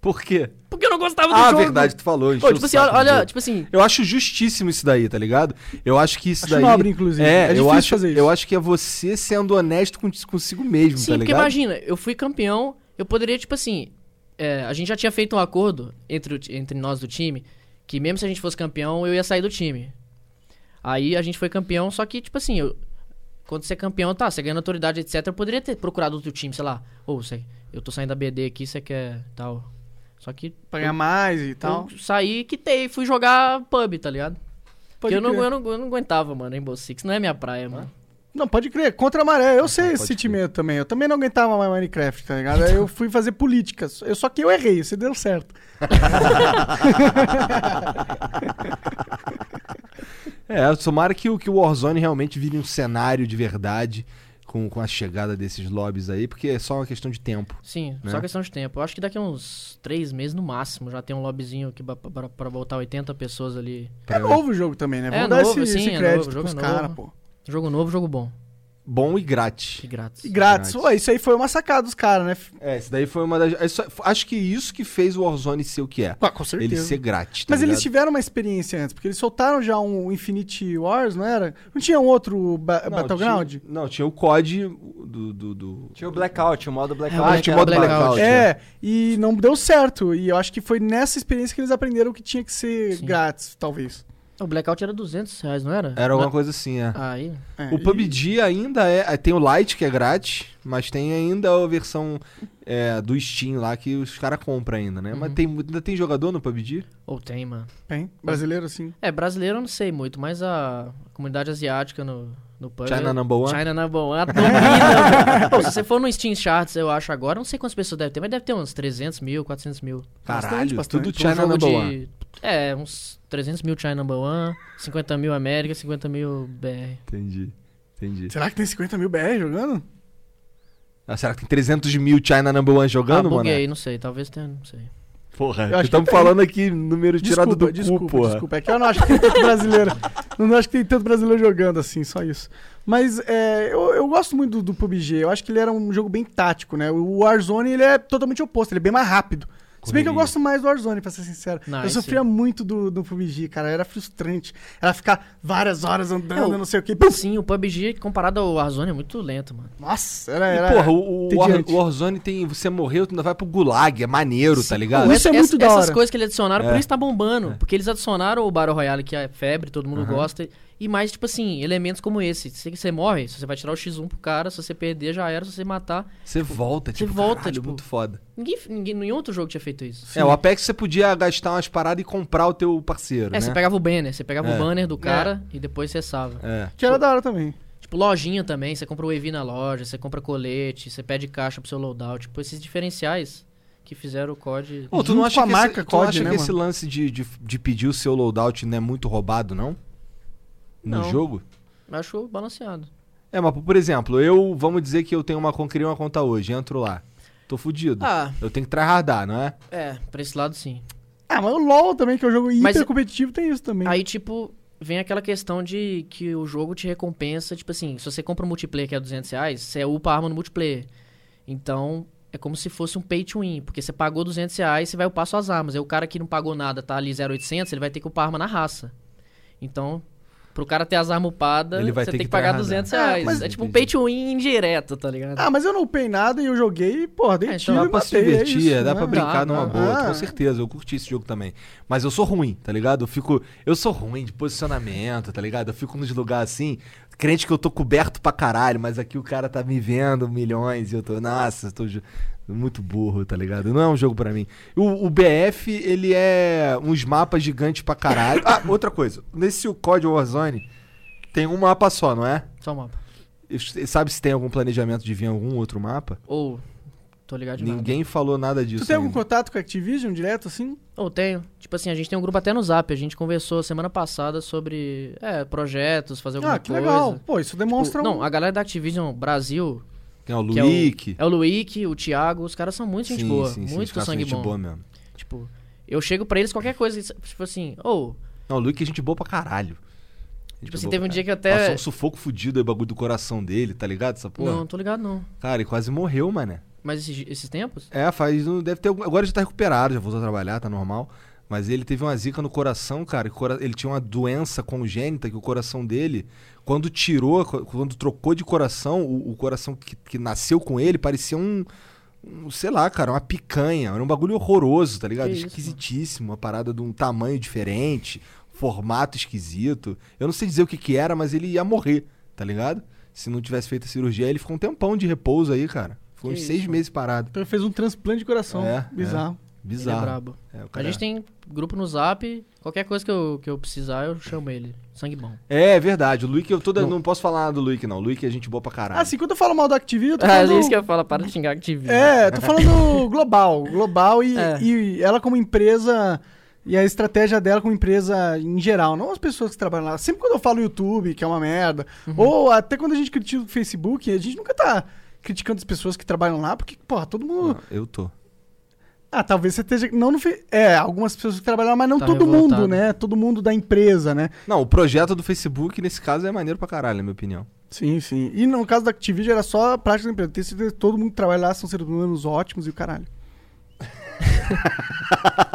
[SPEAKER 1] Por quê?
[SPEAKER 3] Porque eu não gostava do
[SPEAKER 1] Ah,
[SPEAKER 3] jogo.
[SPEAKER 1] verdade, tu falou.
[SPEAKER 3] Pô,
[SPEAKER 1] encheu
[SPEAKER 3] tipo
[SPEAKER 1] o
[SPEAKER 3] assim,
[SPEAKER 1] saco
[SPEAKER 3] olha,
[SPEAKER 1] do tá
[SPEAKER 3] olha,
[SPEAKER 1] jogo.
[SPEAKER 3] tipo assim,
[SPEAKER 1] Eu acho justíssimo isso daí, tá ligado? Eu acho que isso
[SPEAKER 2] Acho
[SPEAKER 1] daí...
[SPEAKER 2] nobre, inclusive.
[SPEAKER 1] É,
[SPEAKER 2] É
[SPEAKER 1] eu,
[SPEAKER 2] difícil
[SPEAKER 1] acho,
[SPEAKER 2] fazer isso.
[SPEAKER 1] eu acho que é você sendo honesto com- consigo mesmo,
[SPEAKER 3] Sim,
[SPEAKER 1] tá
[SPEAKER 3] porque
[SPEAKER 1] ligado?
[SPEAKER 3] imagina, eu fui campeão, eu poderia, tipo assim, é, a gente já tinha feito um acordo entre, o ti- entre nós do time, que mesmo se a gente fosse campeão, eu ia sair do time. Aí a gente foi campeão, só que, tipo assim, eu- quando você é campeão, tá, você ganhando autoridade, etc, eu poderia ter procurado outro time, sei lá, ou você, eu tô saindo da BD aqui, você quer tal. Só que
[SPEAKER 2] Pra ganhar mais e tal.
[SPEAKER 3] eu saí, quitei, fui jogar pub, tá ligado?
[SPEAKER 2] Pode
[SPEAKER 3] Porque eu não,
[SPEAKER 2] crer.
[SPEAKER 3] eu, não, eu não aguentava, mano, Rainbow Six, não é minha praia, mano.
[SPEAKER 2] Não, pode crer. Contra a maré. Eu sei esse
[SPEAKER 1] pode crer.
[SPEAKER 2] sentimento também. Eu também não aguentava mais Minecraft, tá ligado?
[SPEAKER 3] Então.
[SPEAKER 2] Aí eu fui fazer políticas. Eu, só que eu errei. Você deu certo.
[SPEAKER 1] É, tomara que, o- que o Warzone realmente vire um cenário de verdade com, com a chegada desses lobbies aí, porque é só uma questão de tempo.
[SPEAKER 3] Sim,
[SPEAKER 1] né?
[SPEAKER 3] só questão de tempo. Eu acho que daqui a uns três meses no máximo já tem um lobbyzinho que ba- pra, pra botar 80 pessoas ali.
[SPEAKER 2] É novo o jogo também, né?
[SPEAKER 3] É
[SPEAKER 2] Vamos dar
[SPEAKER 3] novo,
[SPEAKER 2] esse,
[SPEAKER 3] sim,
[SPEAKER 2] esse
[SPEAKER 3] é novo,
[SPEAKER 2] crédito
[SPEAKER 3] o jogo
[SPEAKER 2] pros
[SPEAKER 3] é
[SPEAKER 2] caras,
[SPEAKER 3] novo.
[SPEAKER 2] pô.
[SPEAKER 3] Jogo novo, jogo bom.
[SPEAKER 1] bom e grátis.
[SPEAKER 3] Que grátis.
[SPEAKER 2] E grátis.
[SPEAKER 1] Grátis.
[SPEAKER 2] Ué, isso aí foi uma sacada dos caras, né?
[SPEAKER 1] É, isso daí foi uma das. isso- acho que isso que fez o Warzone ser o que
[SPEAKER 3] Ah,
[SPEAKER 1] é.
[SPEAKER 2] com
[SPEAKER 1] Ele ser grátis. tá
[SPEAKER 2] Mas eles
[SPEAKER 1] ligado?
[SPEAKER 2] tiveram uma experiência antes, porque eles soltaram já um Infinity Wars, não era? Não tinha um outro ba-
[SPEAKER 1] Não,
[SPEAKER 2] Battleground?
[SPEAKER 1] Tinha, um não, tinha o COD do. do, do-
[SPEAKER 4] Tinha o blackout, o modo blackout.
[SPEAKER 3] Ah,
[SPEAKER 4] que
[SPEAKER 1] tinha o
[SPEAKER 4] era
[SPEAKER 1] modo blackout.
[SPEAKER 2] É, e não deu certo. E eu acho que foi nessa experiência que eles aprenderam que tinha que ser
[SPEAKER 3] Sim.
[SPEAKER 2] grátis, talvez.
[SPEAKER 3] O Blackout era 200 reais, não era?
[SPEAKER 1] Era
[SPEAKER 3] uma
[SPEAKER 1] alguma coisa assim, é.
[SPEAKER 3] Aí.
[SPEAKER 2] É,
[SPEAKER 1] O
[SPEAKER 2] e-
[SPEAKER 1] PUBG ainda é. aí Tem o Lite, que é grátis, mas tem ainda a versão é, do Steam lá que os caras compram ainda, né?
[SPEAKER 2] Uhum.
[SPEAKER 1] Mas tem, ainda tem jogador no PUBG?
[SPEAKER 3] Ou tem, mano.
[SPEAKER 2] Bem, brasileiro, assim.
[SPEAKER 3] É, brasileiro eu não sei muito, mas a comunidade asiática no, no PUBG...
[SPEAKER 1] China Number One?
[SPEAKER 3] China Number One, ela domina, mano. Pô, se você for no Steam Charts, eu acho agora, não sei quantas pessoas deve ter, mas deve ter uns 300 mil, 400 mil.
[SPEAKER 2] Bastante,
[SPEAKER 1] Caralho,
[SPEAKER 2] bastante.
[SPEAKER 1] tudo
[SPEAKER 3] Pra um
[SPEAKER 1] China Number
[SPEAKER 3] de-
[SPEAKER 1] One.
[SPEAKER 3] É, uns 300 mil China Number One, 50 mil América, 50 mil BR.
[SPEAKER 1] Entendi. Entendi.
[SPEAKER 2] Será que tem 50 mil BR jogando?
[SPEAKER 1] Ah, será que tem 300 mil China Number One jogando,
[SPEAKER 3] ah,
[SPEAKER 1] mano?
[SPEAKER 3] buguei, não sei, talvez tenha, não sei.
[SPEAKER 1] Porra,
[SPEAKER 2] acho que
[SPEAKER 1] estamos
[SPEAKER 2] tem.
[SPEAKER 1] falando aqui número tirado do
[SPEAKER 2] desculpa,
[SPEAKER 1] cu, porra.
[SPEAKER 2] desculpa. É que eu não acho que tem tanto brasileiro. não acho que tem tanto brasileiro jogando assim, só isso. Mas é, eu, eu gosto muito do, do PUBG. Eu acho que ele era um jogo bem tático, né? O Warzone ele é totalmente oposto, ele é bem mais rápido. Se bem que eu
[SPEAKER 1] Correria.
[SPEAKER 2] gosto mais do Warzone, pra ser sincero.
[SPEAKER 3] Não,
[SPEAKER 2] eu
[SPEAKER 3] esse-
[SPEAKER 2] sofria muito do, do PUBG, cara. Era frustrante. Era ficar várias horas andando,
[SPEAKER 3] É, o-
[SPEAKER 2] não sei o quê.
[SPEAKER 3] Sim, o PUBG comparado ao Warzone é muito lento, mano.
[SPEAKER 2] Nossa, era.
[SPEAKER 1] E,
[SPEAKER 2] era...
[SPEAKER 1] porra, o, o, War-
[SPEAKER 2] entediante.
[SPEAKER 1] o Warzone tem. Você morreu, tu ainda vai pro gulag, é maneiro, tá ligado?
[SPEAKER 2] Isso é
[SPEAKER 3] Essa-
[SPEAKER 2] muito da
[SPEAKER 3] Essas
[SPEAKER 2] hora.
[SPEAKER 3] coisas que eles adicionaram, por
[SPEAKER 1] É.
[SPEAKER 3] isso tá bombando. Porque eles adicionaram o Battle Royale, que é febre, todo mundo gosta. E mais, tipo assim, elementos como esse. Se você morre, se você vai tirar o X1 pro cara, se você perder, já era. Se você matar...
[SPEAKER 1] Você volta,
[SPEAKER 3] Você
[SPEAKER 1] tipo,
[SPEAKER 3] volta,
[SPEAKER 1] caralho,
[SPEAKER 3] tipo-
[SPEAKER 1] muito foda.
[SPEAKER 3] Ninguém, ninguém, nenhum outro jogo tinha feito isso.
[SPEAKER 1] É, o Apex você podia gastar umas paradas e comprar o teu parceiro,
[SPEAKER 3] É,
[SPEAKER 1] né?
[SPEAKER 3] você pegava o banner. Você pegava
[SPEAKER 1] É.
[SPEAKER 3] o banner do cara e depois cessava.
[SPEAKER 1] É.
[SPEAKER 2] Que era da hora também.
[SPEAKER 3] Tipo, lojinha também. Você compra o EV na loja, você compra colete, você pede caixa pro seu loadout. Tipo, esses diferenciais que fizeram o COD...
[SPEAKER 1] Pô, tu
[SPEAKER 2] Junto
[SPEAKER 1] não acha
[SPEAKER 2] com a
[SPEAKER 1] que, esse-
[SPEAKER 2] marca
[SPEAKER 1] tu
[SPEAKER 2] COD,
[SPEAKER 1] acha que
[SPEAKER 2] né, mano?
[SPEAKER 1] esse lance de, de, de pedir o seu loadout não é muito roubado, não? No
[SPEAKER 3] Não.
[SPEAKER 1] jogo?
[SPEAKER 3] Eu acho balanceado.
[SPEAKER 1] É, mas por exemplo, eu, vamos dizer que eu tenho uma, con- criei uma conta hoje, entro lá. Tô fudido.
[SPEAKER 3] Ah,
[SPEAKER 1] Eu tenho que tryhardar, não é?
[SPEAKER 3] é. Pra esse lado, sim.
[SPEAKER 2] Ah, mas o LOL também, que é um jogo
[SPEAKER 3] Mas-
[SPEAKER 2] hiper competitivo, tem isso também.
[SPEAKER 3] Aí, tipo, vem aquela questão de que o jogo te recompensa. Tipo assim, se você compra um multiplayer que é 200 reais, você upa a arma no multiplayer. Então, é como se fosse um pay to win. Porque você pagou 200 reais, você vai upar suas armas. Aí o cara que não pagou nada, tá ali 0,800, ele vai ter que upar a arma na raça. Então, pro cara ter as armas upadas,
[SPEAKER 1] Ele vai
[SPEAKER 3] você
[SPEAKER 1] ter
[SPEAKER 3] tem que,
[SPEAKER 1] que
[SPEAKER 3] pagar
[SPEAKER 1] tryhardar.
[SPEAKER 3] 200
[SPEAKER 2] É,
[SPEAKER 3] reais.
[SPEAKER 2] mas-
[SPEAKER 3] é tipo um
[SPEAKER 1] Ah, Entendi.
[SPEAKER 3] pay to win indireto, tá ligado?
[SPEAKER 2] Ah, mas eu não upei nada e eu joguei, porra, dei
[SPEAKER 3] É, então
[SPEAKER 2] tiro
[SPEAKER 1] Dá
[SPEAKER 2] e
[SPEAKER 1] pra se
[SPEAKER 2] matei, é
[SPEAKER 1] divertir,
[SPEAKER 2] isso,
[SPEAKER 1] dá
[SPEAKER 2] né?
[SPEAKER 1] pra brincar
[SPEAKER 3] Dá,
[SPEAKER 1] numa
[SPEAKER 3] dá.
[SPEAKER 1] boa,
[SPEAKER 2] Ah.
[SPEAKER 1] com certeza. Eu curti esse jogo também. Mas eu sou ruim, tá ligado? Eu fico. Eu sou ruim de posicionamento, tá ligado? Eu fico nos lugares assim, crente que eu tô coberto pra caralho, mas aqui o cara tá me vendo milhões e eu tô. Nossa, eu tô. ju- Muito burro, tá ligado? Não é um jogo pra mim. O, o BF, ele é uns mapas gigantes pra caralho. Ah, outra coisa. Nesse COD Warzone, tem um mapa só, não é?
[SPEAKER 3] Só o mapa.
[SPEAKER 1] E Sabe se tem algum planejamento de vir algum outro mapa?
[SPEAKER 3] Ou, tô ligado de nada.
[SPEAKER 1] Ninguém falou nada disso.
[SPEAKER 2] Tu tem algum
[SPEAKER 1] ainda.
[SPEAKER 2] contato com a Activision direto, assim?
[SPEAKER 3] Eu tenho. Tipo assim, a gente tem um grupo até no Zap. A gente conversou semana passada sobre é, projetos, fazer alguma
[SPEAKER 2] ah, que
[SPEAKER 3] coisa.
[SPEAKER 2] legal. Pô, isso demonstra
[SPEAKER 3] Tipo,
[SPEAKER 2] um...
[SPEAKER 3] Não, a galera da Activision Brasil,
[SPEAKER 1] Tem o
[SPEAKER 3] que é
[SPEAKER 1] Luik.
[SPEAKER 3] o, é o Luik, o Thiago, os caras são muito gente boa, muito
[SPEAKER 1] os caras são
[SPEAKER 3] sangue
[SPEAKER 1] gente
[SPEAKER 3] bom.
[SPEAKER 1] boa mesmo.
[SPEAKER 3] Tipo, eu chego pra eles qualquer coisa, tipo assim, ou,
[SPEAKER 1] Não, o Luke é gente boa pra caralho.
[SPEAKER 3] tipo assim, teve um dia que eu
[SPEAKER 1] Passou
[SPEAKER 3] até
[SPEAKER 1] um sufoco fudido aí, o bagulho do coração dele, tá ligado? Essa porra.
[SPEAKER 3] Não, tô ligado não.
[SPEAKER 1] Cara, ele quase morreu, mané.
[SPEAKER 3] Mas esses, esses tempos?
[SPEAKER 1] É, faz. um- Deve ter. algum- Agora já tá recuperado, já voltou a trabalhar, tá normal. Mas ele teve uma zica no coração, cara. que o cora- Ele tinha uma doença congênita que o coração dele, quando tirou, co- quando trocou de coração, o, o coração que, que nasceu com ele parecia um, um, sei lá, cara, uma picanha. Era um bagulho horroroso, tá ligado?
[SPEAKER 3] Que isso,
[SPEAKER 1] Esquisitíssimo, uma parada de um tamanho diferente, formato esquisito. Eu não sei dizer o que que era, mas ele ia morrer, tá ligado? Se não tivesse feito a cirurgia, ele ficou um tempão de repouso aí, cara. Ficou
[SPEAKER 3] Que
[SPEAKER 1] uns seis
[SPEAKER 3] isso,
[SPEAKER 1] meses parado.
[SPEAKER 2] Então ele fez um transplante de coração.
[SPEAKER 1] É,
[SPEAKER 2] Bizarro.
[SPEAKER 3] Ele é
[SPEAKER 1] Bizarro.
[SPEAKER 3] brabo.
[SPEAKER 1] É, o
[SPEAKER 3] A
[SPEAKER 1] cara-
[SPEAKER 3] gente tem grupo no Zap, qualquer coisa que eu, que eu precisar, eu chamo ele. Sangue bom.
[SPEAKER 1] É, é verdade. O Luik, eu toda... não.
[SPEAKER 3] Não.
[SPEAKER 1] posso falar nada do Luik, não. O Luik é gente boa pra caralho.
[SPEAKER 2] Ah, sim, quando eu falo mal da Activision, eu tô falando...
[SPEAKER 3] Ah, É eu falo, para de xingar Activision.
[SPEAKER 2] É, tô falando global. Global e,
[SPEAKER 3] É.
[SPEAKER 2] e ela como empresa... E a estratégia dela como empresa em geral, não as pessoas que trabalham lá. Sempre quando eu falo YouTube, que é uma merda, ou até quando a gente critica o Facebook, a gente nunca tá criticando as pessoas que trabalham lá, porque, porra, todo mundo...
[SPEAKER 1] Não, eu tô.
[SPEAKER 2] Ah, talvez você esteja. Não no, fe- é, algumas pessoas que trabalham, lá, mas não
[SPEAKER 3] Tá
[SPEAKER 2] todo
[SPEAKER 3] revoltado.
[SPEAKER 2] mundo, né? Todo mundo da empresa, né?
[SPEAKER 1] Não, o projeto do Facebook, nesse caso, é maneiro pra caralho, na minha opinião.
[SPEAKER 2] Sim, sim. E no caso da Activision era só a prática da empresa. Tem certeza que todo mundo que trabalha lá são seres humanos ótimos e o caralho.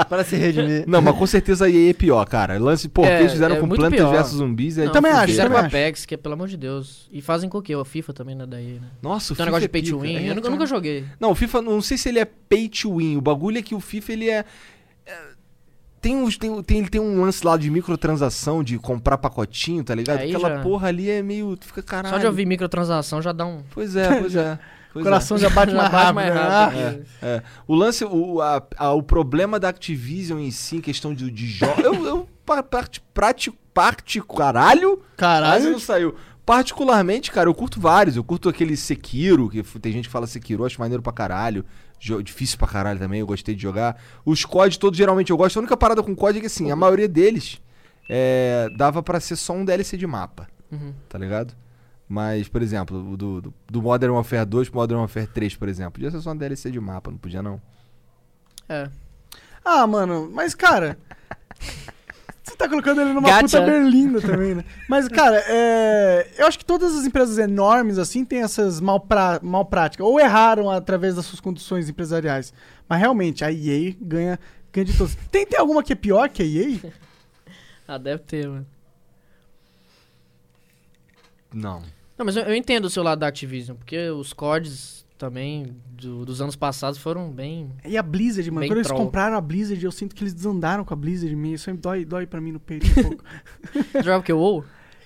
[SPEAKER 4] Para se redimir.
[SPEAKER 1] Não, mas com certeza a EA é pior, cara. Lance, pô, o que
[SPEAKER 3] É,
[SPEAKER 1] eles fizeram
[SPEAKER 3] é
[SPEAKER 1] com
[SPEAKER 3] muito
[SPEAKER 1] Plantas
[SPEAKER 3] pior.
[SPEAKER 1] vs Zumbis é
[SPEAKER 3] Não,
[SPEAKER 2] também
[SPEAKER 1] de
[SPEAKER 2] acho,
[SPEAKER 1] fuder.
[SPEAKER 3] Fizeram
[SPEAKER 2] também
[SPEAKER 3] com a
[SPEAKER 2] acho.
[SPEAKER 3] PEX, que é pelo amor de Deus. E fazem com o quê? A FIFA também, né? Daí, né?
[SPEAKER 1] Nossa, o FIFA
[SPEAKER 3] Tem um negócio de
[SPEAKER 1] é
[SPEAKER 3] pay to
[SPEAKER 1] pica.
[SPEAKER 3] win.
[SPEAKER 1] É,
[SPEAKER 3] eu, nunca, eu
[SPEAKER 1] cara.
[SPEAKER 3] nunca joguei.
[SPEAKER 1] Não, o FIFA, não sei se ele é pay to win. O bagulho é que o FIFA, ele é. é, Tem, uns, tem, tem, ele tem um lance lá de microtransação, de comprar pacotinho, tá ligado?
[SPEAKER 3] Aí
[SPEAKER 1] Aquela
[SPEAKER 3] já-
[SPEAKER 1] porra ali é meio. tu Fica caralho.
[SPEAKER 3] Só de ouvir microtransação já dá um.
[SPEAKER 1] Pois é, pois é. Pois é.
[SPEAKER 2] coração já bate
[SPEAKER 3] já
[SPEAKER 2] mais rápido. né? Ah,
[SPEAKER 3] rápido.
[SPEAKER 1] É. O lance, o, a- a- o problema da Activision em si, em questão de, de jogos. eu, eu pa- parte, prati, parte, caralho, quase
[SPEAKER 2] Caralho.
[SPEAKER 1] não saiu. Particularmente, cara, eu curto vários. Eu curto aquele Sekiro, que f- tem gente que fala Sekiro, eu acho maneiro pra caralho. Jo- difícil pra caralho também, eu gostei de jogar. Os COD todos geralmente eu gosto. A única parada com COD é que, assim, a maioria deles é, dava pra ser só um DLC de mapa,
[SPEAKER 3] Uhum.
[SPEAKER 1] tá ligado? Mas, por exemplo, o do, do, do Modern Warfare 2 pro Modern Warfare 3, por exemplo, podia ser só um DLC de mapa, não podia não?
[SPEAKER 3] É.
[SPEAKER 2] Ah, mano, mas cara. Você tá colocando ele numa
[SPEAKER 3] Gacha.
[SPEAKER 2] puta berlinda também, né? Mas, cara, é, eu acho que todas as empresas enormes, assim, têm essas malpra... malpráticas. Ou erraram através das suas condições empresariais. Mas, realmente, a EA ganha, ganha de todos. Tem, tem alguma que é pior que a EA?
[SPEAKER 3] Ah, deve ter, mano.
[SPEAKER 1] Não.
[SPEAKER 3] Não, mas eu, eu entendo o seu lado da Activision, porque os CODs também do- dos anos passados foram bem.
[SPEAKER 2] E a Blizzard, mano.
[SPEAKER 3] Bem
[SPEAKER 2] Quando eles
[SPEAKER 3] troll.
[SPEAKER 2] compraram a Blizzard, eu sinto que eles desandaram com a Blizzard. Meio, isso aí dói, dói pra mim no peito um pouco.
[SPEAKER 3] Você jogava o que? WoW?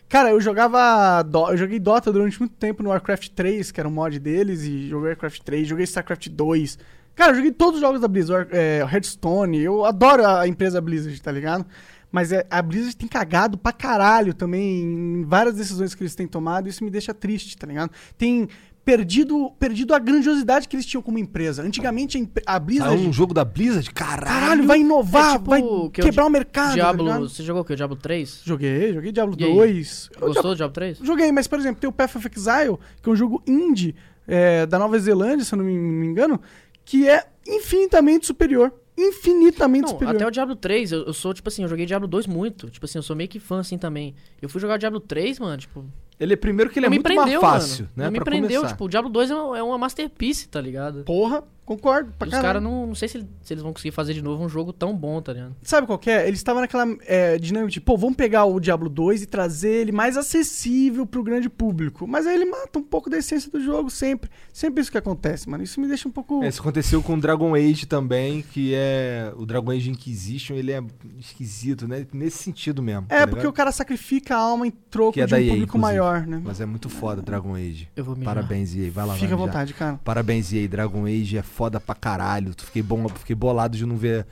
[SPEAKER 2] Cara, eu jogava. Do- Eu joguei Dota durante muito tempo no Warcraft 3, que era um mod deles, e joguei Warcraft 3, joguei StarCraft 2. Cara, eu joguei todos os jogos da Blizzard, é, Hearthstone, eu adoro a empresa Blizzard, tá ligado? Mas é, a Blizzard tem cagado pra caralho também em várias decisões que eles têm tomado, e isso me deixa triste, tá ligado? Tem perdido, perdido a grandiosidade que eles tinham como empresa. Antigamente a, impre- a
[SPEAKER 1] Saiu
[SPEAKER 2] Blizzard.
[SPEAKER 1] um jogo da Blizzard? Caralho!
[SPEAKER 2] Caralho, vai inovar,
[SPEAKER 3] Tá É tipo
[SPEAKER 2] vai
[SPEAKER 3] o que eu
[SPEAKER 2] quebrar o mercado.
[SPEAKER 3] Diablo.
[SPEAKER 2] tá ligado?
[SPEAKER 3] você jogou o que? O Diablo 3?
[SPEAKER 2] Joguei, joguei Diablo
[SPEAKER 3] E aí?
[SPEAKER 2] 2. Eu já-
[SPEAKER 3] Gostou do Diablo 3?
[SPEAKER 2] Joguei, mas, por exemplo, tem o Path of Exile, que é um jogo indie é, da Nova Zelândia, se eu não me, me engano, que é infinitamente superior. Infinitamente
[SPEAKER 3] Não,
[SPEAKER 2] superior.
[SPEAKER 3] até o Diablo 3, eu, eu sou, tipo assim, eu joguei Diablo 2 muito. Tipo assim, eu sou meio que fã, assim, também. Eu fui jogar o Diablo 3, mano, tipo...
[SPEAKER 1] Ele é primeiro que ele é
[SPEAKER 3] não me
[SPEAKER 1] muito
[SPEAKER 3] prendeu,
[SPEAKER 1] mais fácil,
[SPEAKER 3] mano.
[SPEAKER 1] né?
[SPEAKER 3] Não me
[SPEAKER 1] pra
[SPEAKER 3] prendeu,
[SPEAKER 1] começar.
[SPEAKER 3] tipo, o Diablo 2 é uma, é uma masterpiece, tá ligado?
[SPEAKER 2] Porra, concordo. Pra
[SPEAKER 3] E os
[SPEAKER 2] caralho.
[SPEAKER 3] caras não, não sei se, se eles vão conseguir fazer de novo um jogo tão bom, tá ligado?
[SPEAKER 2] Sabe qual que é? Eles estavam naquela é, dinâmica de, pô, vamos pegar o Diablo 2 e trazer ele mais acessível pro grande público. Mas aí ele mata um pouco da essência do jogo sempre. Sempre isso que acontece, mano. Isso me deixa um pouco.
[SPEAKER 1] É, Isso aconteceu com o Dragon Age também, que é. O Dragon Age Inquisition, ele é esquisito, né? Nesse sentido mesmo. tá
[SPEAKER 2] É, porque
[SPEAKER 1] ligado?
[SPEAKER 2] o cara sacrifica a alma em troco
[SPEAKER 1] Que é
[SPEAKER 2] de um
[SPEAKER 1] da EA,
[SPEAKER 2] público
[SPEAKER 1] inclusive.
[SPEAKER 2] maior, né?
[SPEAKER 1] Mas é muito foda Dragon Age.
[SPEAKER 3] Eu vou mijar.
[SPEAKER 1] Parabéns, EA. Vai lá, vai
[SPEAKER 2] Fica
[SPEAKER 1] mijar.
[SPEAKER 2] à vontade, cara.
[SPEAKER 1] Parabéns, EA. Dragon Age é foda pra caralho. Tu Fiquei, bom, fiquei bolado de não ver.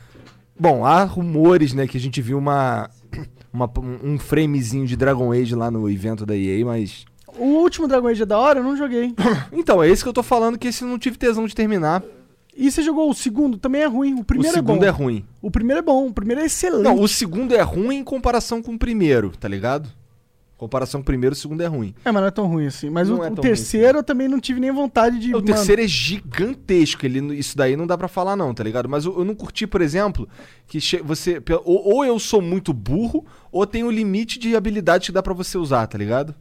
[SPEAKER 1] Bom, há rumores, né, que a gente viu uma, uma- um framezinho de Dragon Age lá no evento da EA, mas.
[SPEAKER 2] O último Dragon Age é da hora, eu não joguei.
[SPEAKER 1] Então, é esse que eu tô falando que esse eu não tive tesão de terminar.
[SPEAKER 2] E você jogou o segundo, também é ruim. O primeiro
[SPEAKER 1] o segundo
[SPEAKER 2] é bom.
[SPEAKER 1] é ruim.
[SPEAKER 2] O primeiro é bom, o primeiro é excelente.
[SPEAKER 1] Não, o segundo é ruim em comparação com o primeiro, tá ligado? Comparação com o primeiro, o segundo é ruim.
[SPEAKER 2] É, mas não é tão ruim assim. Mas
[SPEAKER 1] Não
[SPEAKER 2] o,
[SPEAKER 1] é
[SPEAKER 2] o
[SPEAKER 1] tão
[SPEAKER 2] terceiro eu também não tive nem vontade de.
[SPEAKER 1] O
[SPEAKER 2] mano,
[SPEAKER 1] terceiro é gigantesco, ele, não- isso daí não dá pra falar não, tá ligado? Mas eu, eu não curti, por exemplo, que che- você pe- ou, ou eu sou muito burro ou tem o limite de habilidade que dá pra você usar, tá ligado?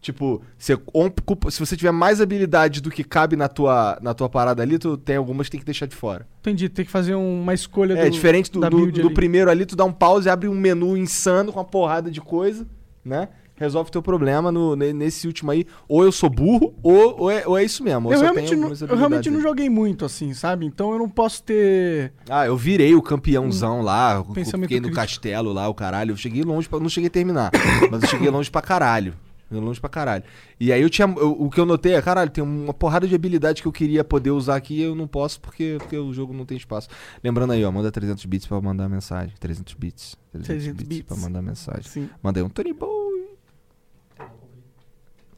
[SPEAKER 1] Tipo, você ocupa- se você tiver mais habilidade do que cabe na tua, na tua parada ali, tu tem algumas que tem que deixar de fora.
[SPEAKER 2] Entendi, tem que fazer um, uma escolha
[SPEAKER 1] É,
[SPEAKER 2] do.
[SPEAKER 1] diferente do,
[SPEAKER 2] da
[SPEAKER 1] do,
[SPEAKER 2] build
[SPEAKER 1] do
[SPEAKER 2] ali.
[SPEAKER 1] primeiro ali, tu dá um pause, abre um menu insano com uma porrada de coisa, né? Resolve teu problema no, ne- nesse último aí. Ou eu sou burro, ou, ou, é, ou é isso mesmo. ou
[SPEAKER 2] Eu
[SPEAKER 1] só
[SPEAKER 2] realmente,
[SPEAKER 1] tenho
[SPEAKER 2] não,
[SPEAKER 1] algumas
[SPEAKER 2] eu realmente não
[SPEAKER 1] habilidades
[SPEAKER 2] joguei muito assim, sabe? Então eu não posso ter.
[SPEAKER 1] aí. Ah, eu virei o campeãozão lá, eu
[SPEAKER 2] Pensamento
[SPEAKER 1] fiquei no
[SPEAKER 2] Hum, crítico.
[SPEAKER 1] castelo lá, o caralho. Eu cheguei longe, pra, não cheguei a terminar, mas eu cheguei longe pra caralho. Eu Longe pra caralho. E aí eu tinha. eu- o que eu notei é, caralho, tem uma porrada de habilidade que eu queria poder usar aqui e eu não posso porque, porque o jogo não tem espaço. Lembrando aí, ó, manda 300 bits pra mandar mensagem. 300 bits. 300,
[SPEAKER 2] 300
[SPEAKER 1] bits,
[SPEAKER 2] bits.
[SPEAKER 1] pra mandar mensagem.
[SPEAKER 2] Assim.
[SPEAKER 1] Mandei um Tony Boy. O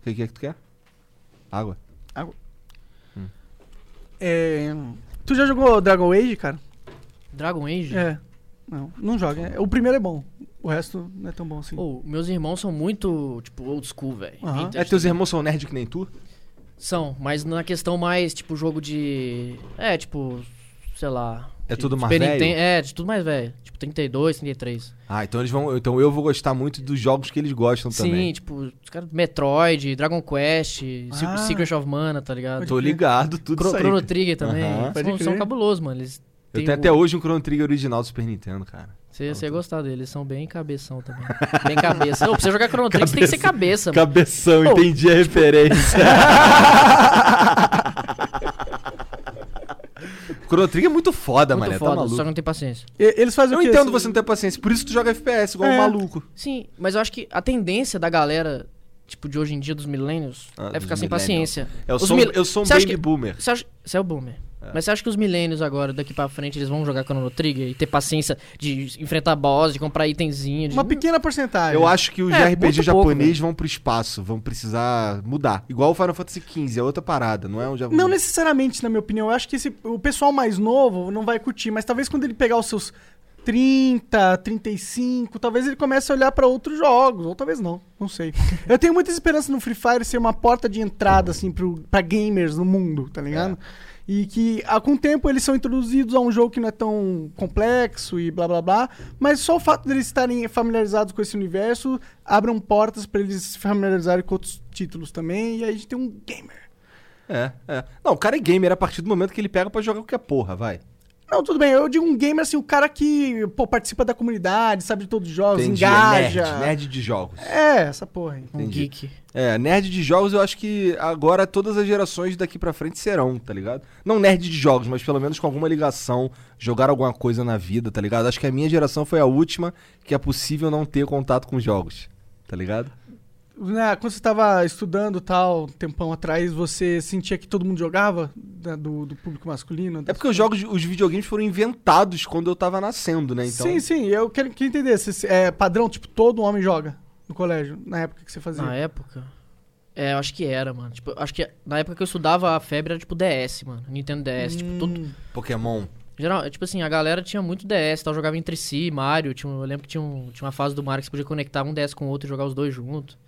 [SPEAKER 1] que, que é que tu quer? Água.
[SPEAKER 2] É, Tu já jogou Dragon Age, cara?
[SPEAKER 3] Dragon Age?
[SPEAKER 2] É. Não, não joga. né? O primeiro é bom. O resto não é tão bom
[SPEAKER 1] Oh.
[SPEAKER 2] assim.
[SPEAKER 3] Ou, meus irmãos são muito, tipo, old school, velho.
[SPEAKER 2] Aham.
[SPEAKER 1] É, teus irmãos são nerd que nem tu?
[SPEAKER 3] São, mas na questão mais, tipo, jogo de. É, tipo, sei lá.
[SPEAKER 1] É tudo mais
[SPEAKER 3] Super Nintendo-
[SPEAKER 1] velho?
[SPEAKER 3] É, de tudo mais velho. Tipo, 32, 33.
[SPEAKER 1] Ah, então eles vão. Então eu vou gostar muito dos jogos que eles gostam
[SPEAKER 3] Sim,
[SPEAKER 1] também.
[SPEAKER 3] tipo, os caras- Metroid, Dragon Quest, Se-
[SPEAKER 2] Ah.
[SPEAKER 3] Secret of Mana, tá ligado?
[SPEAKER 1] Tô ligado, tudo
[SPEAKER 3] Chro-
[SPEAKER 1] isso aí.
[SPEAKER 3] Chrono Trigger também.
[SPEAKER 1] Aham.
[SPEAKER 3] Eles
[SPEAKER 2] Pode
[SPEAKER 3] são, são
[SPEAKER 2] crer.
[SPEAKER 3] cabulosos, mano. Eles
[SPEAKER 1] Eu
[SPEAKER 3] têm
[SPEAKER 1] tenho
[SPEAKER 3] o-
[SPEAKER 1] até hoje um Chrono Trigger original do Super Nintendo, cara.
[SPEAKER 3] Você você ia gostar deles, eles são bem cabeção também. Bem cabeça. Não, pra você jogar Chrono Trigger, você tem que ser cabeça, mano.
[SPEAKER 1] Cabeção,
[SPEAKER 3] Pô.
[SPEAKER 1] entendi a referência. Chrono Trigger é muito foda,
[SPEAKER 3] Muito
[SPEAKER 1] mano. Tá
[SPEAKER 3] foda,
[SPEAKER 1] maluco.
[SPEAKER 3] só que não tem paciência.
[SPEAKER 2] E- Eles fazem
[SPEAKER 1] Eu
[SPEAKER 2] o quê? Assim,
[SPEAKER 1] entendo você não ter paciência, por isso tu joga FPS, igual
[SPEAKER 2] É.
[SPEAKER 1] um maluco.
[SPEAKER 3] Sim, mas eu acho que a tendência da galera, tipo, de hoje em dia, dos millennials,
[SPEAKER 1] Ah,
[SPEAKER 3] é
[SPEAKER 1] dos
[SPEAKER 3] ficar
[SPEAKER 1] millennials.
[SPEAKER 3] sem paciência.
[SPEAKER 1] Eu
[SPEAKER 3] Os
[SPEAKER 1] sou,
[SPEAKER 3] mil-
[SPEAKER 1] eu sou um
[SPEAKER 3] Você acha
[SPEAKER 1] baby
[SPEAKER 3] que-
[SPEAKER 1] boomer.
[SPEAKER 3] Você, acha... você é o boomer. Mas você acha que os millennials agora, daqui pra frente, eles vão jogar Chrono Trigger e ter paciência de enfrentar boss, de comprar itemzinho? De...
[SPEAKER 2] Uma pequena porcentagem.
[SPEAKER 1] Eu acho que os
[SPEAKER 3] É,
[SPEAKER 1] RPG
[SPEAKER 3] muito pouco,
[SPEAKER 1] japonês vão pro espaço, vão precisar mudar. Igual o Final Fantasy XV, é outra parada, não é um japonês.
[SPEAKER 2] Não necessariamente, na minha opinião. Eu acho que esse, o pessoal mais novo não vai curtir, mas talvez quando ele pegar os seus 30, 35, talvez ele comece a olhar pra outros jogos, ou talvez não, não sei. Eu tenho muita esperança no Free Fire ser uma porta de entrada, assim, pro, pra gamers no mundo, tá ligado? E que ah, com o tempo eles são introduzidos a um jogo que não é tão complexo e blá blá blá, mas só o fato deles estarem familiarizados com esse universo abram portas pra eles se familiarizarem com outros títulos também, e aí a gente tem um gamer.
[SPEAKER 1] É, é. Não, o cara é gamer a partir do momento que ele pega pra jogar qualquer porra, vai.
[SPEAKER 2] Não, tudo bem. Eu digo um gamer assim, o cara que pô, participa da comunidade, sabe de todos os jogos,
[SPEAKER 1] Entendi,
[SPEAKER 2] engaja.
[SPEAKER 1] É nerd, nerd de jogos.
[SPEAKER 2] É, essa porra aí.
[SPEAKER 3] Um
[SPEAKER 1] Entendi.
[SPEAKER 3] geek.
[SPEAKER 1] É, nerd de jogos eu acho que agora todas as gerações daqui pra frente serão, tá ligado? Não nerd de jogos, mas pelo menos com alguma ligação, jogar alguma coisa na vida, tá ligado? Acho que a minha geração foi a última que é possível não ter contato com jogos, tá ligado?
[SPEAKER 2] Né, quando você tava estudando tal, um tempão atrás, você sentia que todo mundo jogava da- do, do público masculino?
[SPEAKER 1] É porque os jogos, os videogames foram inventados quando eu tava nascendo, né? Então,
[SPEAKER 2] Sim, sim. Eu quero, queria entender. Se, se- é padrão, tipo, todo homem joga no colégio, na época que você fazia.
[SPEAKER 3] Na época? É, eu acho que era, mano. Tipo, eu acho que na época que eu estudava, a febre era tipo DS, mano. Nintendo DS. Tipo,
[SPEAKER 1] Hum.
[SPEAKER 3] todo...
[SPEAKER 2] Hum.
[SPEAKER 1] Pokémon.
[SPEAKER 3] Geral, tipo assim, a galera tinha muito DS, tal, jogava entre si, Mario. Tinha, um- eu lembro que tinha, um- tinha uma fase do Mario que você podia conectar um DS com o outro e jogar os dois junto.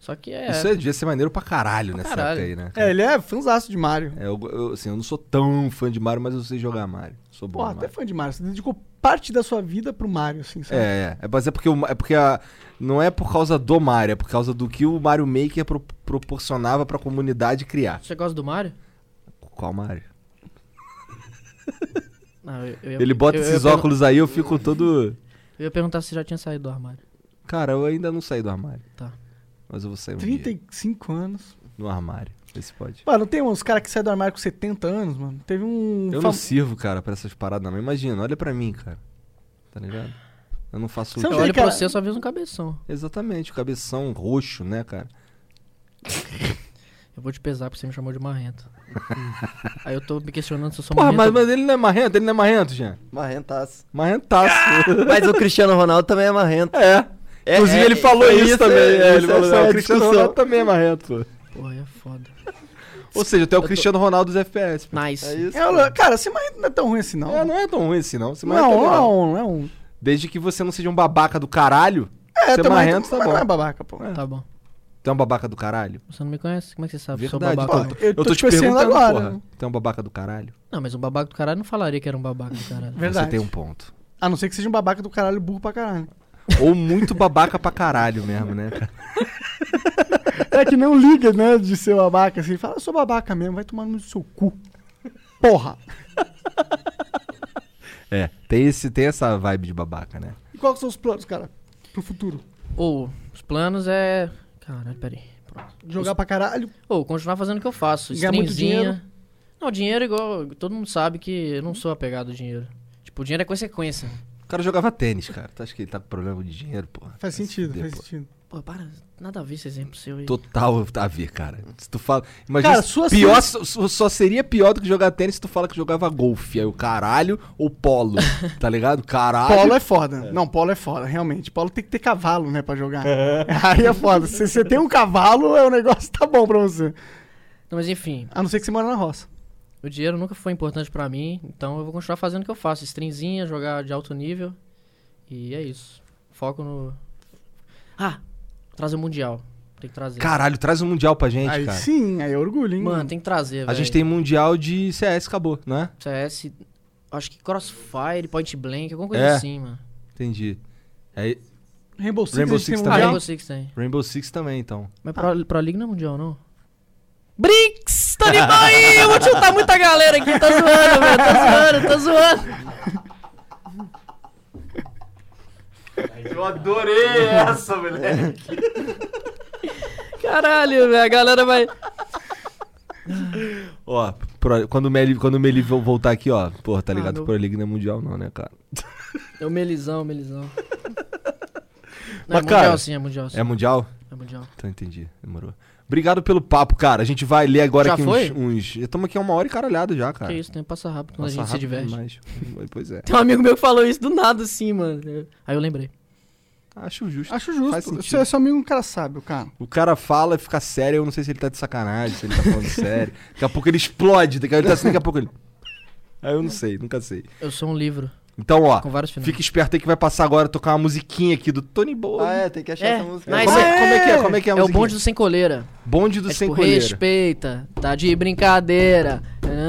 [SPEAKER 3] Só que é.
[SPEAKER 1] Isso aí devia ser maneiro pra caralho nessa
[SPEAKER 3] caralho.
[SPEAKER 1] época aí, né?
[SPEAKER 2] É, ele é fãzaço de Mario.
[SPEAKER 1] É, eu, eu, assim, eu não sou tão fã de Mario, mas eu sei jogar Mario. Sou bom.
[SPEAKER 2] Pô,
[SPEAKER 1] no
[SPEAKER 2] até
[SPEAKER 1] Mario.
[SPEAKER 2] fã de Mario. Você dedicou parte da sua vida pro Mario, assim, sabe?
[SPEAKER 1] É, é. É, mas é porque, o- é porque a- não é por causa do Mario, é por causa do que o Mario Maker pro- proporcionava pra comunidade criar.
[SPEAKER 3] Você gosta do Mario?
[SPEAKER 1] Qual Mario?
[SPEAKER 3] Não, eu, eu ia-
[SPEAKER 1] Ele bota
[SPEAKER 3] eu- eu
[SPEAKER 1] esses
[SPEAKER 3] ia pergun-
[SPEAKER 1] óculos aí, eu fico todo.
[SPEAKER 3] Eu ia perguntar se já tinha saído do armário.
[SPEAKER 1] Cara, eu ainda não saí do armário.
[SPEAKER 3] Tá.
[SPEAKER 1] Mas eu vou sair um dia
[SPEAKER 2] 35 anos.
[SPEAKER 1] no armário. Vê se pode.
[SPEAKER 2] Mano, tem uns caras que saem do armário com 70 anos, mano. Teve um.
[SPEAKER 1] Eu
[SPEAKER 2] fam-
[SPEAKER 1] não sirvo, cara, pra essas paradas, não. Imagina, olha pra mim, cara. Tá ligado? Eu não faço.
[SPEAKER 2] Você não
[SPEAKER 3] Eu
[SPEAKER 2] tem
[SPEAKER 3] olho
[SPEAKER 2] cara-
[SPEAKER 3] pra você, eu só vejo um cabeção.
[SPEAKER 1] Exatamente, o cabeção roxo, né, cara?
[SPEAKER 3] Eu vou te pesar porque você me chamou de marrento. Aí eu tô me questionando se eu sou
[SPEAKER 1] Porra, mas,
[SPEAKER 3] marrento.
[SPEAKER 1] mas ele não é marrento, ele não é marrento, Jean.
[SPEAKER 4] Marrentaço.
[SPEAKER 1] Marrentaço.
[SPEAKER 4] Mas o Cristiano Ronaldo também é marrento.
[SPEAKER 1] É.
[SPEAKER 4] É,
[SPEAKER 1] Inclusive,
[SPEAKER 4] é,
[SPEAKER 1] ele falou
[SPEAKER 4] é,
[SPEAKER 1] isso,
[SPEAKER 4] isso,
[SPEAKER 1] também.
[SPEAKER 4] é,
[SPEAKER 1] É, ele
[SPEAKER 4] isso,
[SPEAKER 1] falou,
[SPEAKER 4] essa
[SPEAKER 1] não,
[SPEAKER 4] é
[SPEAKER 1] o
[SPEAKER 4] a
[SPEAKER 1] Cristiano
[SPEAKER 4] discussão.
[SPEAKER 1] Ronaldo também é marrento.
[SPEAKER 3] Porra, é foda.
[SPEAKER 1] Ou seja, até o
[SPEAKER 3] tô-
[SPEAKER 1] Cristiano Ronaldo dos FPS. pô.
[SPEAKER 3] Nice.
[SPEAKER 4] É isso.
[SPEAKER 2] É, olha, cara, esse marrento não é tão ruim assim, não.
[SPEAKER 1] É, não é tão ruim assim, não. Ser
[SPEAKER 2] não,
[SPEAKER 1] marrento é
[SPEAKER 2] não,
[SPEAKER 1] legal.
[SPEAKER 2] não, não é um.
[SPEAKER 1] Desde que você não seja um babaca do caralho.
[SPEAKER 2] É,
[SPEAKER 1] Ser
[SPEAKER 2] também,
[SPEAKER 1] marrento, tá
[SPEAKER 2] mas
[SPEAKER 1] bom.
[SPEAKER 2] não é babaca, pô.
[SPEAKER 3] Tá bom.
[SPEAKER 1] Tu é um babaca do caralho?
[SPEAKER 3] Você não me conhece? Como é que você sabe? Eu Sou
[SPEAKER 1] Verdade,
[SPEAKER 3] babaca.
[SPEAKER 1] pô.
[SPEAKER 2] tá Eu tô te
[SPEAKER 1] assim
[SPEAKER 2] conhecendo agora. né?
[SPEAKER 1] Tu é um babaca do caralho?
[SPEAKER 3] Não, mas um babaca do caralho não falaria que era um babaca do caralho.
[SPEAKER 2] Verdade.
[SPEAKER 1] Você tem um ponto.
[SPEAKER 2] A não ser que seja um babaca do caralho burro pra caralho.
[SPEAKER 1] Ou muito babaca pra caralho mesmo, né, cara?
[SPEAKER 2] É que não liga, né, de ser babaca assim. Fala, eu sou babaca mesmo, vai tomar no seu cu. Porra.
[SPEAKER 1] É, tem, esse, tem essa vibe de babaca, né?
[SPEAKER 2] E quais são os planos, cara? Pro futuro?
[SPEAKER 3] Ou, os planos é. Caralho, peraí. Pronto.
[SPEAKER 2] Jogar pra caralho?
[SPEAKER 3] Ou, continuar fazendo o que eu faço.
[SPEAKER 2] Ganhar muito
[SPEAKER 3] Streamzinha. Não, dinheiro é igual. Todo mundo sabe que eu não sou apegado ao dinheiro. Tipo, o dinheiro é consequência.
[SPEAKER 1] O cara jogava tênis, cara. Tu acha que ele tá com problema de dinheiro, porra? Vai
[SPEAKER 2] Faz
[SPEAKER 1] se
[SPEAKER 2] sentido,
[SPEAKER 1] fuder,
[SPEAKER 2] faz
[SPEAKER 1] pô.
[SPEAKER 2] sentido.
[SPEAKER 3] Pô, para. Nada a ver esse exemplo seu aí.
[SPEAKER 1] Total tá a ver, cara. Se tu fala. Imagina.
[SPEAKER 2] Cara,
[SPEAKER 1] se-
[SPEAKER 2] sua-
[SPEAKER 1] pior, só- só seria pior do que jogar tênis se tu fala que jogava golfe. Aí o caralho ou polo. tá ligado? Caralho.
[SPEAKER 2] Polo é foda. Não, polo é foda, realmente. Polo tem que ter cavalo, né, pra jogar. Aí é foda. Se você tem um cavalo, é o negócio tá bom pra você.
[SPEAKER 3] Não, mas enfim,
[SPEAKER 2] A não ser que você mora na roça.
[SPEAKER 3] o dinheiro nunca foi importante pra mim, então eu vou continuar fazendo o que eu faço. Streamzinha, jogar de alto nível. E é isso. Foco no. Ah! Trazer o Mundial. Tem que trazer.
[SPEAKER 1] Caralho, traz o mundial pra gente,
[SPEAKER 2] aí
[SPEAKER 1] cara.
[SPEAKER 2] sim, aí é orgulho, hein?
[SPEAKER 3] Mano, tem que trazer, velho.
[SPEAKER 1] A gente tem mundial de CS, acabou, né?
[SPEAKER 3] CS. Acho que Crossfire, Point Blank, alguma coisa
[SPEAKER 1] É.
[SPEAKER 3] assim, mano.
[SPEAKER 1] Entendi. Aí,
[SPEAKER 2] Rainbow Six, é
[SPEAKER 1] Rainbow
[SPEAKER 2] a gente
[SPEAKER 1] Six
[SPEAKER 2] tem
[SPEAKER 3] Ah,
[SPEAKER 1] Também?
[SPEAKER 3] Rainbow Six tem.
[SPEAKER 1] Rainbow Six também, então.
[SPEAKER 3] Mas Pro, Pro League não é mundial, não? Brinks! Tá ligado aí? Eu vou chutar muita galera aqui. Tá zoando, velho. Tá zoando, tá zoando.
[SPEAKER 1] Eu adorei essa, moleque.
[SPEAKER 3] Caralho, velho. A galera vai...
[SPEAKER 1] ó, Pro- quando o Meli, quando o Meli vo- voltar aqui, ó. Porra, tá
[SPEAKER 3] Ah,
[SPEAKER 1] ligado?
[SPEAKER 3] não.
[SPEAKER 1] Pro League não é mundial, não, né, cara?
[SPEAKER 3] É o Melizão, o Melizão. Não,
[SPEAKER 1] Mas,
[SPEAKER 3] é
[SPEAKER 1] cara,
[SPEAKER 3] mundial sim, é mundial sim.
[SPEAKER 1] É mundial?
[SPEAKER 3] É mundial.
[SPEAKER 1] Então entendi, demorou. Obrigado pelo papo, cara. A gente vai ler agora
[SPEAKER 3] Já
[SPEAKER 1] aqui
[SPEAKER 3] foi?
[SPEAKER 1] uns. Estamos aqui há uma hora e caralhada já, cara.
[SPEAKER 3] Que isso, o tempo passa rápido quando
[SPEAKER 1] Nossa,
[SPEAKER 3] a gente se
[SPEAKER 1] rápido
[SPEAKER 3] diverte.
[SPEAKER 1] demais. pois é.
[SPEAKER 3] Tem um amigo meu que falou isso do nada, assim, mano. Aí eu lembrei.
[SPEAKER 1] Acho justo.
[SPEAKER 2] Acho
[SPEAKER 1] Faz
[SPEAKER 2] justo.
[SPEAKER 1] sentido.
[SPEAKER 2] Você é seu amigo, um cara sábio, cara.
[SPEAKER 1] O cara fala e fica sério, eu não sei se ele tá de sacanagem, se ele tá falando sério. Daqui a pouco ele explode, daqui a, ele tá assim, daqui a pouco ele. Aí eu não sei, nunca sei.
[SPEAKER 3] Eu sou um livro
[SPEAKER 1] Então, ó,
[SPEAKER 3] com vários finais.
[SPEAKER 1] fica esperto aí que vai passar agora tocar uma musiquinha aqui do Tony Boy.
[SPEAKER 4] Ah, é, tem que achar
[SPEAKER 3] É,
[SPEAKER 4] essa música.
[SPEAKER 3] mas-
[SPEAKER 1] Como, é, como é que é? Como é que é a
[SPEAKER 3] É o
[SPEAKER 1] musiquinha?
[SPEAKER 3] bonde do sem coleira.
[SPEAKER 1] Bonde do
[SPEAKER 3] É
[SPEAKER 1] sem
[SPEAKER 3] tipo,
[SPEAKER 1] coleira.
[SPEAKER 3] respeita, tá de brincadeira.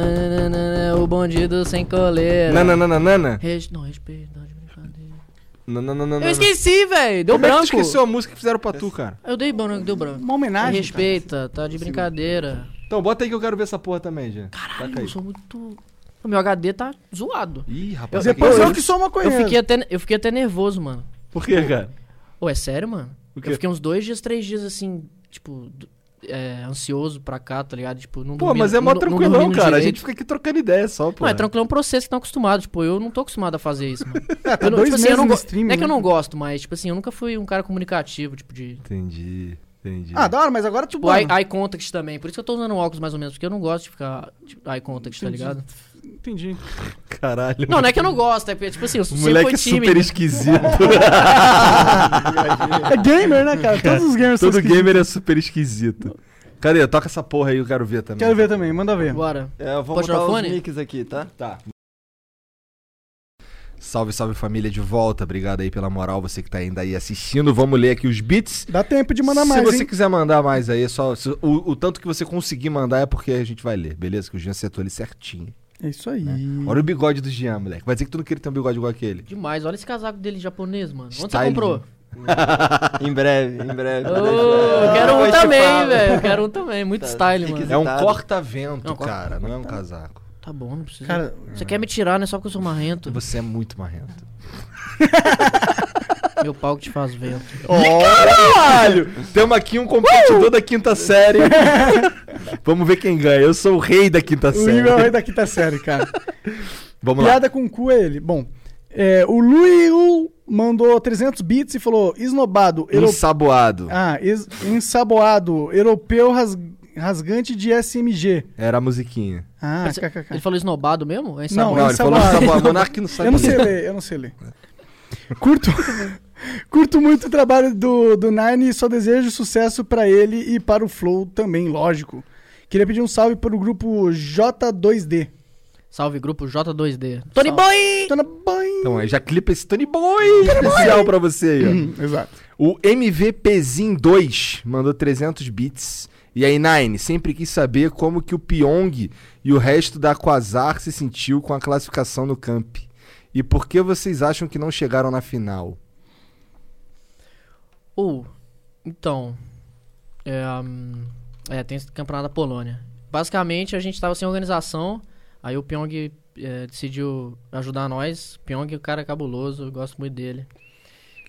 [SPEAKER 3] Nananana, O bandido sem coleira.
[SPEAKER 1] Nananana.
[SPEAKER 3] Res- Não, respeita, tá de brincadeira.
[SPEAKER 1] Nananana.
[SPEAKER 3] Eu esqueci, velho. Deu
[SPEAKER 1] Como é que tu
[SPEAKER 3] branco.
[SPEAKER 1] esqueceu a música que fizeram pra tu, cara?
[SPEAKER 3] Eu dei branco, deu branco.
[SPEAKER 2] Uma homenagem.
[SPEAKER 3] respeita, tá de brincadeira.
[SPEAKER 1] Então, bota aí que eu quero ver essa porra também, já. Caralho,
[SPEAKER 3] Eu sou muito. O meu HD tá zoado.
[SPEAKER 1] Ih,
[SPEAKER 2] cara.
[SPEAKER 1] rapaz.
[SPEAKER 3] Eu- um
[SPEAKER 2] Depois
[SPEAKER 1] aqui-
[SPEAKER 2] eu, é que sou uma
[SPEAKER 3] Eu
[SPEAKER 1] é.
[SPEAKER 2] coisa.
[SPEAKER 3] fiquei, assim. até, eu fiquei até nervoso, mano.
[SPEAKER 1] um- Por quê, cara?
[SPEAKER 3] Ô, é sério, mano?
[SPEAKER 1] O quê?
[SPEAKER 3] Eu fiquei uns dois dias, três dias assim, tipo, d- é, ansioso pra cá, tá ligado? Tipo, não
[SPEAKER 1] Pô,
[SPEAKER 3] dormi-
[SPEAKER 1] mas é mó
[SPEAKER 3] não- não
[SPEAKER 1] tranquilão,
[SPEAKER 3] dormimos
[SPEAKER 1] cara. A
[SPEAKER 3] direito.
[SPEAKER 1] gente fica aqui trocando ideia só, pô.
[SPEAKER 3] Não, é tranquilo, é um processo que tá acostumado. Tipo, eu não tô acostumado a fazer isso, mano.
[SPEAKER 2] É, tá
[SPEAKER 3] Eu não,
[SPEAKER 2] dois
[SPEAKER 3] tipo assim,
[SPEAKER 2] meses
[SPEAKER 3] eu não
[SPEAKER 2] no
[SPEAKER 3] go-
[SPEAKER 2] stream.
[SPEAKER 3] não é que eu
[SPEAKER 2] né?
[SPEAKER 3] não gosto, mas, tipo assim, eu nunca fui um cara comunicativo, tipo, de.
[SPEAKER 1] Entendi, entendi.
[SPEAKER 2] Ah, da hora, mas agora tipo.
[SPEAKER 3] Tipo, eye,
[SPEAKER 2] mano,
[SPEAKER 3] eye contact também. Por isso que eu tô usando óculos mais ou menos, porque eu não gosto de ficar tipo, eye contact, tá
[SPEAKER 2] Entendi.
[SPEAKER 3] ligado?
[SPEAKER 2] Entendi.
[SPEAKER 1] Caralho.
[SPEAKER 3] Não, não é que eu não gosto, é porque, tipo assim, eu
[SPEAKER 1] O
[SPEAKER 3] sempre
[SPEAKER 1] moleque
[SPEAKER 3] fui
[SPEAKER 1] é
[SPEAKER 3] tímido.
[SPEAKER 1] super esquisito.
[SPEAKER 2] É gamer, né, cara? Todos os gamers são
[SPEAKER 1] Todo
[SPEAKER 2] esquisitos.
[SPEAKER 1] gamer é super esquisito. Cadê? Toca essa porra aí, eu quero ver também.
[SPEAKER 2] Quero ver também, manda ver.
[SPEAKER 3] Bora.
[SPEAKER 4] É, eu vou
[SPEAKER 3] Pode tirar
[SPEAKER 4] botar
[SPEAKER 3] o
[SPEAKER 4] os
[SPEAKER 3] fone?
[SPEAKER 4] mix aqui, tá?
[SPEAKER 1] Tá. Salve, salve família de volta. Obrigado aí pela moral, você que tá ainda aí assistindo. Vamos ler aqui os beats.
[SPEAKER 2] Dá tempo de mandar
[SPEAKER 1] se
[SPEAKER 2] mais,
[SPEAKER 1] você
[SPEAKER 2] hein?
[SPEAKER 1] quiser mandar mais aí, é só se- o, o tanto que você conseguir mandar é porque a gente vai ler, beleza? Que o Jean setou ele certinho.
[SPEAKER 2] É isso aí.
[SPEAKER 1] Olha o bigode do Jean, moleque. Vai dizer que tu não queria ter um bigode igual aquele.
[SPEAKER 3] Demais, olha esse casaco dele japonês, mano. Onde você
[SPEAKER 1] Style.
[SPEAKER 3] comprou?
[SPEAKER 4] Em breve, em breve.
[SPEAKER 3] Ô, eu quero um
[SPEAKER 4] Depois te
[SPEAKER 3] também,
[SPEAKER 4] falo.
[SPEAKER 3] velho. Eu quero um também. Muito
[SPEAKER 4] Tá,
[SPEAKER 3] style,
[SPEAKER 4] se
[SPEAKER 3] mano.
[SPEAKER 4] quiser.
[SPEAKER 1] É um
[SPEAKER 4] Visitado.
[SPEAKER 1] corta-vento,
[SPEAKER 3] Não, corta-
[SPEAKER 1] cara, não é um casaco.
[SPEAKER 3] Tá bom, não precisa.
[SPEAKER 2] Cara,
[SPEAKER 3] Você quer me tirar, né? Só porque eu sou marrento.
[SPEAKER 1] Você é muito marrento.
[SPEAKER 3] Meu pau que te faz vento.
[SPEAKER 1] Oh! Caralho! Temos aqui um competidor da quinta série. Vamos ver quem ganha. Eu sou o rei da quinta
[SPEAKER 2] o nível
[SPEAKER 1] série.
[SPEAKER 2] é da quinta série, cara.
[SPEAKER 1] Vamos lá.
[SPEAKER 2] Piada com o cu é ele. Bom, é, o Luiu mandou 300 bits e falou: esnobado, europeu.
[SPEAKER 1] Ensaboado.
[SPEAKER 2] Ah, es- ensaboado, europeu ras- rasgante de SMG.
[SPEAKER 1] Era a musiquinha.
[SPEAKER 2] Ah,
[SPEAKER 3] Mas você-
[SPEAKER 2] kkk.
[SPEAKER 3] Ele falou esnobado mesmo? É isso
[SPEAKER 2] Não,
[SPEAKER 1] Não, ele falou
[SPEAKER 2] ensaboado.
[SPEAKER 1] ensaboado. Monark não sabe.
[SPEAKER 2] Eu não sei ler, eu não sei ler. Curto, curto muito o trabalho do, do Nine e só desejo sucesso pra ele e para o Flow também, lógico. Queria pedir um salve para o grupo J2D.
[SPEAKER 3] Salve, grupo J2D. Tony
[SPEAKER 2] Salve.
[SPEAKER 3] Boy!
[SPEAKER 2] Tô na banho.
[SPEAKER 1] Então, aí já clipa esse Tony Boy especial pra você aí, ó.
[SPEAKER 2] Hum, Exato.
[SPEAKER 1] O MVPzin2 mandou 300 bits. E aí, Nine, sempre quis saber como que o Pyong e o resto da Quasar se sentiu com a classificação no camp. E por que vocês acham que não chegaram na final?
[SPEAKER 3] Ou, então. É, hum, é, tem esse campeonato da Polônia. Basicamente, a gente tava sem organização. Aí o Pyong é, decidiu ajudar nós. Pyong, o cara é cabuloso, eu gosto muito dele.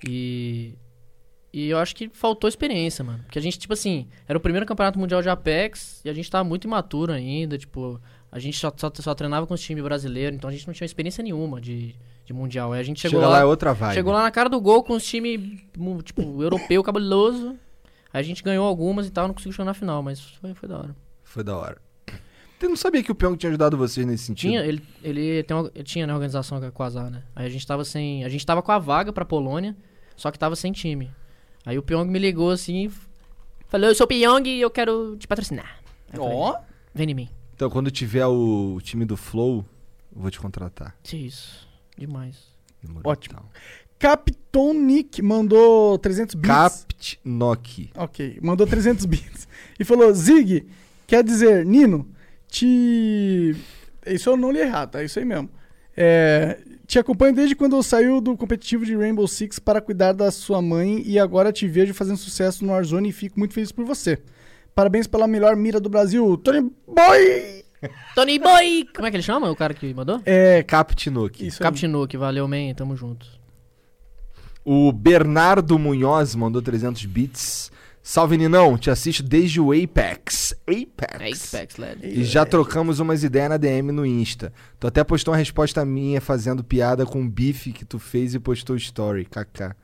[SPEAKER 3] E. E eu acho que faltou experiência, mano. Porque a gente, tipo assim, era o primeiro campeonato mundial de Apex e a gente tava muito imaturo ainda, tipo, a gente só, só, só treinava com os times brasileiros, então a gente não tinha experiência nenhuma de, de mundial. Aí a gente chegou
[SPEAKER 1] Chega
[SPEAKER 3] lá,
[SPEAKER 1] lá, é outra vibe.
[SPEAKER 3] Chegou lá na cara do gol com os times, tipo, europeu, cabuloso. Aí a gente ganhou algumas e tal, não conseguiu chegar na final, mas foi, foi da hora.
[SPEAKER 1] Foi da hora. Eu não sabia que o Pyong tinha ajudado vocês nesse sentido.
[SPEAKER 3] Tinha, ele, ele, tem uma- ele tinha né, organização com a Azar, né? Aí a gente tava sem. A gente tava com a vaga pra Polônia, só que tava sem time. Aí o Pyong me ligou assim e falou: Eu sou o Pyong e eu quero te patrocinar. Aí eu falei, Vem em mim.
[SPEAKER 1] Então, quando tiver o time do Flow, eu vou te contratar.
[SPEAKER 3] Que isso. Demais.
[SPEAKER 1] Demorou,
[SPEAKER 2] Ótimo.
[SPEAKER 1] então.
[SPEAKER 2] Capitão Nick mandou 300 bits.
[SPEAKER 1] Capt Nock.
[SPEAKER 2] Ok, mandou 300 bits. E falou, Zig, quer dizer, Nino, te... Isso eu não li errado, tá? Isso aí mesmo. É, te acompanho desde quando saiu do competitivo de Rainbow Six para cuidar da sua mãe e agora te vejo fazendo sucesso no Warzone e fico muito feliz por você. Parabéns pela melhor mira do Brasil, Tony Boy!
[SPEAKER 3] Tony Boy! Como é que ele chama? O cara que mandou?
[SPEAKER 2] É,
[SPEAKER 1] Captinuki.
[SPEAKER 2] isso aí.
[SPEAKER 3] Captinu, que valeu, man. Tamo junto.
[SPEAKER 1] O Bernardo Munhoz mandou 300 bits. Salve, Ninão. Te assisto desde o Apex. Apex.
[SPEAKER 3] É Apex, LED.
[SPEAKER 1] E já trocamos umas ideias na DM no Insta. Tu até postou uma resposta minha fazendo piada com o bife que tu fez e postou story, kk.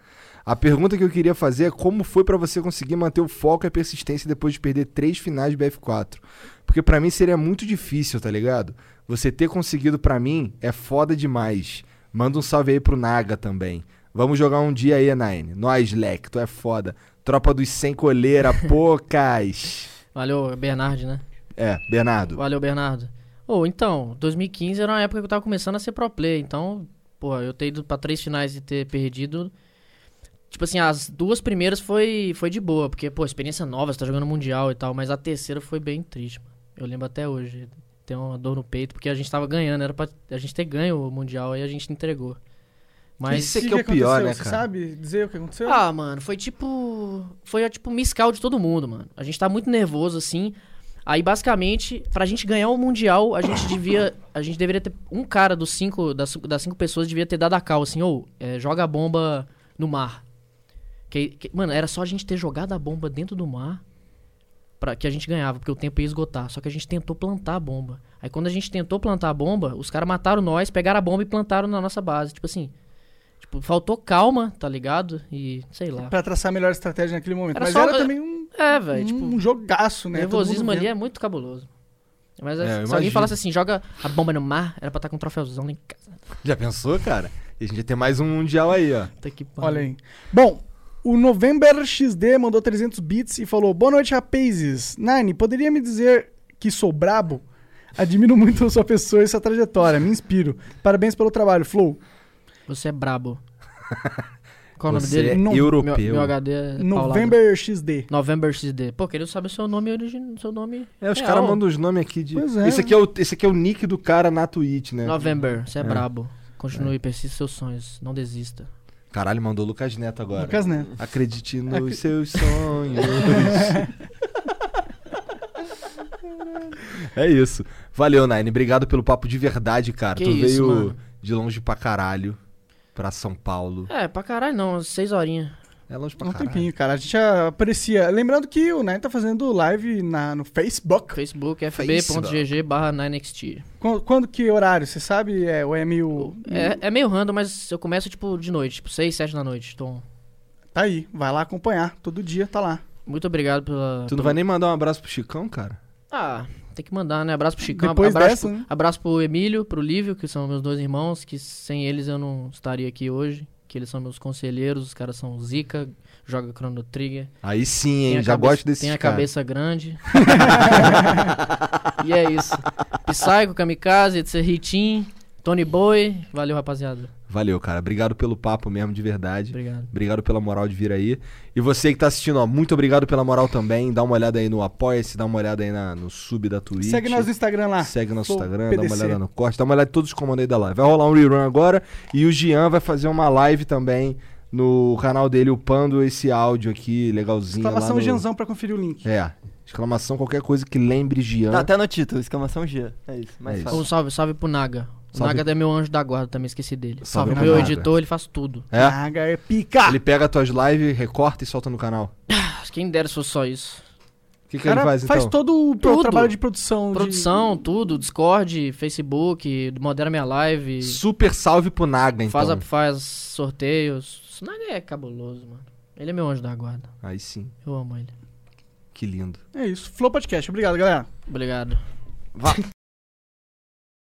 [SPEAKER 1] A pergunta que eu queria fazer é como foi pra você conseguir manter o foco e a persistência depois de perder três finais de BF4? Porque pra mim seria muito difícil, tá ligado? Você ter conseguido pra mim é foda demais. Manda um salve aí pro Naga também. Vamos jogar um dia aí, Nine. Nós, Leque, tu é foda. Tropa dos sem coleira, pocas.
[SPEAKER 3] Valeu, Bernard, né?
[SPEAKER 1] É, Bernardo.
[SPEAKER 3] Valeu, Bernardo. Ô, então, 2015 era uma época que eu tava começando a ser pro player, então, pô, eu ter ido pra três finais e ter perdido. Tipo assim, as duas primeiras foi, foi de boa, porque, pô, experiência nova, você tá jogando Mundial e tal, mas a terceira foi bem triste, mano. Eu lembro até hoje. Tem uma dor no peito, porque a gente tava ganhando, era pra a gente ter ganho o Mundial, aí a gente entregou. Mas.
[SPEAKER 1] Isso é
[SPEAKER 2] E
[SPEAKER 1] que é o pior,
[SPEAKER 2] aconteceu?
[SPEAKER 1] né,
[SPEAKER 2] Você
[SPEAKER 1] cara?
[SPEAKER 2] sabe dizer o que aconteceu?
[SPEAKER 3] Ah, mano, foi tipo. Foi tipo miscal de todo mundo, mano. A gente tá muito nervoso, assim. Aí, basicamente, pra gente ganhar o Mundial, a gente devia. A gente deveria ter. Um cara dos cinco. Das, das cinco pessoas devia ter dado a cal, assim, ou é, joga a bomba no mar. Que, que- mano, era só a gente ter jogado a bomba dentro do mar pra, que a gente ganhava, porque o tempo ia esgotar. Só que a gente tentou plantar a bomba. Aí quando a gente tentou plantar a bomba, os caras mataram nós, pegaram a bomba e plantaram na nossa base. Tipo assim. Tipo, faltou calma, tá ligado? E sei lá.
[SPEAKER 2] Pra traçar a melhor estratégia naquele momento.
[SPEAKER 3] Era
[SPEAKER 2] Mas
[SPEAKER 3] só-
[SPEAKER 2] era também um,
[SPEAKER 3] É, velho,
[SPEAKER 2] um
[SPEAKER 3] tipo,
[SPEAKER 2] jogaço,
[SPEAKER 3] o
[SPEAKER 2] né?
[SPEAKER 3] nervosismo
[SPEAKER 2] Todo mundo
[SPEAKER 3] ali é muito cabuloso. Mas
[SPEAKER 1] É, eu
[SPEAKER 3] se
[SPEAKER 1] imagino.
[SPEAKER 3] alguém falasse assim, joga a bomba no mar, era pra estar com um troféuzão lá em casa.
[SPEAKER 1] Já pensou, cara? E a gente ia ter mais um mundial aí, ó.
[SPEAKER 3] Puta que pariu.
[SPEAKER 2] Olha aí. Bom, o November XD mandou 300 bits e falou: Boa noite, rapazes. Nine, poderia me dizer que sou brabo? Admiro muito a sua pessoa e sua trajetória, me inspiro. Parabéns pelo trabalho, Flow.
[SPEAKER 3] Você é brabo. Qual o nome
[SPEAKER 1] Você
[SPEAKER 3] dele?
[SPEAKER 1] é
[SPEAKER 2] Não, meu-
[SPEAKER 1] europeu.
[SPEAKER 3] Meu, meu HD é paulado.
[SPEAKER 2] November XD.
[SPEAKER 3] November XD. Pô, queria saber o seu nome original, seu nome.
[SPEAKER 1] É, os
[SPEAKER 3] real.
[SPEAKER 1] caras mandam os nomes aqui de.
[SPEAKER 2] Pois é.
[SPEAKER 1] Esse, aqui é o, esse aqui é o nick do cara na Twitch, né?
[SPEAKER 3] November, você é, brabo.
[SPEAKER 1] É.
[SPEAKER 3] Continue, persista seus sonhos, não desista.
[SPEAKER 1] Caralho, mandou o Lucas Neto agora.
[SPEAKER 2] Lucas Neto.
[SPEAKER 1] Acredite nos seus sonhos. é isso. Valeu, Nine. Obrigado pelo papo de verdade, cara.
[SPEAKER 3] Que
[SPEAKER 1] tu
[SPEAKER 3] isso,
[SPEAKER 1] veio
[SPEAKER 3] mano.
[SPEAKER 1] de longe pra caralho. Pra São Paulo.
[SPEAKER 3] É, pra caralho não, seis horinhas.
[SPEAKER 1] É longe pra
[SPEAKER 2] Um
[SPEAKER 1] caralho.
[SPEAKER 2] tempinho, cara. A gente aprecia. Lembrando que o Nine tá fazendo live na, no Facebook.
[SPEAKER 3] Facebook,
[SPEAKER 1] Facebook.
[SPEAKER 3] fb.gg barra 9xt.
[SPEAKER 2] Qu- Quando que horário? Você sabe? É, ou é meio.
[SPEAKER 3] É, é meio random, mas eu começo, tipo, de noite, tipo, seis, sete da noite. Então,
[SPEAKER 2] Tá aí. Vai lá acompanhar. Todo dia tá lá.
[SPEAKER 3] muito obrigado pela...
[SPEAKER 1] Tu não
[SPEAKER 3] pela-
[SPEAKER 1] vai nem mandar um abraço pro Chicão, cara?
[SPEAKER 3] Ah, tem que mandar, né? Abraço pro Chicão,
[SPEAKER 2] Depois
[SPEAKER 3] abraço,
[SPEAKER 2] dessa,
[SPEAKER 3] pro,
[SPEAKER 2] né?
[SPEAKER 3] abraço pro Emílio, pro Lívio, que são meus dois irmãos, que sem eles eu não estaria aqui hoje. Que eles são meus conselheiros, os caras são Zika, joga Chrono Trigger.
[SPEAKER 1] Aí sim,
[SPEAKER 3] tem
[SPEAKER 1] hein?
[SPEAKER 3] a
[SPEAKER 1] Já
[SPEAKER 3] cabeça-
[SPEAKER 1] gosto desse
[SPEAKER 3] Tem a
[SPEAKER 1] cara.
[SPEAKER 3] cabeça grande. e é isso. Psycho, Kamikaze, Etc. Ritim, Tony Boy. Valeu, rapaziada.
[SPEAKER 1] Valeu, cara. Obrigado pelo papo mesmo, de verdade.
[SPEAKER 3] Obrigado.
[SPEAKER 1] Obrigado pela moral de vir aí. E você que tá assistindo, ó, muito obrigado pela moral também. Dá uma olhada aí no Apoia-se, dá uma olhada aí na- no sub da Twitch.
[SPEAKER 2] Segue nós no Instagram lá.
[SPEAKER 1] Segue nosso
[SPEAKER 2] Flow
[SPEAKER 1] Instagram, dá
[SPEAKER 2] PDC.
[SPEAKER 1] uma olhada no corte, dá uma olhada em todos os comandos aí da live. Vai rolar um rerun agora e o Jean vai fazer uma live também no canal dele, upando esse áudio aqui, legalzinho. lá
[SPEAKER 2] Exclamação
[SPEAKER 1] no...
[SPEAKER 2] Janzão pra conferir o link.
[SPEAKER 1] É, exclamação, qualquer coisa que lembre Jean.
[SPEAKER 4] Tá até no título, exclamação G. É isso, mais
[SPEAKER 1] É isso.
[SPEAKER 4] fácil.
[SPEAKER 3] Um salve, salve pro Naga. O
[SPEAKER 1] Salve.
[SPEAKER 3] Naga é meu anjo da guarda, também esqueci dele.
[SPEAKER 1] Salve
[SPEAKER 3] Salve,
[SPEAKER 1] pro
[SPEAKER 3] meu
[SPEAKER 1] Naga.
[SPEAKER 3] editor, ele faz tudo.
[SPEAKER 1] É,
[SPEAKER 2] Naga é pica.
[SPEAKER 1] ele pega tuas lives, recorta e solta no canal.
[SPEAKER 3] Quem dera se fosse só isso.
[SPEAKER 1] O que, que
[SPEAKER 2] cara
[SPEAKER 1] ele faz, então?
[SPEAKER 2] todo o pro-
[SPEAKER 3] Tudo.
[SPEAKER 2] trabalho de produção. de-
[SPEAKER 3] Produção, tudo, Discord, Facebook, modera minha live,
[SPEAKER 1] Super salve pro Naga, então.
[SPEAKER 3] faz, a- faz sorteios. Isso não é cabuloso, mano. Ele é meu anjo da guarda.
[SPEAKER 1] Aí sim,
[SPEAKER 3] Eu amo ele.
[SPEAKER 1] que lindo.
[SPEAKER 2] É isso. Flow Podcast. Obrigado, galera.
[SPEAKER 3] Obrigado.
[SPEAKER 4] Vá.